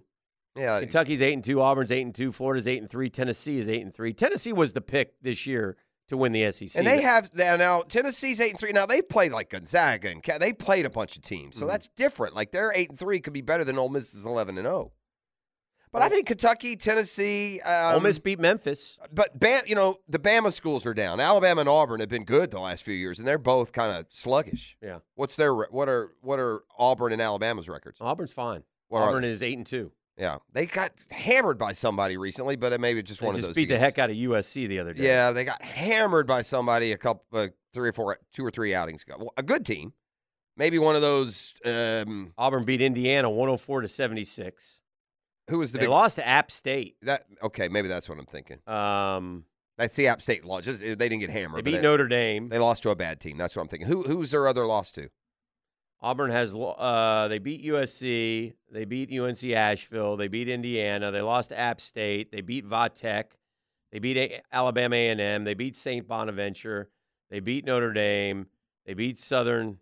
Yeah, Kentucky's 8 and 2, Auburn's 8 and 2, Florida's 8 and 3, Tennessee is 8 and 3. Tennessee was the pick this year to win the E SEC. And they have they are now Tennessee's eight and three. Now they've played like Gonzaga and Ca- they played a bunch of teams, so Mhm. that's different. Like their eight and three could be better than Ole Miss's eleven and oh. zero. But I think Kentucky, Tennessee, um, Ole Miss beat Memphis. But Bam, you know the Bama schools are down. Alabama and Auburn have been good the last few years, and they're both kind of sluggish. Yeah. What's their re- what are what are Auburn and Alabama's records? Auburn's fine. What are Auburn they? is 8 and 2. Yeah, they got hammered by somebody recently, but it maybe just They one of just those. beat the games. heck out of USC the other day. Yeah, they got hammered by somebody a couple, uh, three or four, two or three outings ago. Well, a good team, maybe one of those. Um, Auburn beat Indiana 104 to 76. who was the they big lost to App State. that? Okay, maybe that's what I'm thinking. Um, That's the App State law. Just they didn't get they hammered. but beat Notre Dame. They lost to a bad team. That's what I'm thinking. Who who's their other loss to? Auburn has lo- uh, they beat USC, they beat UNC Asheville, they beat Indiana, they lost to App State, they beat Vatech, they beat a- Alabama A&M, they beat Saint Bonaventure, they beat Notre Dame, they beat Southern.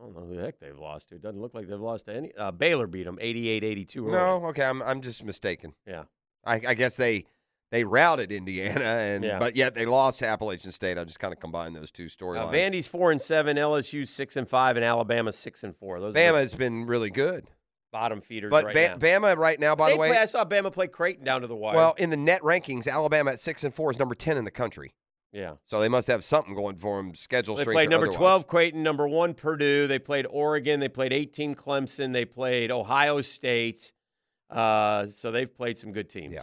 I don't know who the heck they've lost to. It doesn't look like they've lost to any. Uh, Baylor beat them 88-82. early. No, okay, I'm I'm just mistaken. Yeah. I, I guess they they routed Indiana, and Yeah. but yet they lost to Appalachian State. I just kind of combined those two Uh, storylines. Vandy's four and seven, LSU six and five, and Alabama six and four. Those Bama are the has been really good, bottom feeders but right now. ba- Bama right now, by They the way, play- I saw Bama play Creighton down to the wire. Well, in the net rankings, Alabama at six and four is number ten in the country. yeah. So they must have something going for them schedule They strength. played or number otherwise. 12 Creighton, number 1 Purdue, they played Oregon, they played 18 Clemson, they played Ohio State. Uh, so they've played some good teams. Yeah.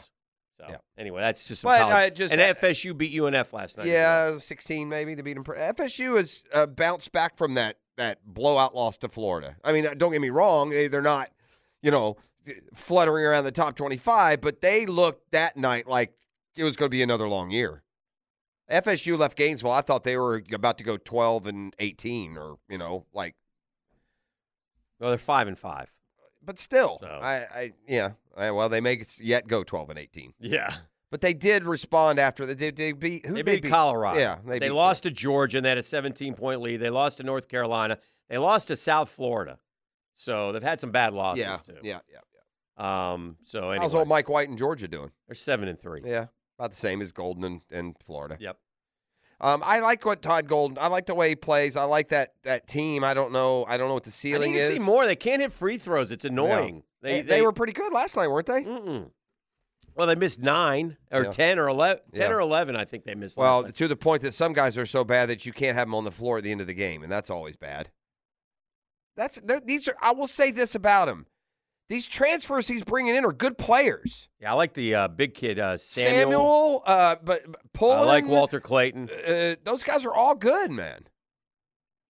So Yeah. anyway, that's just some But college- I just- and FSU beat UNF last night. as well. Yeah, sixteen maybe to beat them. FSU has uh, bounced back from that that blowout loss to Florida. I mean, uh, don't get me wrong; they, they're not, you know, fluttering around the top twenty-five, but they looked that night like it was going to be another long year. FSU left Gainesville. I thought they were about to go twelve and eighteen, or you know, like. Well, they're 5 and 5. But still, So. I, I yeah. I, well, they may yet go twelve and eighteen. Yeah. But they did respond after they they, they beat who They did beat Colorado. Yeah, They, beat- lost to Georgia and they had a 17 point lead. They lost to North Carolina. They lost to South Florida. So they've had some bad losses Yeah, too. yeah, yeah. Um so anyway, How's old Mike White in Georgia doing? they're 7 and 3. Yeah, about the same as Golden and, and Florida. Yep. Um, I like what Todd Golden. I like the way he plays. I like that that team. I don't know. I don't know what the I ceiling need to is. see more. They can't hit free throws. It's annoying. They, they, were pretty good last night, weren't they? Mm-mm. Well, they missed nine or Yeah. ten or eleven. Ten Yeah. or eleven, I think they missed. Well, last night. to the point that some guys are so bad that you can't have them on the floor at the end of the game, and that's always bad. That's they're- these are. I will say this about him: these transfers he's bringing in are good players. yeah, I like the uh, big kid uh, Samuel. Samuel, uh, but but Pullen. I like Walter Clayton. Uh, those guys are all good, man.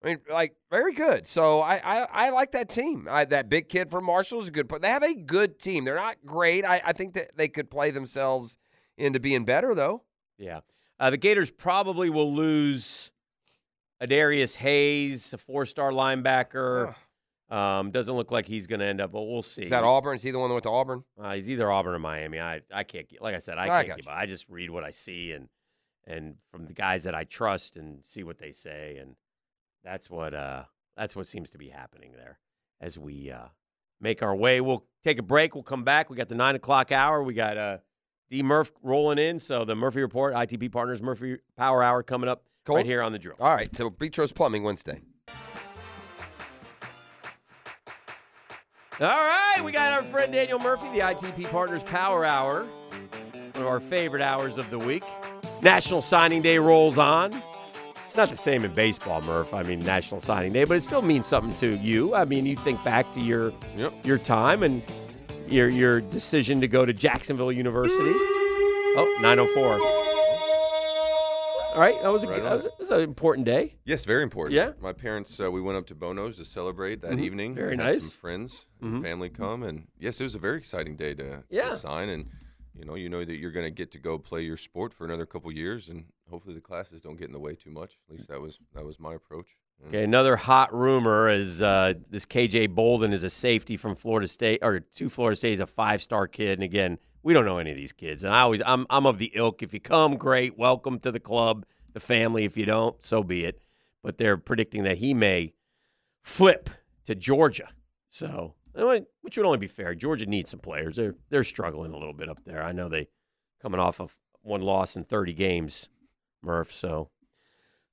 I mean, like very good. So I I, I like that team. I, that big kid from Marshall is a good. player. They have a good team. They're not great. I, I think that they could play themselves into being better though. Yeah, uh, the Gators probably will lose Adarius Hayes, a four-star linebacker. Um, doesn't look like he's going to end up, but we'll see. Is that Auburn? Is he the one that went to Auburn? Uh, he's either Auburn or Miami. I, I can't get- like I said, I I can't got keep I just read what I see and and from the guys that I trust and see what they say and that's what uh that's what seems to be happening there as we uh make our way. We'll take a break, we'll come back. We got the nine o'clock hour, we got uh D Murph rolling in. So the Murphy Report, ITP Partners Murphy Power Hour coming up Cool. right here on the drill. All right. So Beatrice Plumbing Wednesday. All right, we got our friend Daniel Murphy, the ITP Partners Power Hour, one of our favorite hours of the week. National Signing Day rolls on. It's not the same in baseball, Murph. I mean, National Signing Day, but it still means something to you. I mean, you think back to your your time and your your decision to go to Jacksonville University. Oh, 904. All right, that was a Right good, on. that was, that was an important day. Yes, very important. Yeah. My parents, uh, we went up to Bono's to celebrate that Mhm. evening. Very Had nice. Some friends and Mhm. family come. And yes, it was a very exciting day to, to Yeah. sign. And, you know, you know that you're going to get to go play your sport for another couple years. And hopefully the classes don't get in the way too much. At least that was that was my approach. Mm. Okay, another hot rumor is uh, this KJ Bolden is a safety from Florida State or to Florida State. He's a five star kid, and again, we don't know any of these kids. And I always, I'm, I'm of the ilk. If you come, great, welcome to the club, the family. If you don't, so be it. But they're predicting that he may flip to Georgia. So, I mean, which would only be fair. Georgia needs some players. They're they're struggling a little bit up there. I know they coming off of one loss in 30 games, Murph. So.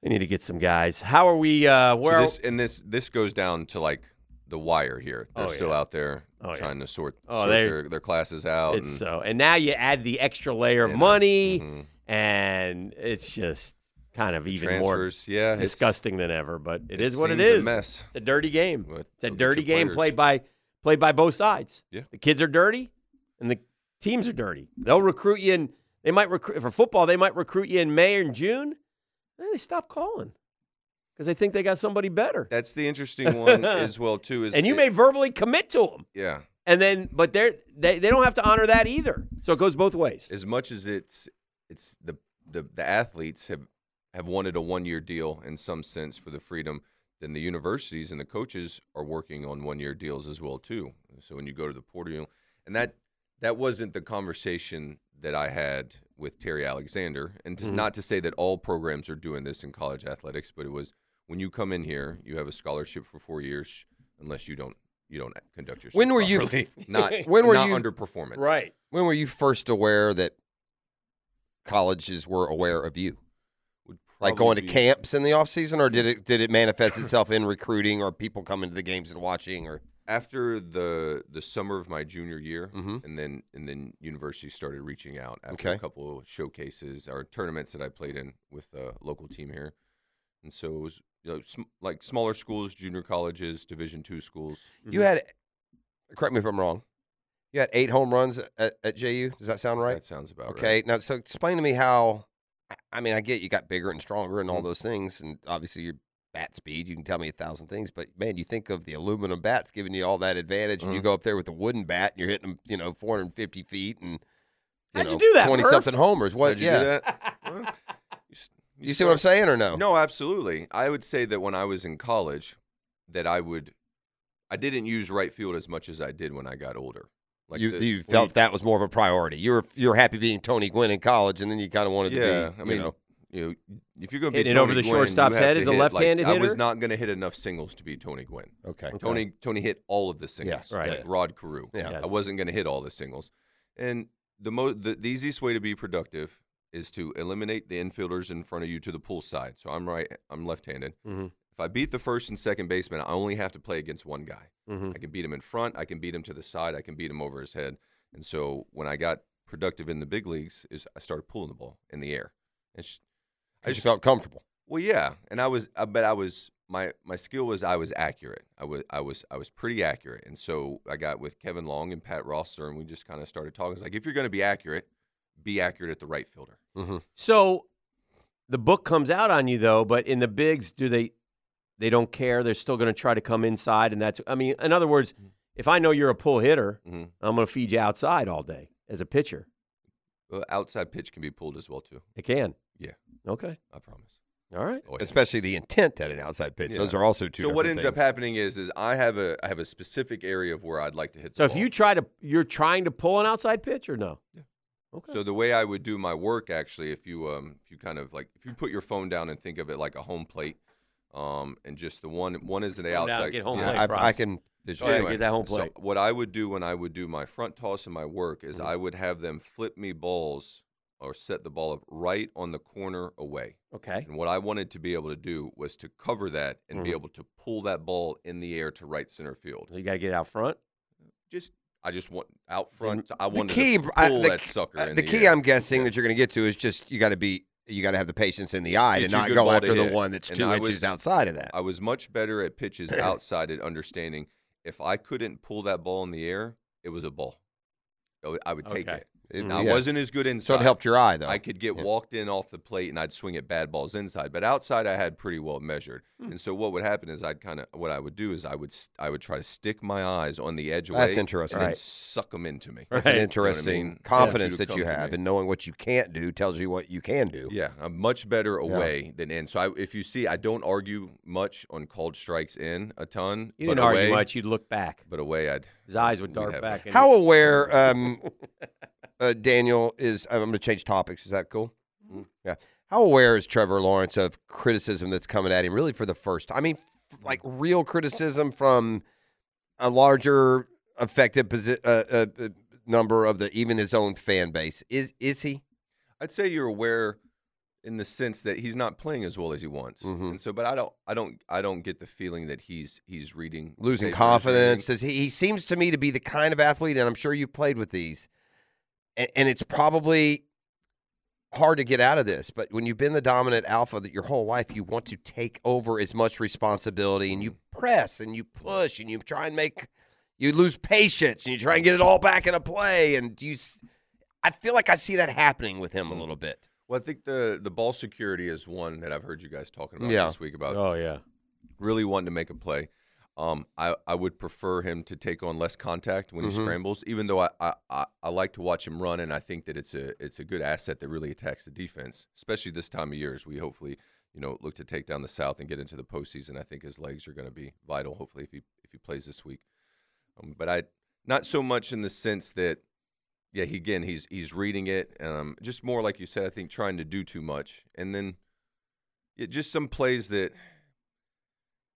They need to get some guys. How are we? Uh, where so are- this, and this this goes down to like the wire here. They're Oh, still yeah. out there trying to sort, Oh, sort they- their, their classes out. It's and- so, and now you add the extra layer of money, mm-hmm. and it's just kind of even transfers, more yeah, it's- disgusting than ever. But it it is what it seems a is. mess. It's a dirty game. it's a look at dirty your game players. played by played by both sides. Yeah. the kids are dirty, and the teams are dirty. They'll recruit you, in they might recruit for football. They might recruit you in May and June. Then they stop calling because they think they got somebody better. That's the interesting [LAUGHS] one as well too. Is and you it- may verbally commit to them. yeah. And then, but they're, they they don't have to honor that either. So it goes both ways. As much as it's it's the the, the athletes have have wanted a one year deal in some sense for the freedom, then the universities and the coaches are working on one year deals as well too. So when you go to the portal, and that that wasn't the conversation that I had with Terry Alexander, and just Mm-hmm. Mhm. not to say that all programs are doing this in college athletics, but it was when you come in here, you have a scholarship for four years, unless you don't you don't conduct yourself. When were you [LAUGHS] [LAUGHS] properly. not when were not you underperformance? When were you first aware that colleges were aware of you? Like going to probably be- camps in the off season, or did it did it manifest itself in recruiting, or people coming to the games and watching, or after the the summer of my junior year, and then and then university started reaching out after a Mm-hmm. Okay. couple of showcases or tournaments that I played in with a local team here, and so it was you know sm- like smaller schools, junior colleges, Division two schools. you Mm-hmm. had? Correct me if I'm wrong. You had eight home runs at, at JU. Does that sound right? That sounds about okay. Now, so explain to me how. I mean, I get you got bigger and stronger and all Mm-hmm. those things, and obviously your bat speed. You can tell me a thousand things, but man, you think of the aluminum bats giving you all that advantage, and you Mhm. go up there with a wooden bat and you're hitting them, you know, 450 feet and. How'd you do that, Twenty something Murph? homers. What? How'd you do yeah. [LAUGHS] that? You see what I'm saying or no? No, absolutely. I would say that when I was in college, that I would, I didn't use right field as much as I did when I got older. you, the- you when felt that was more of a priority. You were you were happy being Tony Gwynn in college, and then you kind of wanted yeah, to be. I mean, you know, you know, if you're going to be Hitting Tony it over the Gwynn, shortstop's you have head to as a hit, left-handed like, I was hitter? not going to hit enough singles to be Tony Gwynn. Okay. Okay. Tony Tony hit all of the singles. Yeah, right. Like Rod Carew. Yeah. Yes. I wasn't going to hit all the singles, and the mo the, the easiest way to be productive is to eliminate the infielders in front of you to the pull side. So I'm right. I'm left-handed. Mm-hmm. Mhm. If I beat the first and second baseman, I only have to play against one guy. Mm-hmm. Mhm. I can beat him in front. I can beat him to the side. I can beat him over his head. And so when I got productive in the big leagues, is I started pulling the ball in the air. It's just- I 'Cause you just felt comfortable. Well, yeah, and I was, uh, but I was my my skill was I was accurate. I was I was I was pretty accurate, and so I got with Kevin Long and Pat Rosser, and we just kind of started talking. It's like if you're going to be accurate, be accurate at the right fielder. Mm-hmm. So the book comes out on you though, but in the bigs, do they they don't care? They're still going to try to come inside, and that's I mean, in other words, Mm-hmm. if I know you're a pull hitter, Mhm. I'm going to feed you outside all day as a pitcher. Uh, outside pitch can be pulled as well too. It can. Yeah. Okay. I promise. All right. Oh, especially the intent at an outside pitch. Yeah. Those are also two. So what different ends up things. happening is is I have a I have a specific area of where I'd like to hit. The So if ball. you try to, you're trying to pull an outside pitch or no? So the way I would do my work actually, if you um, if you kind of like if you put your phone down and think of it like a home plate, um, and just the one one is the Phone down, outside. get home Yeah, plate, I- Ross. I can visualize. Anyway, Get that home so plate. Mm-hmm. what I would do when I would do my front toss and my work is I would have them flip me balls or set the ball up right on the corner away. Okay. And what I wanted to be able to do was to cover that and Mm-hmm. be Mhm. able to pull that ball in the air to right center field. So you got to get out front. Just I just want out front. I The wanted key, to pull I- the, that k- sucker. uh, in the the key air. I'm guessing that you're going to get to is just you got to be you got to have the patience in the eye Get to you not good go ball to after the hit. one that's And two I inches was- outside of that. I was much better at [CLEARS THROAT] pitches outside at understanding. If I couldn't pull that ball in the air, it was a ball. I would- I would take Okay. it. It Mhm. now, I Yeah. wasn't as good So it inside. helped your eye, though. I could get Yeah. walked in off the plate and I'd swing at bad balls inside, but outside I had pretty well measured. Hmm. And so what would happen is I'd kind of what I would do is I would st- I would try to stick my eyes on the edge away. That's interesting. And then suck them into me. That's an interesting confidence that you have, and knowing what you can't do tells you what you can do. Yeah, I'm much better Yeah. away than in. So I, if you see, I don't argue much on called strikes in a ton. You but didn't argue away- much. You'd look back. But away, I'd His eyes would we'd dart have- [LAUGHS] back. and- How [LAUGHS] aware, um, uh, Daniel is? I'm going to change topics. Is that cool? Mm, Yeah. How aware is Trevor Lawrence of criticism that's coming at him? Really, for the first, I mean, f- like real criticism from a larger affected posi- uh, uh, uh, number of the even his own fan base. Is is he? I'd say you're aware in the sense that he's not playing as well as he wants, Mm-hmm. and so. But I don't, I don't, I don't get the feeling that he's he's reading papers or losing anything. confidence. Does he, he seems to me to be the kind of athlete, and I'm sure you played with these, and, and it's probably hard to get out of this. But when you've been the dominant alpha that your whole life, you want to take over as much responsibility, and you press and you push and you try and make you lose patience and you try and get it all back in a play. And do you, s- I feel like I see that happening with him a little bit. Well, I think the the ball security is one that I've heard you guys talking about Yeah. this week about. Oh yeah, really wanting to make a play. Um, I, I would prefer him to take on less contact when he Mhm. scrambles, even though I, I, I, I like to watch him run, and I think that it's a it's a good asset that really attacks the defense, especially this time of year as we hopefully you know look to take down the South and get into the postseason. I think his legs are going to be vital. Hopefully, if he if he plays this week, um, but I not so much in the sense that yeah, he, again he's he's reading it, um, just more like you said. I think trying to do too much, and then yeah, just some plays that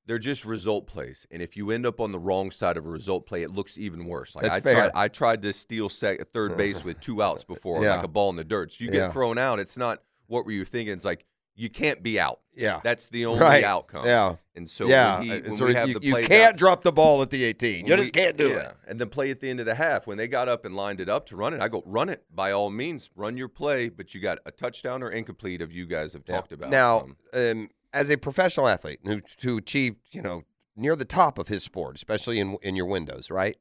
they're just result plays, and if you end up on the wrong side of a result play, it looks even worse. Like That's I fair. tried, I tried to steal sec- third [LAUGHS] base with two outs before, Yeah. like a ball in the dirt. So you get Yeah. thrown out. It's not what were you thinking. It's like you can't be out. Yeah. that's the only Right. outcome. Yeah. and so Yeah, when, he, it's when sort we of- have you- the you play can't drop the ball at the 18. You when just can't do it. And then play at the end of the half when they got up and lined it up to run it. I go run it by all means, run your play, but you got a touchdown or incomplete of you guys have talked about. Now, Um, um, as a professional athlete who to achieve, you know, near the top of his sport, especially in in your windows, right?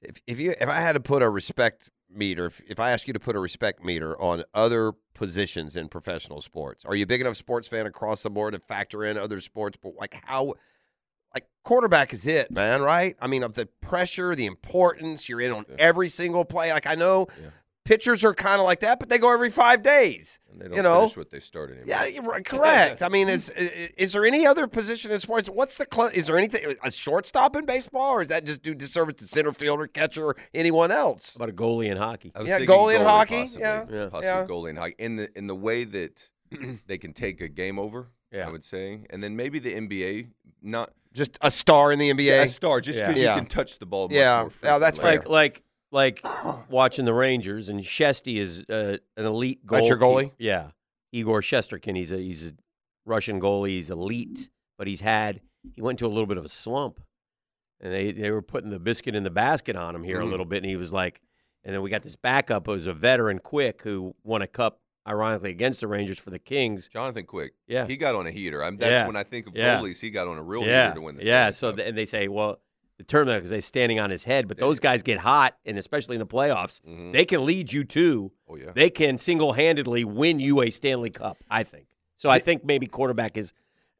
If if you if I had to put a respect meter, if, if I ask you to put a respect meter on other positions in professional sports, are you a big enough sports fan across the board to factor in other sports? But like how like quarterback is it, man, right? I mean, of the pressure, the importance, you're in on every single play. Like I know pitchers are kind of like that, but they go every five days. they don't you know, finish what they started. Anymore. yeah, you're right, correct. I mean, Hmm. is i- is there any other position as far as what's the clo- is there anything a shortstop in baseball or is that just do disservice to center fielder, catcher, or anyone else? But a goalie in hockey. I was yeah, thinking goalie in hockey. possibly. Yeah, possibly goalie in hockey. In the in the way [CLEARS THROAT] that they can take a game over, Yeah. I would say, and then maybe the NBA not just a star in the NBA. a star, just because you can touch the ball. Much more frequently. like Oh, like like [COUGHS] watching the Rangers and Shesty is uh, an elite goalie. That's your goalie? Yeah, Igor Shesterkin. He's a he's a Russian goalie. He's elite, but he's had he went into a little bit of a slump, and they they were putting the biscuit in the basket on him here a Mm-hmm. Mhm. little bit, and he was like, and then we got this backup who's a veteran, Quick, who won a cup. Ironically, against the Rangers for the Kings, Jonathan Quick. Yeah, he got on a heater. I'm, that's Yeah. when I think of Yeah. goalies. He got on a real yeah. heater to win the. Yeah. So th- and they say, well, the term that because they're standing on his head, but those guys get hot, and especially in the playoffs, they can lead you to. Mm-hmm. Oh yeah. They can single handedly win you a Stanley Cup. I think. So I think maybe quarterback is,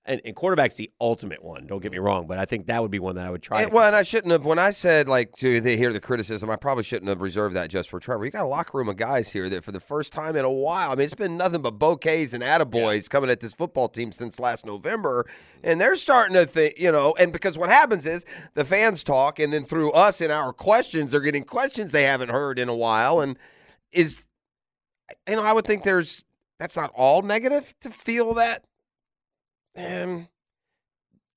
and, and quarterback's the ultimate one. Don't get me wrong, but I think that would be one that I would try. And- well, and I shouldn't have. When I said like to the, hear the criticism, I probably shouldn't have reserved that just for Trevor. You got a locker room of guys here that for the first time in a while. I mean, it's been nothing but bouquets and attaboys coming at this football team since last November, and they're starting to think, you know. And because what happens is the fans talk, and then through us and our questions, they're getting questions they haven't heard in a while, and is, you know, I would think there's that's not all negative to feel that. Um,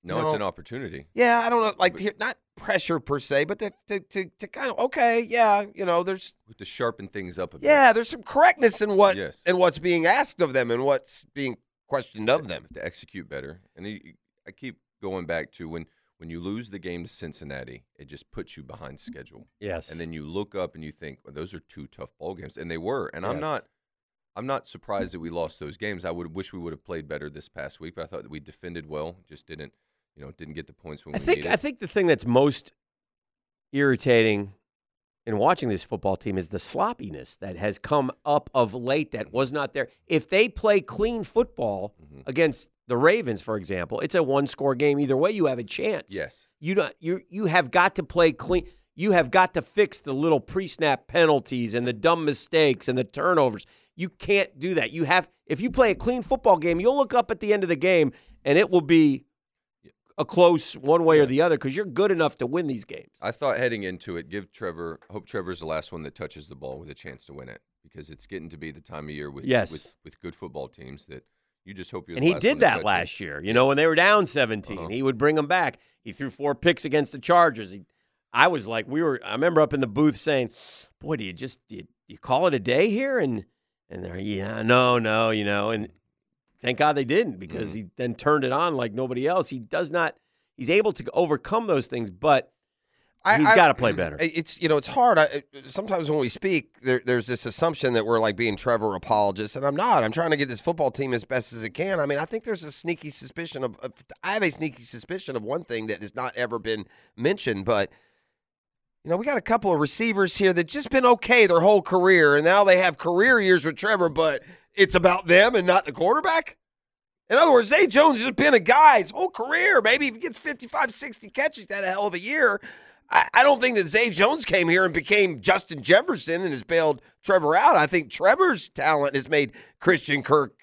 No, you it's know, an opportunity. yeah, I don't know, like to, not pressure per se, but to to to, to kind of okay, yeah, you know, there's To sharpen things up a bit. yeah, there's some correctness in what Yes. in what's being asked of them and what's being questioned of them. to execute better. And you- I keep going back to when when you lose the game to Cincinnati, it just puts you behind schedule. Yes. And then you look up and you think, well, those are two tough ball games, and they were. And I'm Yes. not. I'm not surprised that we lost those games. I would wish we would have played better this past week, but I thought that we defended well, just didn't, you know, didn't get the points when I we think needed. I think the thing that's most irritating in watching this football team is the sloppiness that has come up of late that was not there. If they play clean football against the Ravens, for example, it's a one-score game either way. You have a chance. Yes. You don't. You you have got to play clean. You have got to fix the little pre-snap penalties and the dumb mistakes and the turnovers. You can't do that. You have if you play a clean football game, you'll look up at the end of the game and it will be a close one way or the other because you're good enough to win these games. I thought heading into it, give Trevor hope Trevor's the last one that touches the ball with a chance to win it because it's getting to be the time of year with Yes. with, with good football teams that you just hope you're. And the he last one did to that touch it. last year. You know, when they were down 17, Uh-huh. he would bring them back. He threw four picks against the Chargers. He, I was like, we were. I remember up in the booth saying, "Boy, do you just do you, do you call it a day here?" And and they're, yeah, no, no, you know. And thank God they didn't because Mm-hmm. he then turned it on like nobody else. He does not. He's able to overcome those things, but I- he's I- got to [CLEARS THROAT] play better. It's you know it's hard. I, sometimes when we speak, there, there's this assumption that we're like being Trevor apologists, and I'm not. I'm trying to get this football team as best as it can. I mean, I think there's a sneaky suspicion of, of I have a sneaky suspicion of one thing that has not ever been mentioned, but you know we got a couple of receivers here that just been okay their whole career, and now they have career years with Trevor, but it's about them and not the quarterback. In other words, Zay Jones has been a guy his whole career. Maybe if he gets 55, 60 catches, he's had a hell of a year. I, I don't think that Zay Jones came here and became Justin Jefferson and has bailed Trevor out. I think Trevor's talent has made Christian Kirk,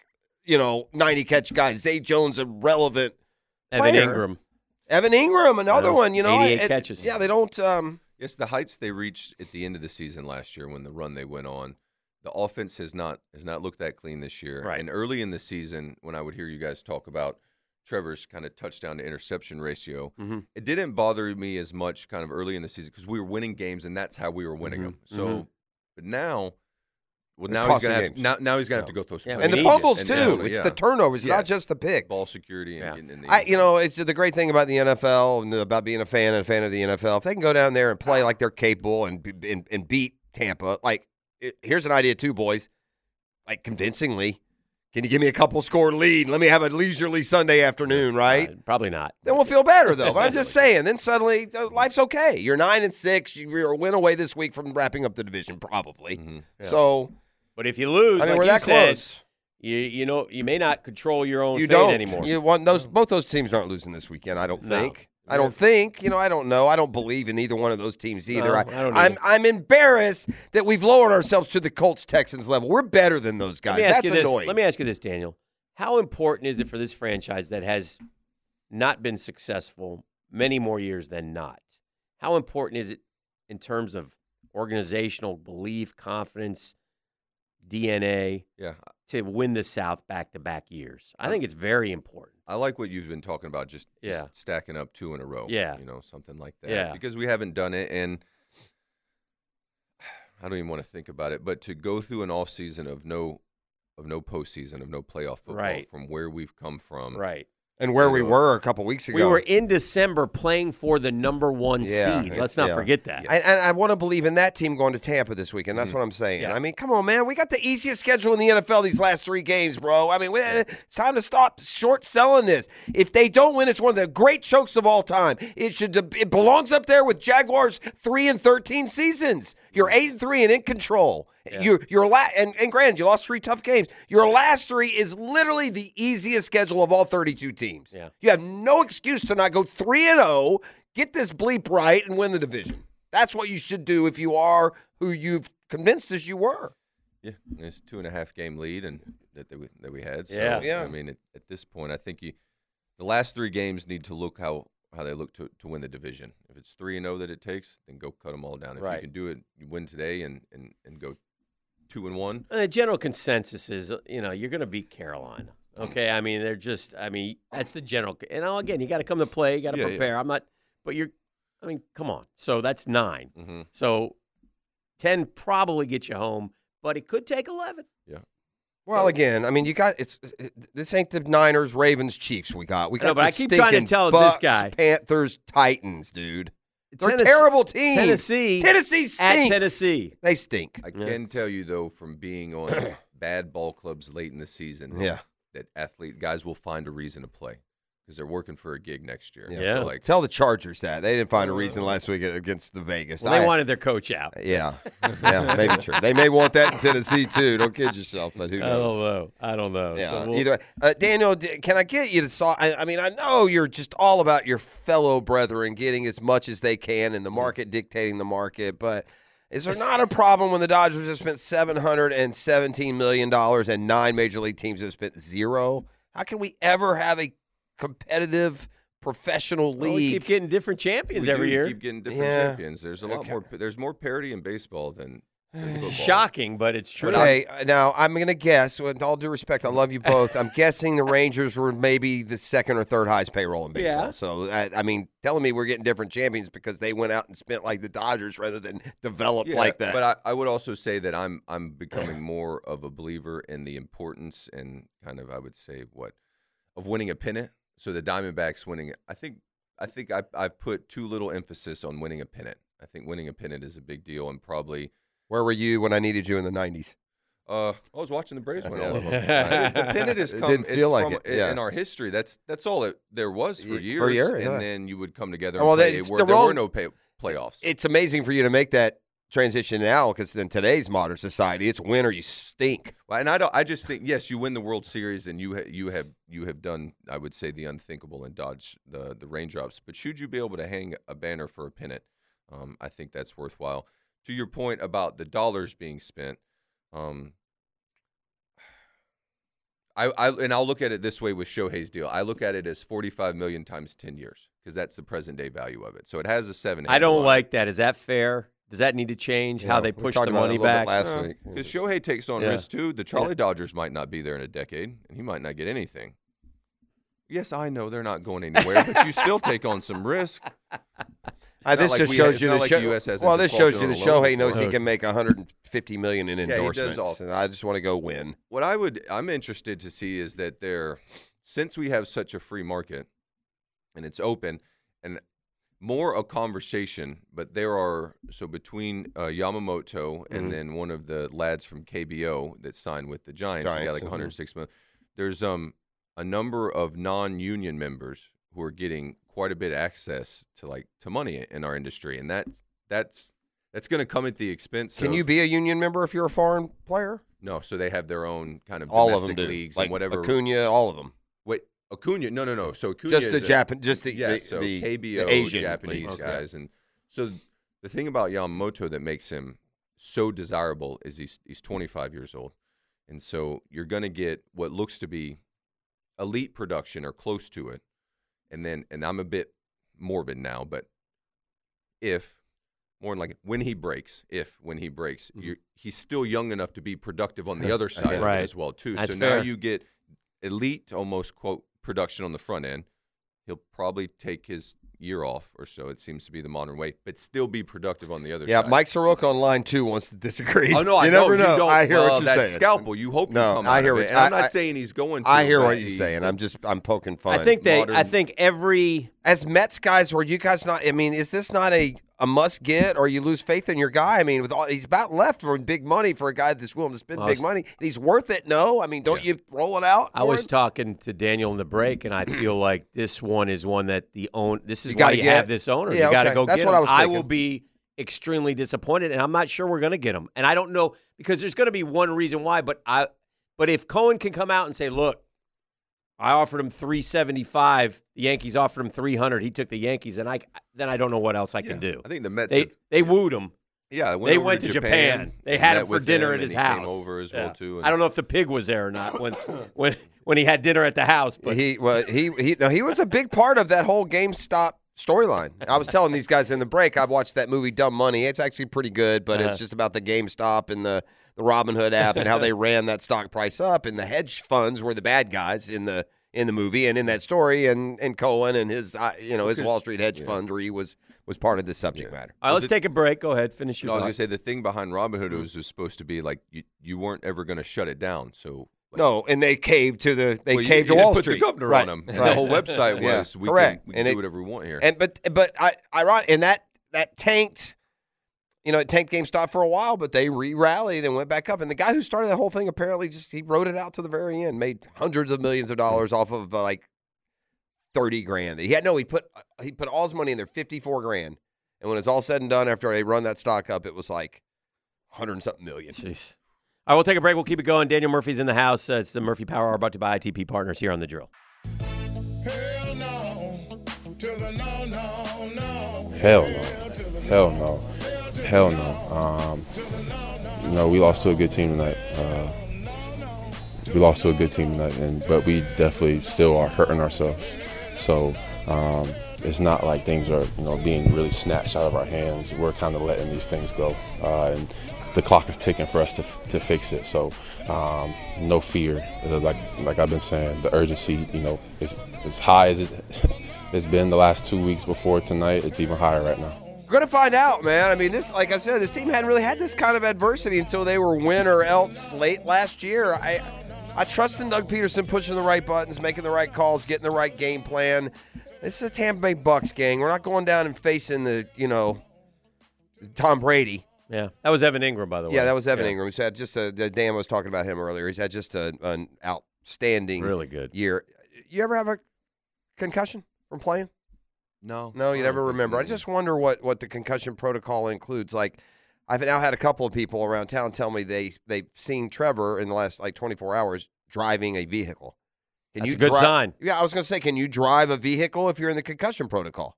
you know, 90 catch guy. Zay Jones a relevant Evan player. Ingram. Evan Ingram, another Yeah. one, you know. 88 it- catches. Yeah, they don't. Um, Yes, the heights they reached at the end of the season last year when the run they went on, the offense has not has not looked that clean this year. Right. And early in the season, when I would hear you guys talk about Trevor's kind of touchdown to interception ratio, Mm-hmm. Mhm. it didn't bother me as much kind of early in the season because we were winning games and that's how we were winning Mm-hmm. Mhm. them. So, Mhm. but now, well, They're now he's costing gonna have games. now, now he's gonna have to go throw some Yeah, plays. and the fumbles too. It's the turnovers, not Yes. just the picks. Ball security and getting in the I, you know, it's the great thing about the NFL and about being a fan and a fan of the NFL. If they can go down there and play like they're capable and be- and, and beat Tampa, like it- here's an idea too, boys, like convincingly. Can you give me a couple score lead? and Let me have a leisurely Sunday afternoon, right? probably not. Then we'll feel better though. But I'm just saying. Then suddenly uh, life's okay. You're nine and six. you- You're a win away this week from wrapping up the division, probably. Mm-hmm. So, but if you lose, I mean, like we're you that said, close. You you know you may not control your own you fate don't anymore. You want those both those teams aren't losing this weekend. I don't No. think. I don't think. You know, I don't know. I don't believe in either one of those teams either. No, I, I don't I'm either. I'm embarrassed that we've lowered ourselves to the Colts Texans level. We're better than those guys. Let me ask That's you this. annoying. Let me ask you this, Daniel. How important is it for this franchise that has not been successful many more years than not? How important is it in terms of organizational belief, confidence, DNA? Yeah. To win the South back to back years, I think it's very important. I like what you've been talking about, just, just Yeah. stacking up two in a row. Yeah. You know, something like that. Yeah. Because we haven't done it and [SIGHS] I don't even want to think about it, but to go through an off season of no of no postseason, of no playoff football Right. from where we've come from. Right. and where you we know, were a couple weeks ago. We were in December playing for the number one seed. Let's not yeah. forget that. Mm-hmm. And, and I want to believe in that team going to Tampa this weekend. That's what I'm saying. I mean, come on, man. We got the easiest schedule in the NFL these last three games, bro. I mean, we, it's time to stop short selling this. If they don't win, it's one of the great chokes of all time. It should it belongs up there with Jaguars three and thirteen seasons. You're eight and three and in control. Your your la- and, and granted, you lost three tough games. Your last three is literally the easiest schedule of all 32 teams. Yeah. You have no excuse to not go 3 and 0, get this bleep right and win the division. That's what you should do if you are who you've convinced us you were. Yeah, and it's two and a half game lead, and that that we, that we had. So, Yeah. Yeah. I mean, at, at this point, I think you, the last three games need to look how how they look to, to win the division. If it's three and zero that it takes, then go cut them all down. If Right. you can do it, you win today and and and go two and one. And Uh, the general consensus is, uh, you know, you're going to beat Carolina. Okay, I mean, they're just, I mean, that's the general. And now again, you got to come to play, you got to Yeah, yeah. prepare. I'm not, but you're, I mean, come on. So that's 9 Mm-hmm. Mhm. So ten probably get you home, but it could take eleven. Well, again, I mean, you got it's this ain't the Niners, Ravens, Chiefs we got. We I know, got but the I keep trying to stinking tell this Bucks, guy. Panthers, Titans, dude. They're Tennessee- terrible teams. Tennessee Tennessee at stinks. Tennessee. They stink. [CLEARS THROAT] I can tell you though, from being on bad ball clubs late in the season. Yeah. That athlete guys will find a reason to play because they're working for a gig next year. Yeah. So, like, Tell the Chargers that. They didn't find a Uh, reason last week against the Vegas. Well, they I- wanted their coach out. Yeah. yeah, maybe true. They may want that in [LAUGHS] Tennessee, too. Don't kid yourself, but who I knows? don't know. I don't know. Yeah. So we'll- Either way, uh, Daniel, d- can I get you to saw? I, I mean, I know you're just all about your fellow brethren getting as much as they can, Mm. and the market dictating the market. But is there not a problem when the Dodgers have spent seven hundred and seventeen million dollars and nine major league teams have spent zero? How can we ever have a competitive professional Well, we league? keep getting different champions we do Keep getting different champions. There's a lot more. There's more parity in baseball than. [SIGHS] than football. shocking, but it's true. Okay, now I'm gonna guess. With all due respect, I love [LAUGHS] you both. I'm guessing the Rangers were maybe the second or third highest payroll in baseball. Yeah. So I, I mean, telling me we're getting different champions because they went out and spent like the Dodgers rather than develop Yeah, like that. But I, I would also say that I'm I'm [SIGHS] becoming more of a believer in the importance and kind of I would say what of winning a pennant. So the Diamondbacks winning, I think I think I, I've put too little emphasis on winning a pennant. I think winning a pennant is a big deal and probably. Where were you when I needed you in the '90s? Uh, I was watching the Braves win [LAUGHS] all of them. Yeah. The pennant has It come. didn't feel it's like from- it, yeah. in our history. That's that's all it there was for years. for a year, and yeah. then you would come together. Well, and play. it's Where the there were wrong- no pay, playoffs. It's amazing for you to make that transition now because in today's modern society, it's win or you stink. Well, and I don't. I just think yes, you win the World Series, and you ha- you have you have done. I would say the unthinkable and dodge the the raindrops. But should you be able to hang a banner for a pennant, um, I think that's worthwhile. To your point about the dollars being spent, um, I, I and I'll look at it this way with Shohei's deal. I look at it as forty five million times ten years because that's the present day value of it. So it has a seven. I don't like that. Is that fair? Does that need to change how they push the money back? because Shohei takes on Yeah. risk too. The Charlie Yeah. Dodgers might not be there in a decade, and he might not get anything. Yes, I know they're not going anywhere, but you still take on some risk. [LAUGHS] Uh, It's not this like just we- shows it's you not the like show- US hasn't well, this defaulted shows you on the a loan Shohei knows he before. can make 150 million in he does endorsements. all. And I just want to go win. What I would, I'm interested to see is that there, since we have such a free market, and it's open, and more a conversation. But there are so between uh, Yamamoto and Mm-hmm. Mhm. then one of the lads from KBO that signed with the Giants, he got Giants, like mhm. mm-hmm. 106 million. There's um a number of non-union members who are getting quite a bit of access to like to money in our industry, and that's that's that's going to come at the expense. Can of, you be a union member if you're a foreign player? no, so they have their own kind of All of them domestic do. leagues Like and whatever. Acuna, all of them. Wait, Acuna? No, no, no. So Acuna Just the is a- Japan- just the- yeah, the- so the- KBO the Asian Japanese leagues. Okay. guys, and so the thing about Yamamoto that makes him so desirable is he's he's 25 years old, and so you're going to get what looks to be elite production or close to it, and then and I'm a bit morbid now, but if more than like when he breaks, if when he breaks, you're, he's still young enough to be productive on the [LAUGHS] other Okay. side of it Mm-hmm. Right. as well too. That's so now fair. you get elite almost quote production on the front end. He'll probably take his year off or so. It seems to be the modern way, but still be productive on the other Yeah, side. Mike [LAUGHS] Soroka on line two wants to disagree. Oh no, I you know never you know. don't. I hear well, what you're that saying. scalpel. You hope you no, come I out hear of what it. And I'm not saying he's going. to, I hear but what you're he- saying. I'm just I'm poking fun. I think they. I think every as Mets guys, were you guys not? I mean, is this not a a must get, or you lose faith in your guy? I mean, with all he's about left for big money for a guy that's willing to spend Well, big money, and he's worth it. No, I mean, don't you roll it out? I was talking to Daniel in the break, and I feel like this one is one that the own. This is You why gotta you get- have this owner. Yeah, you got to okay. go That's get what him. I was will thinking. be extremely disappointed, and I'm not sure we're going to get him. And I don't know because there's going to be one reason why. But I, but if Cohen can come out and say, "Look, I offered him 375. The Yankees offered him 300. He took the Yankees, and I then I don't know what else I can do. I think the Mets they have- they wooed him. Yeah, I went they over went to to Japan Japan. They and had met him for with dinner him, at and his he came house. over as well, too, and- I don't know if the pig was there or not [LAUGHS] when when when he had dinner at the house. But he well he he no he was a big part of that whole GameStop storyline. I was telling these guys in the break. I watched that movie Dumb Money. It's actually pretty good, but Uh-huh. it's just about the GameStop and the the Robinhood app and how [LAUGHS] they ran that stock price up. And the hedge funds were the bad guys in the in the movie and in that story. And and Cohen and his uh, you know his Because- Wall Street hedge yeah. fund where he was was part of the subject matter. All right, let's take a break. Go ahead, finish your No, I was thought. gonna say the thing behind Robinhood Mm-hmm. was, was supposed to be like you, you weren't ever gonna shut it down. So like, No, and they caved to the they Well, you- caved you to Wall put the Street. governor on them, and the whole website was, we can- we can do whatever we want here. And but but I I ironic and that that tanked you know, it tanked GameStop for a while, but they re-rallied and went back up. And the guy who started the whole thing apparently just he wrote it out to the very end, made hundreds of millions of dollars off of uh, like thirty grand. He had no, he put he put all his money in there, fifty-four grand. And when it's all said and done, after they run that stock up, it was like hundred and something million. All right, we'll take a break. We'll keep it going. Daniel Murphy's in the house. Uh, it's the Murphy Power Hour brought to you by ITP Partners here on The Drill. Hell no. Hell no. Hell no. Um, you know, we lost to a good team tonight. Uh, we lost to a good team tonight, and but we definitely still are hurting ourselves. So um, it's not like things are you know being really snatched out of our hands. We're kind of letting these things go, uh, and the clock is ticking for us to, to fix it. So um, no fear. Uh, Like like I've been saying, the urgency you know is as high as it [LAUGHS] it's been the last two weeks before tonight. It's even higher right now. We're gonna find out, man. I mean, this, like I said, this team hadn't really had this kind of adversity until they were win or else late last year. I, I trust in Doug Peterson pushing the right buttons, making the right calls, getting the right game plan. This is a Tampa Bay Bucks gang. We're not going down and facing the, you know, Tom Brady. Yeah, that was Evan Ingram, by the way. Yeah, that was Evan Yeah. Ingram. He's had just a, Dan was talking about him earlier. He's had just a, an outstanding, Really good. year. You ever have a concussion from playing? No. No, you I never don't think remember. I so. just wonder what what the concussion protocol includes. Like, I've now had a couple of people around town tell me they they've seen Trevor in the last like 24 hours driving a vehicle. That's a good dri- sign. Yeah, I was gonna say, can you drive a vehicle if you're in the concussion protocol?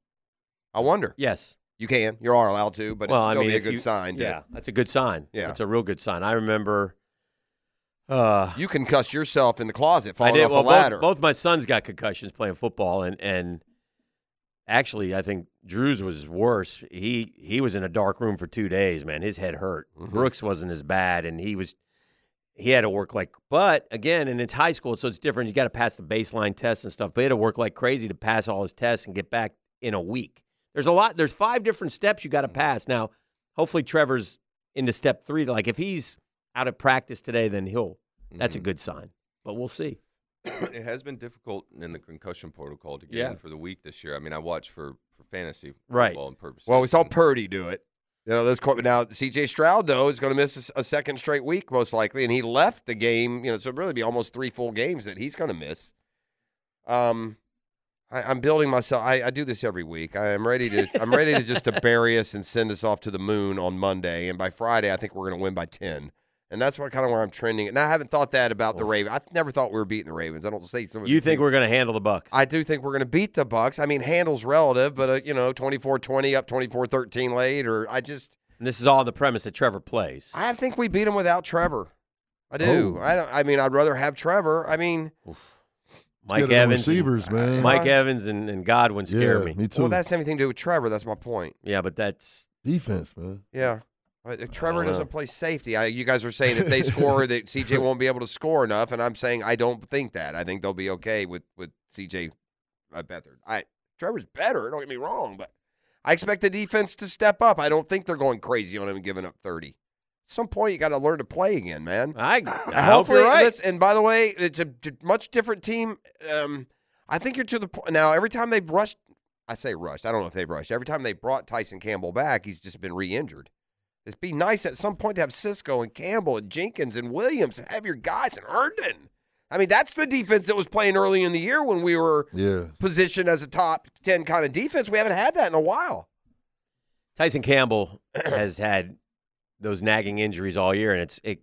I wonder. Yes, you can. You are allowed to, but well, it's I still mean, be a if good you- sign. to- Yeah, that's a good sign. Yeah. That's a real good sign. I remember you can cuss yourself in the closet falling I did. off well, the both- ladder. Both, my sons got concussions playing football, and and actually, I think Drew's was worse. He he was in a dark room for two days. Man, his head hurt. Mm-hmm. Brooks wasn't as bad, and he was he had to work like. But again, and it's high school, so it's different. You got to pass the baseline tests and stuff. But he had to work like crazy to pass all his tests and get back in a week. There's a lot. There's five different steps you got Mm-hmm. to pass. Now, hopefully, Trevor's into step three. Like if he's out of practice today, then he'll. Mm-hmm. That's a good sign. But we'll see. [CLEARS THROAT] it has been difficult in the concussion protocol to get Yeah. in for the week this year. I mean, I watch for, for fantasy Right. football and purposes. Well, we saw Purdy do it. You know, those court now CJ Stroud though is going to miss a s- a, second straight week most likely, and he left the game. You know, so it'd really be almost three full games that he's going to miss. Um, I, I'm building myself. I, I do this every week. I am ready to. I'm ready to [LAUGHS] just to bury us and send us off to the moon on Monday, and by Friday I think we're going to win by ten. And that's what kind of where I'm trending. And I haven't thought that about the Ravens. I never thought we were beating the Ravens. I don't say some of You these think things- we're going to handle the Bucks? I do think we're going to beat the Bucks. I mean, handles relative, but uh, you know, 24-20 up 24-13 late or I just And this is all the premise that Trevor plays. I think we beat them without Trevor. I do. Oh. I don't I mean, I'd rather have Trevor. I mean, Mike Get it Evans, on and- receivers, man. Mike Huh? Evans, and, and Godwin scare Yeah, me. me too. well, that's anything to do with Trevor. That's my point. yeah, but that's Defense, man. Yeah. Uh, Trevor know. doesn't play safety. I, you guys are saying if they score [LAUGHS] that CJ won't be able to score enough, and I'm saying I don't think that. I think they'll be okay with with CJ uh, Beathard. I Trevor's better. Don't get me wrong, but I expect the defense to step up. I don't think they're going crazy on him and giving up thirty. At some point, you got to learn to play again, man. I, I hope Hopefully, you're right. listen, and by the way, it's a d- much different team. Um, I think you're to the point now. Every time they've rushed, I say rushed. I don't know if they've rushed. Every time they brought Tyson Campbell back, he's just been re-injured. It'd be nice at some point to have Cisco and Campbell and Jenkins and Williams and have your guys and Herndon. I mean, that's the defense that was playing early in the year when we were Yeah. positioned as a top ten kind of defense. We haven't had that in a while. Tyson Campbell has had those nagging injuries all year, and it's it,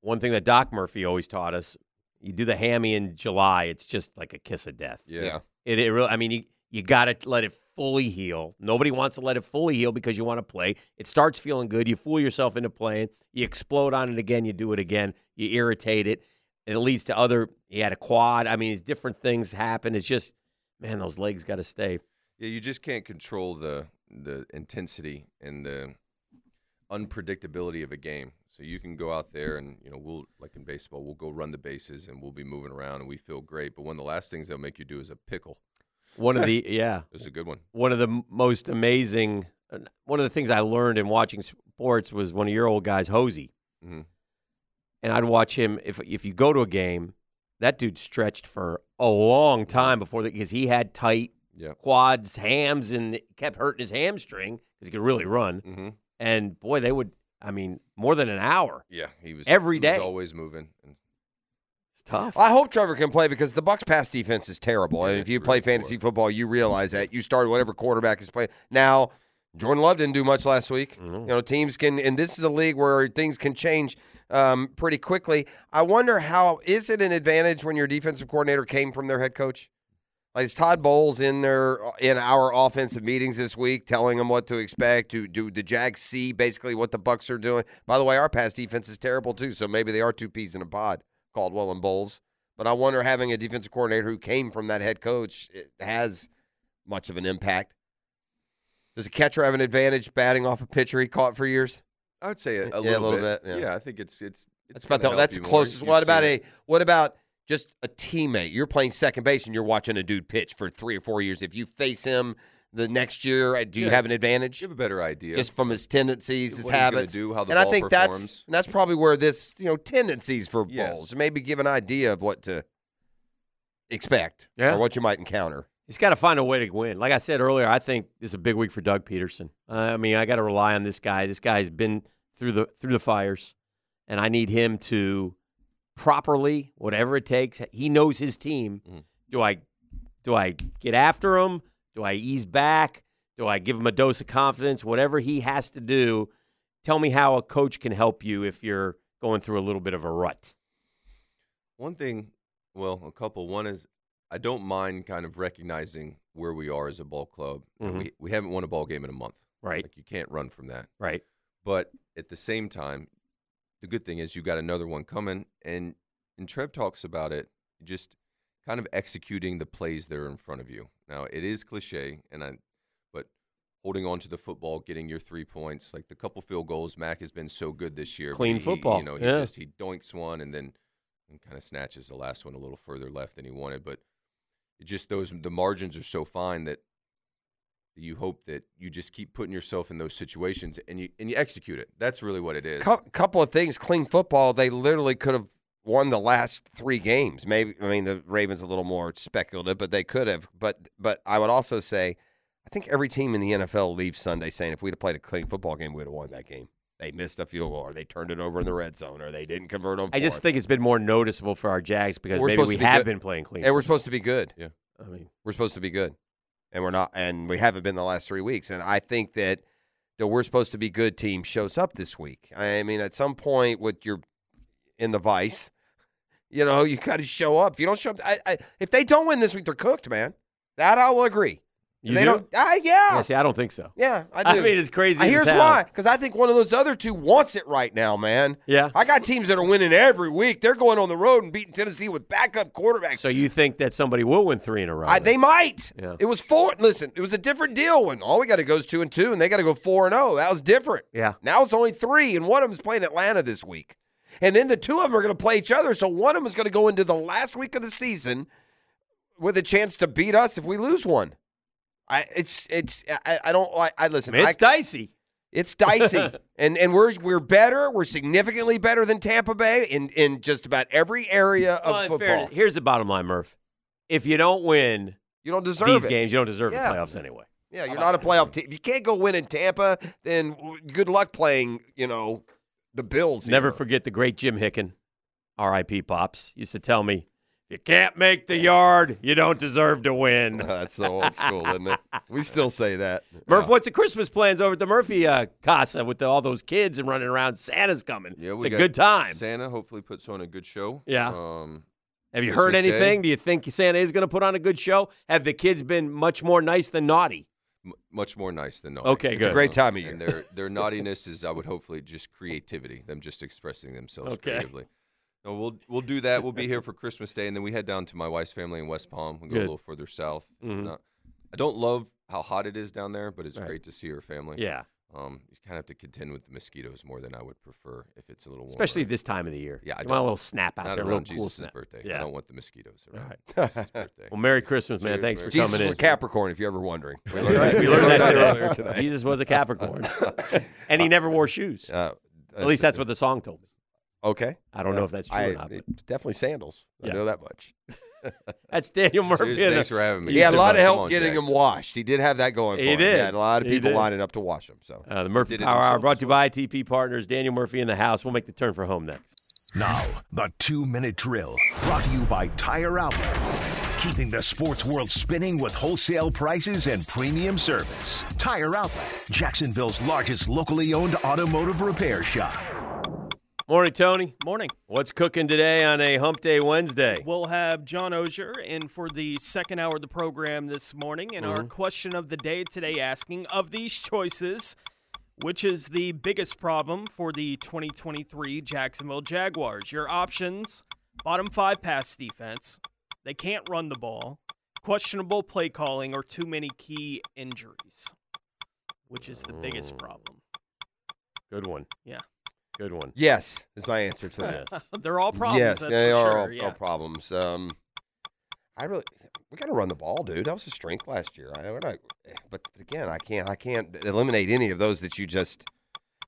one thing that Doc Murphy always taught us: you do the hammy in July, it's just like a kiss of death. Yeah. Yeah. It, it really, I mean, you you got to let it fully heal. Nobody wants to let it fully heal because you want to play. It starts feeling good. You fool yourself into playing. You explode on it again. You do it again. You irritate it. It leads to other. He had a quad. I mean, it's different things happen. It's just, man, those legs got to stay. Yeah, you just can't control the the intensity and the unpredictability of a game. So you can go out there and you know we'll like in baseball we'll go run the bases and we'll be moving around and we feel great. But one of the last things they'll make you do is a pickle. [LAUGHS] One of the yeah, That's a good one. One of the m- most amazing. One of the things I learned in watching sports was one of your old guys, Hosey, Mhm. and I'd watch him. If if you go to a game, that dude stretched for a long time before that because he had tight Yeah. quads, hams, and it kept hurting his hamstring because he could really run. Mhm. and boy, they would. I mean, more than an hour. Yeah, he was every he was day. always moving. And It's tough. I hope Trevor can play because the Bucks pass defense is terrible. and if you play fantasy football, you realize that you start whatever quarterback is playing. Now, Jordan Love didn't do much last week. Mm-hmm. You know, teams can, and this is a league where things can change um, pretty quickly. I wonder how is it an advantage when your defensive coordinator came from their head coach? Like is Todd Bowles in their in our offensive meetings this week, telling them what to expect? Do do the Jags see basically what the Bucks are doing? By the way, our pass defense is terrible too, so maybe they are two peas in a pod, Caldwell and Bowles. But I wonder having a defensive coordinator who came from that head coach it has much of an impact. Does a catcher have an advantage batting off a pitcher he caught for years? I would say a, Yeah, a little, little bit, Yeah. yeah. I think it's it's. it's That's about gonna the, help that's you more. closest. You've What about seen it. a what about just a teammate? You're playing second base and you're watching a dude pitch for three or four years. If you face him the next year, uh, do you Yeah. have an advantage? You have a better idea. Just from his tendencies, his What he's gonna habits. do, how the and I ball think performs. that's and that's probably where this you know tendencies for Yes. Bowles maybe give an idea of what to expect Yeah. or what you might encounter. He's got to find a way to win. Like I said earlier, I think this is a big week for Doug Peterson. Uh, I mean, I got to rely on this guy. This guy's been through the through the fires, and I need him to properly, whatever it takes. He knows his team. Mm-hmm. Do I do I get after him? Do I ease back? Do I give him a dose of confidence? Whatever he has to do, tell me how a coach can help you if you're going through a little bit of a rut. One thing, well, a couple. One is I don't mind kind of recognizing where we are as a ball club. You know, Mhm. We we haven't won a ball game in a month. Right. Like you can't run from that. Right. But at the same time, the good thing is you got another one coming and and Trev talks about it just kind of executing the plays that are in front of you. Now, it is cliche and I but holding on to the football, getting your three points, like the couple field goals, Mac has been so good this year. but Clean he- he- football, You know, he yeah. just he doinks one and then and kind of snatches the last one a little further left than he wanted. But it just those the margins are so fine that you hope that you just keep putting yourself in those situations and you and you execute it. That's really what it is. Cou- couple of things. Clean football. They literally could have won the last three games. Maybe I mean the Ravens a little more speculative, but they could have. But but I would also say, I think every team in the NFL leaves Sunday saying if we'd have played a clean football game, we'd have won that game. They missed a field goal, or they turned it over in the red zone, or they didn't convert on. I just fourth. think it's been more noticeable for our Jags because We're maybe supposed we to be have good. been playing clean. and we're supposed to be good. Yeah. I mean, We're supposed to be good, and we're not, and we haven't been the last three weeks. And I think that the we're supposed to be good team shows up this week. I mean, at some point, with your in the vice, you know, you got to show up. If you don't show up, I, I, if they don't win this week, they're cooked, man. That I will agree. If You they do? not I, yeah. Yeah, see, I don't think so. Yeah, I [LAUGHS] I do. mean, it's crazy I- as Here's hell. why: because I think one of those other two wants it right now, man. Yeah, I got teams that are winning every week. They're going on the road and beating Tennessee with backup quarterbacks. So you think that somebody will win three in a row? I, they might. Yeah. It was four. Listen, it was a different deal when all we got to go is two and two, and they got to go four and zero. That was different. Yeah. Now it's only three, and one of them's playing Atlanta this week, and then the two of them are going to play each other. So one of them is going to go into the last week of the season with a chance to beat us if we lose one. I it's it's I, I don't I, I listen. It's I, dicey. It's dicey, [LAUGHS] and and we're we're better. We're significantly better than Tampa Bay in in just about every area of Well, in football. fairness- here's the bottom line, Murph. If you don't win, you don't deserve these it. games. You don't deserve Yeah. the playoffs anyway. Yeah, you're not a playoff team. If you can't go win in Tampa, then w- good luck playing, you know, the Bills. here. Never forget the great Jim Hicken, R.I.P. Pops, used to tell me, "If you can't make the yard, you don't deserve to [LAUGHS] win." That's so old school, isn't it? We still say that. Murph, what's the Christmas plans over at the Murphy uh, Casa with the, all those kids and running around? Santa's coming. Yeah, it's we a got- good time. Santa hopefully puts on a good show. Yeah. Um, Have you heard Christmas Day. anything? Do you think Santa is going to put on a good show? Have the kids been much more nice than naughty? M- much more nice than naughty. Okay, It's a good. great time of And year. [LAUGHS] their their naughtiness is, I would hopefully just creativity, them just expressing themselves Okay. creatively. No, we'll we'll do that. We'll be [LAUGHS] here for Christmas Day, and then we head down to my wife's family in West Palm. We go Good. a little further south. It's Mhm. not- I don't love how hot it is down there, but it's Right. great to see her family. Yeah. Um, you kind of have to contend with the mosquitoes more than I would prefer if it's a little warmer. Especially this time of the year. Yeah, I You don't- want a little snap out not there, a around little cool Jesus' snap. birthday. Yeah. I don't want the mosquitoes around. [LAUGHS] right. [LAUGHS] Jesus' birthday. Well, Merry Christmas, man. Thanks for Jesus coming was in. Capricorn, if you're ever wondering. We learned, we learned that today. earlier today. Jesus was [LAUGHS] a Capricorn, and he never wore shoes. Uh, At least that's what the song told me. Okay. Uh, I don't know if that's true I- or not, it- Definitely sandals. I Yeah. know that much. [LAUGHS] That's Daniel Murphy. Cheers, thanks for having me. He had a lot of Come help on, getting Jax. him washed. He did have that going He for him. did. He had a lot of He people did. lining up to wash him. So Uh, the Murphy Power Hour brought to you by ITP Partners. Daniel Murphy in the house. We'll make the turn for home next. Now, the two minute drill brought to you by Tire Outlet, keeping the sports world spinning with wholesale prices and premium service. Tire Outlet, Jacksonville's largest locally owned automotive repair shop. Morning, Tony. Morning. What's cooking today on a Hump Day Wednesday? We'll have John Osier in for the second hour of the program this morning. And our Mhm. question of the day today asking of these choices, which is the biggest problem for the 2023 Jacksonville Jaguars? Your options bottom five pass defense, they can't run the ball, questionable play calling, or too many key injuries, which is the biggest problem. Good one. Yeah. Good one. Yes, is my answer to that. Yes. [LAUGHS] They're all problems, Yes, that's they for are sure, all, yeah. all problems. Um, I really, we got to run the ball, dude. That was a strength last year. I, we're not, eh, but again, I can't, I can't eliminate any of those that you just.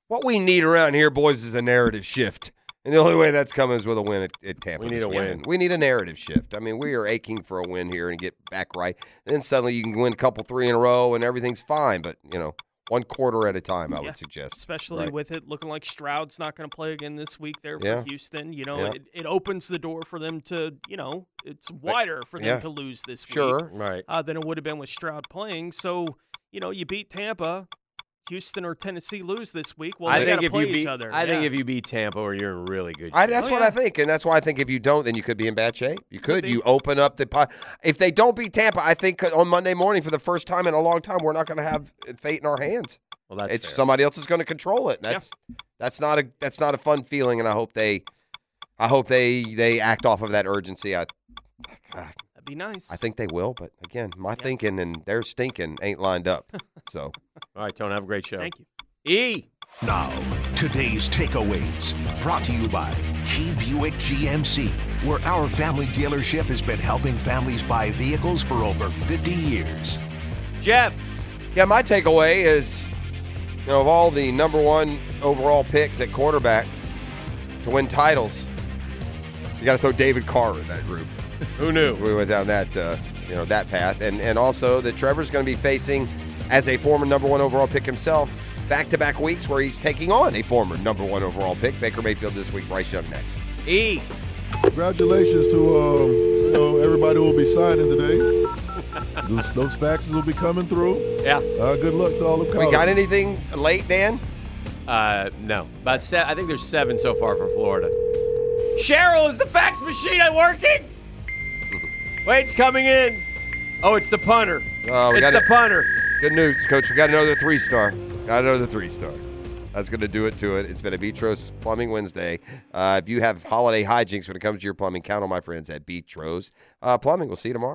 What we need around here, boys, is a narrative shift, and the only way that's coming is with a win at, at Tampa. We need this a win. weekend. We need a narrative shift. I mean, we are aching for a win here and get back right. And then suddenly you can win a couple three in a row, and everything's fine. But you know, one quarter at a time, I Yeah. would suggest. Especially Right. with it looking like Stroud's not going to play again this week there for Yeah. Houston. You know, Yeah. it, it opens the door for them to, you know, it's wider for them yeah. to lose this week Sure. Right. uh, than it would have been with Stroud playing. So, you know, you beat Tampa, Houston or Tennessee lose this week. Well, I they think gotta if play you beat, each other. I think yeah. if you beat Tampa, or you're in really good. I, shape. that's what I think, and that's why I think if you don't, then you could be in bad shape. You could. Oh, be. You open up the pot. If they don't beat Tampa, I think on Monday morning for the first time in a long time, we're not going to have fate in our hands. Well, that's it's fair. somebody else is going to control it. and That's that's not a that's not a fun feeling, and I hope they, I hope they they act off of that urgency. I That'd be nice. I think they will, but again, my thinking and their stinking ain't lined up. So, all right, Tony, have a great show. Thank you. E. Now, today's takeaways brought to you by G Buick GMC, where our family dealership has been helping families buy vehicles for over 50 years. [LAUGHS] Jeff. Yeah, my takeaway is, you know, of all the number one overall picks at quarterback to win titles, you got to throw David Carr in that group. [LAUGHS] Who knew? We went down that, uh, you know, that path, and and also that Trevor's going to be facing, as a former number one overall pick himself, back-to-back weeks where he's taking on a former number one overall pick, Baker Mayfield this week, Bryce Young next. E. Congratulations to um, you know everybody who will be [LAUGHS] signing today. Those, those faxes will be coming through. Yeah. Uh, good luck to all the We colleges. got anything late, Dan? Uh, no, about se- I think there's seven so far for Florida. Cheryl, is the fax machine [LAUGHS] working? Wait, it's coming in. Oh, it's the punter. Oh, we it's got the it. punter. Good news, Coach. We got another three star. Got another three star. That's going to do it to it. It's been a Betros Plumbing Wednesday. Uh, if you have holiday hijinks when it comes to your plumbing, count on my friends at Betros uh, Plumbing. We'll see you tomorrow.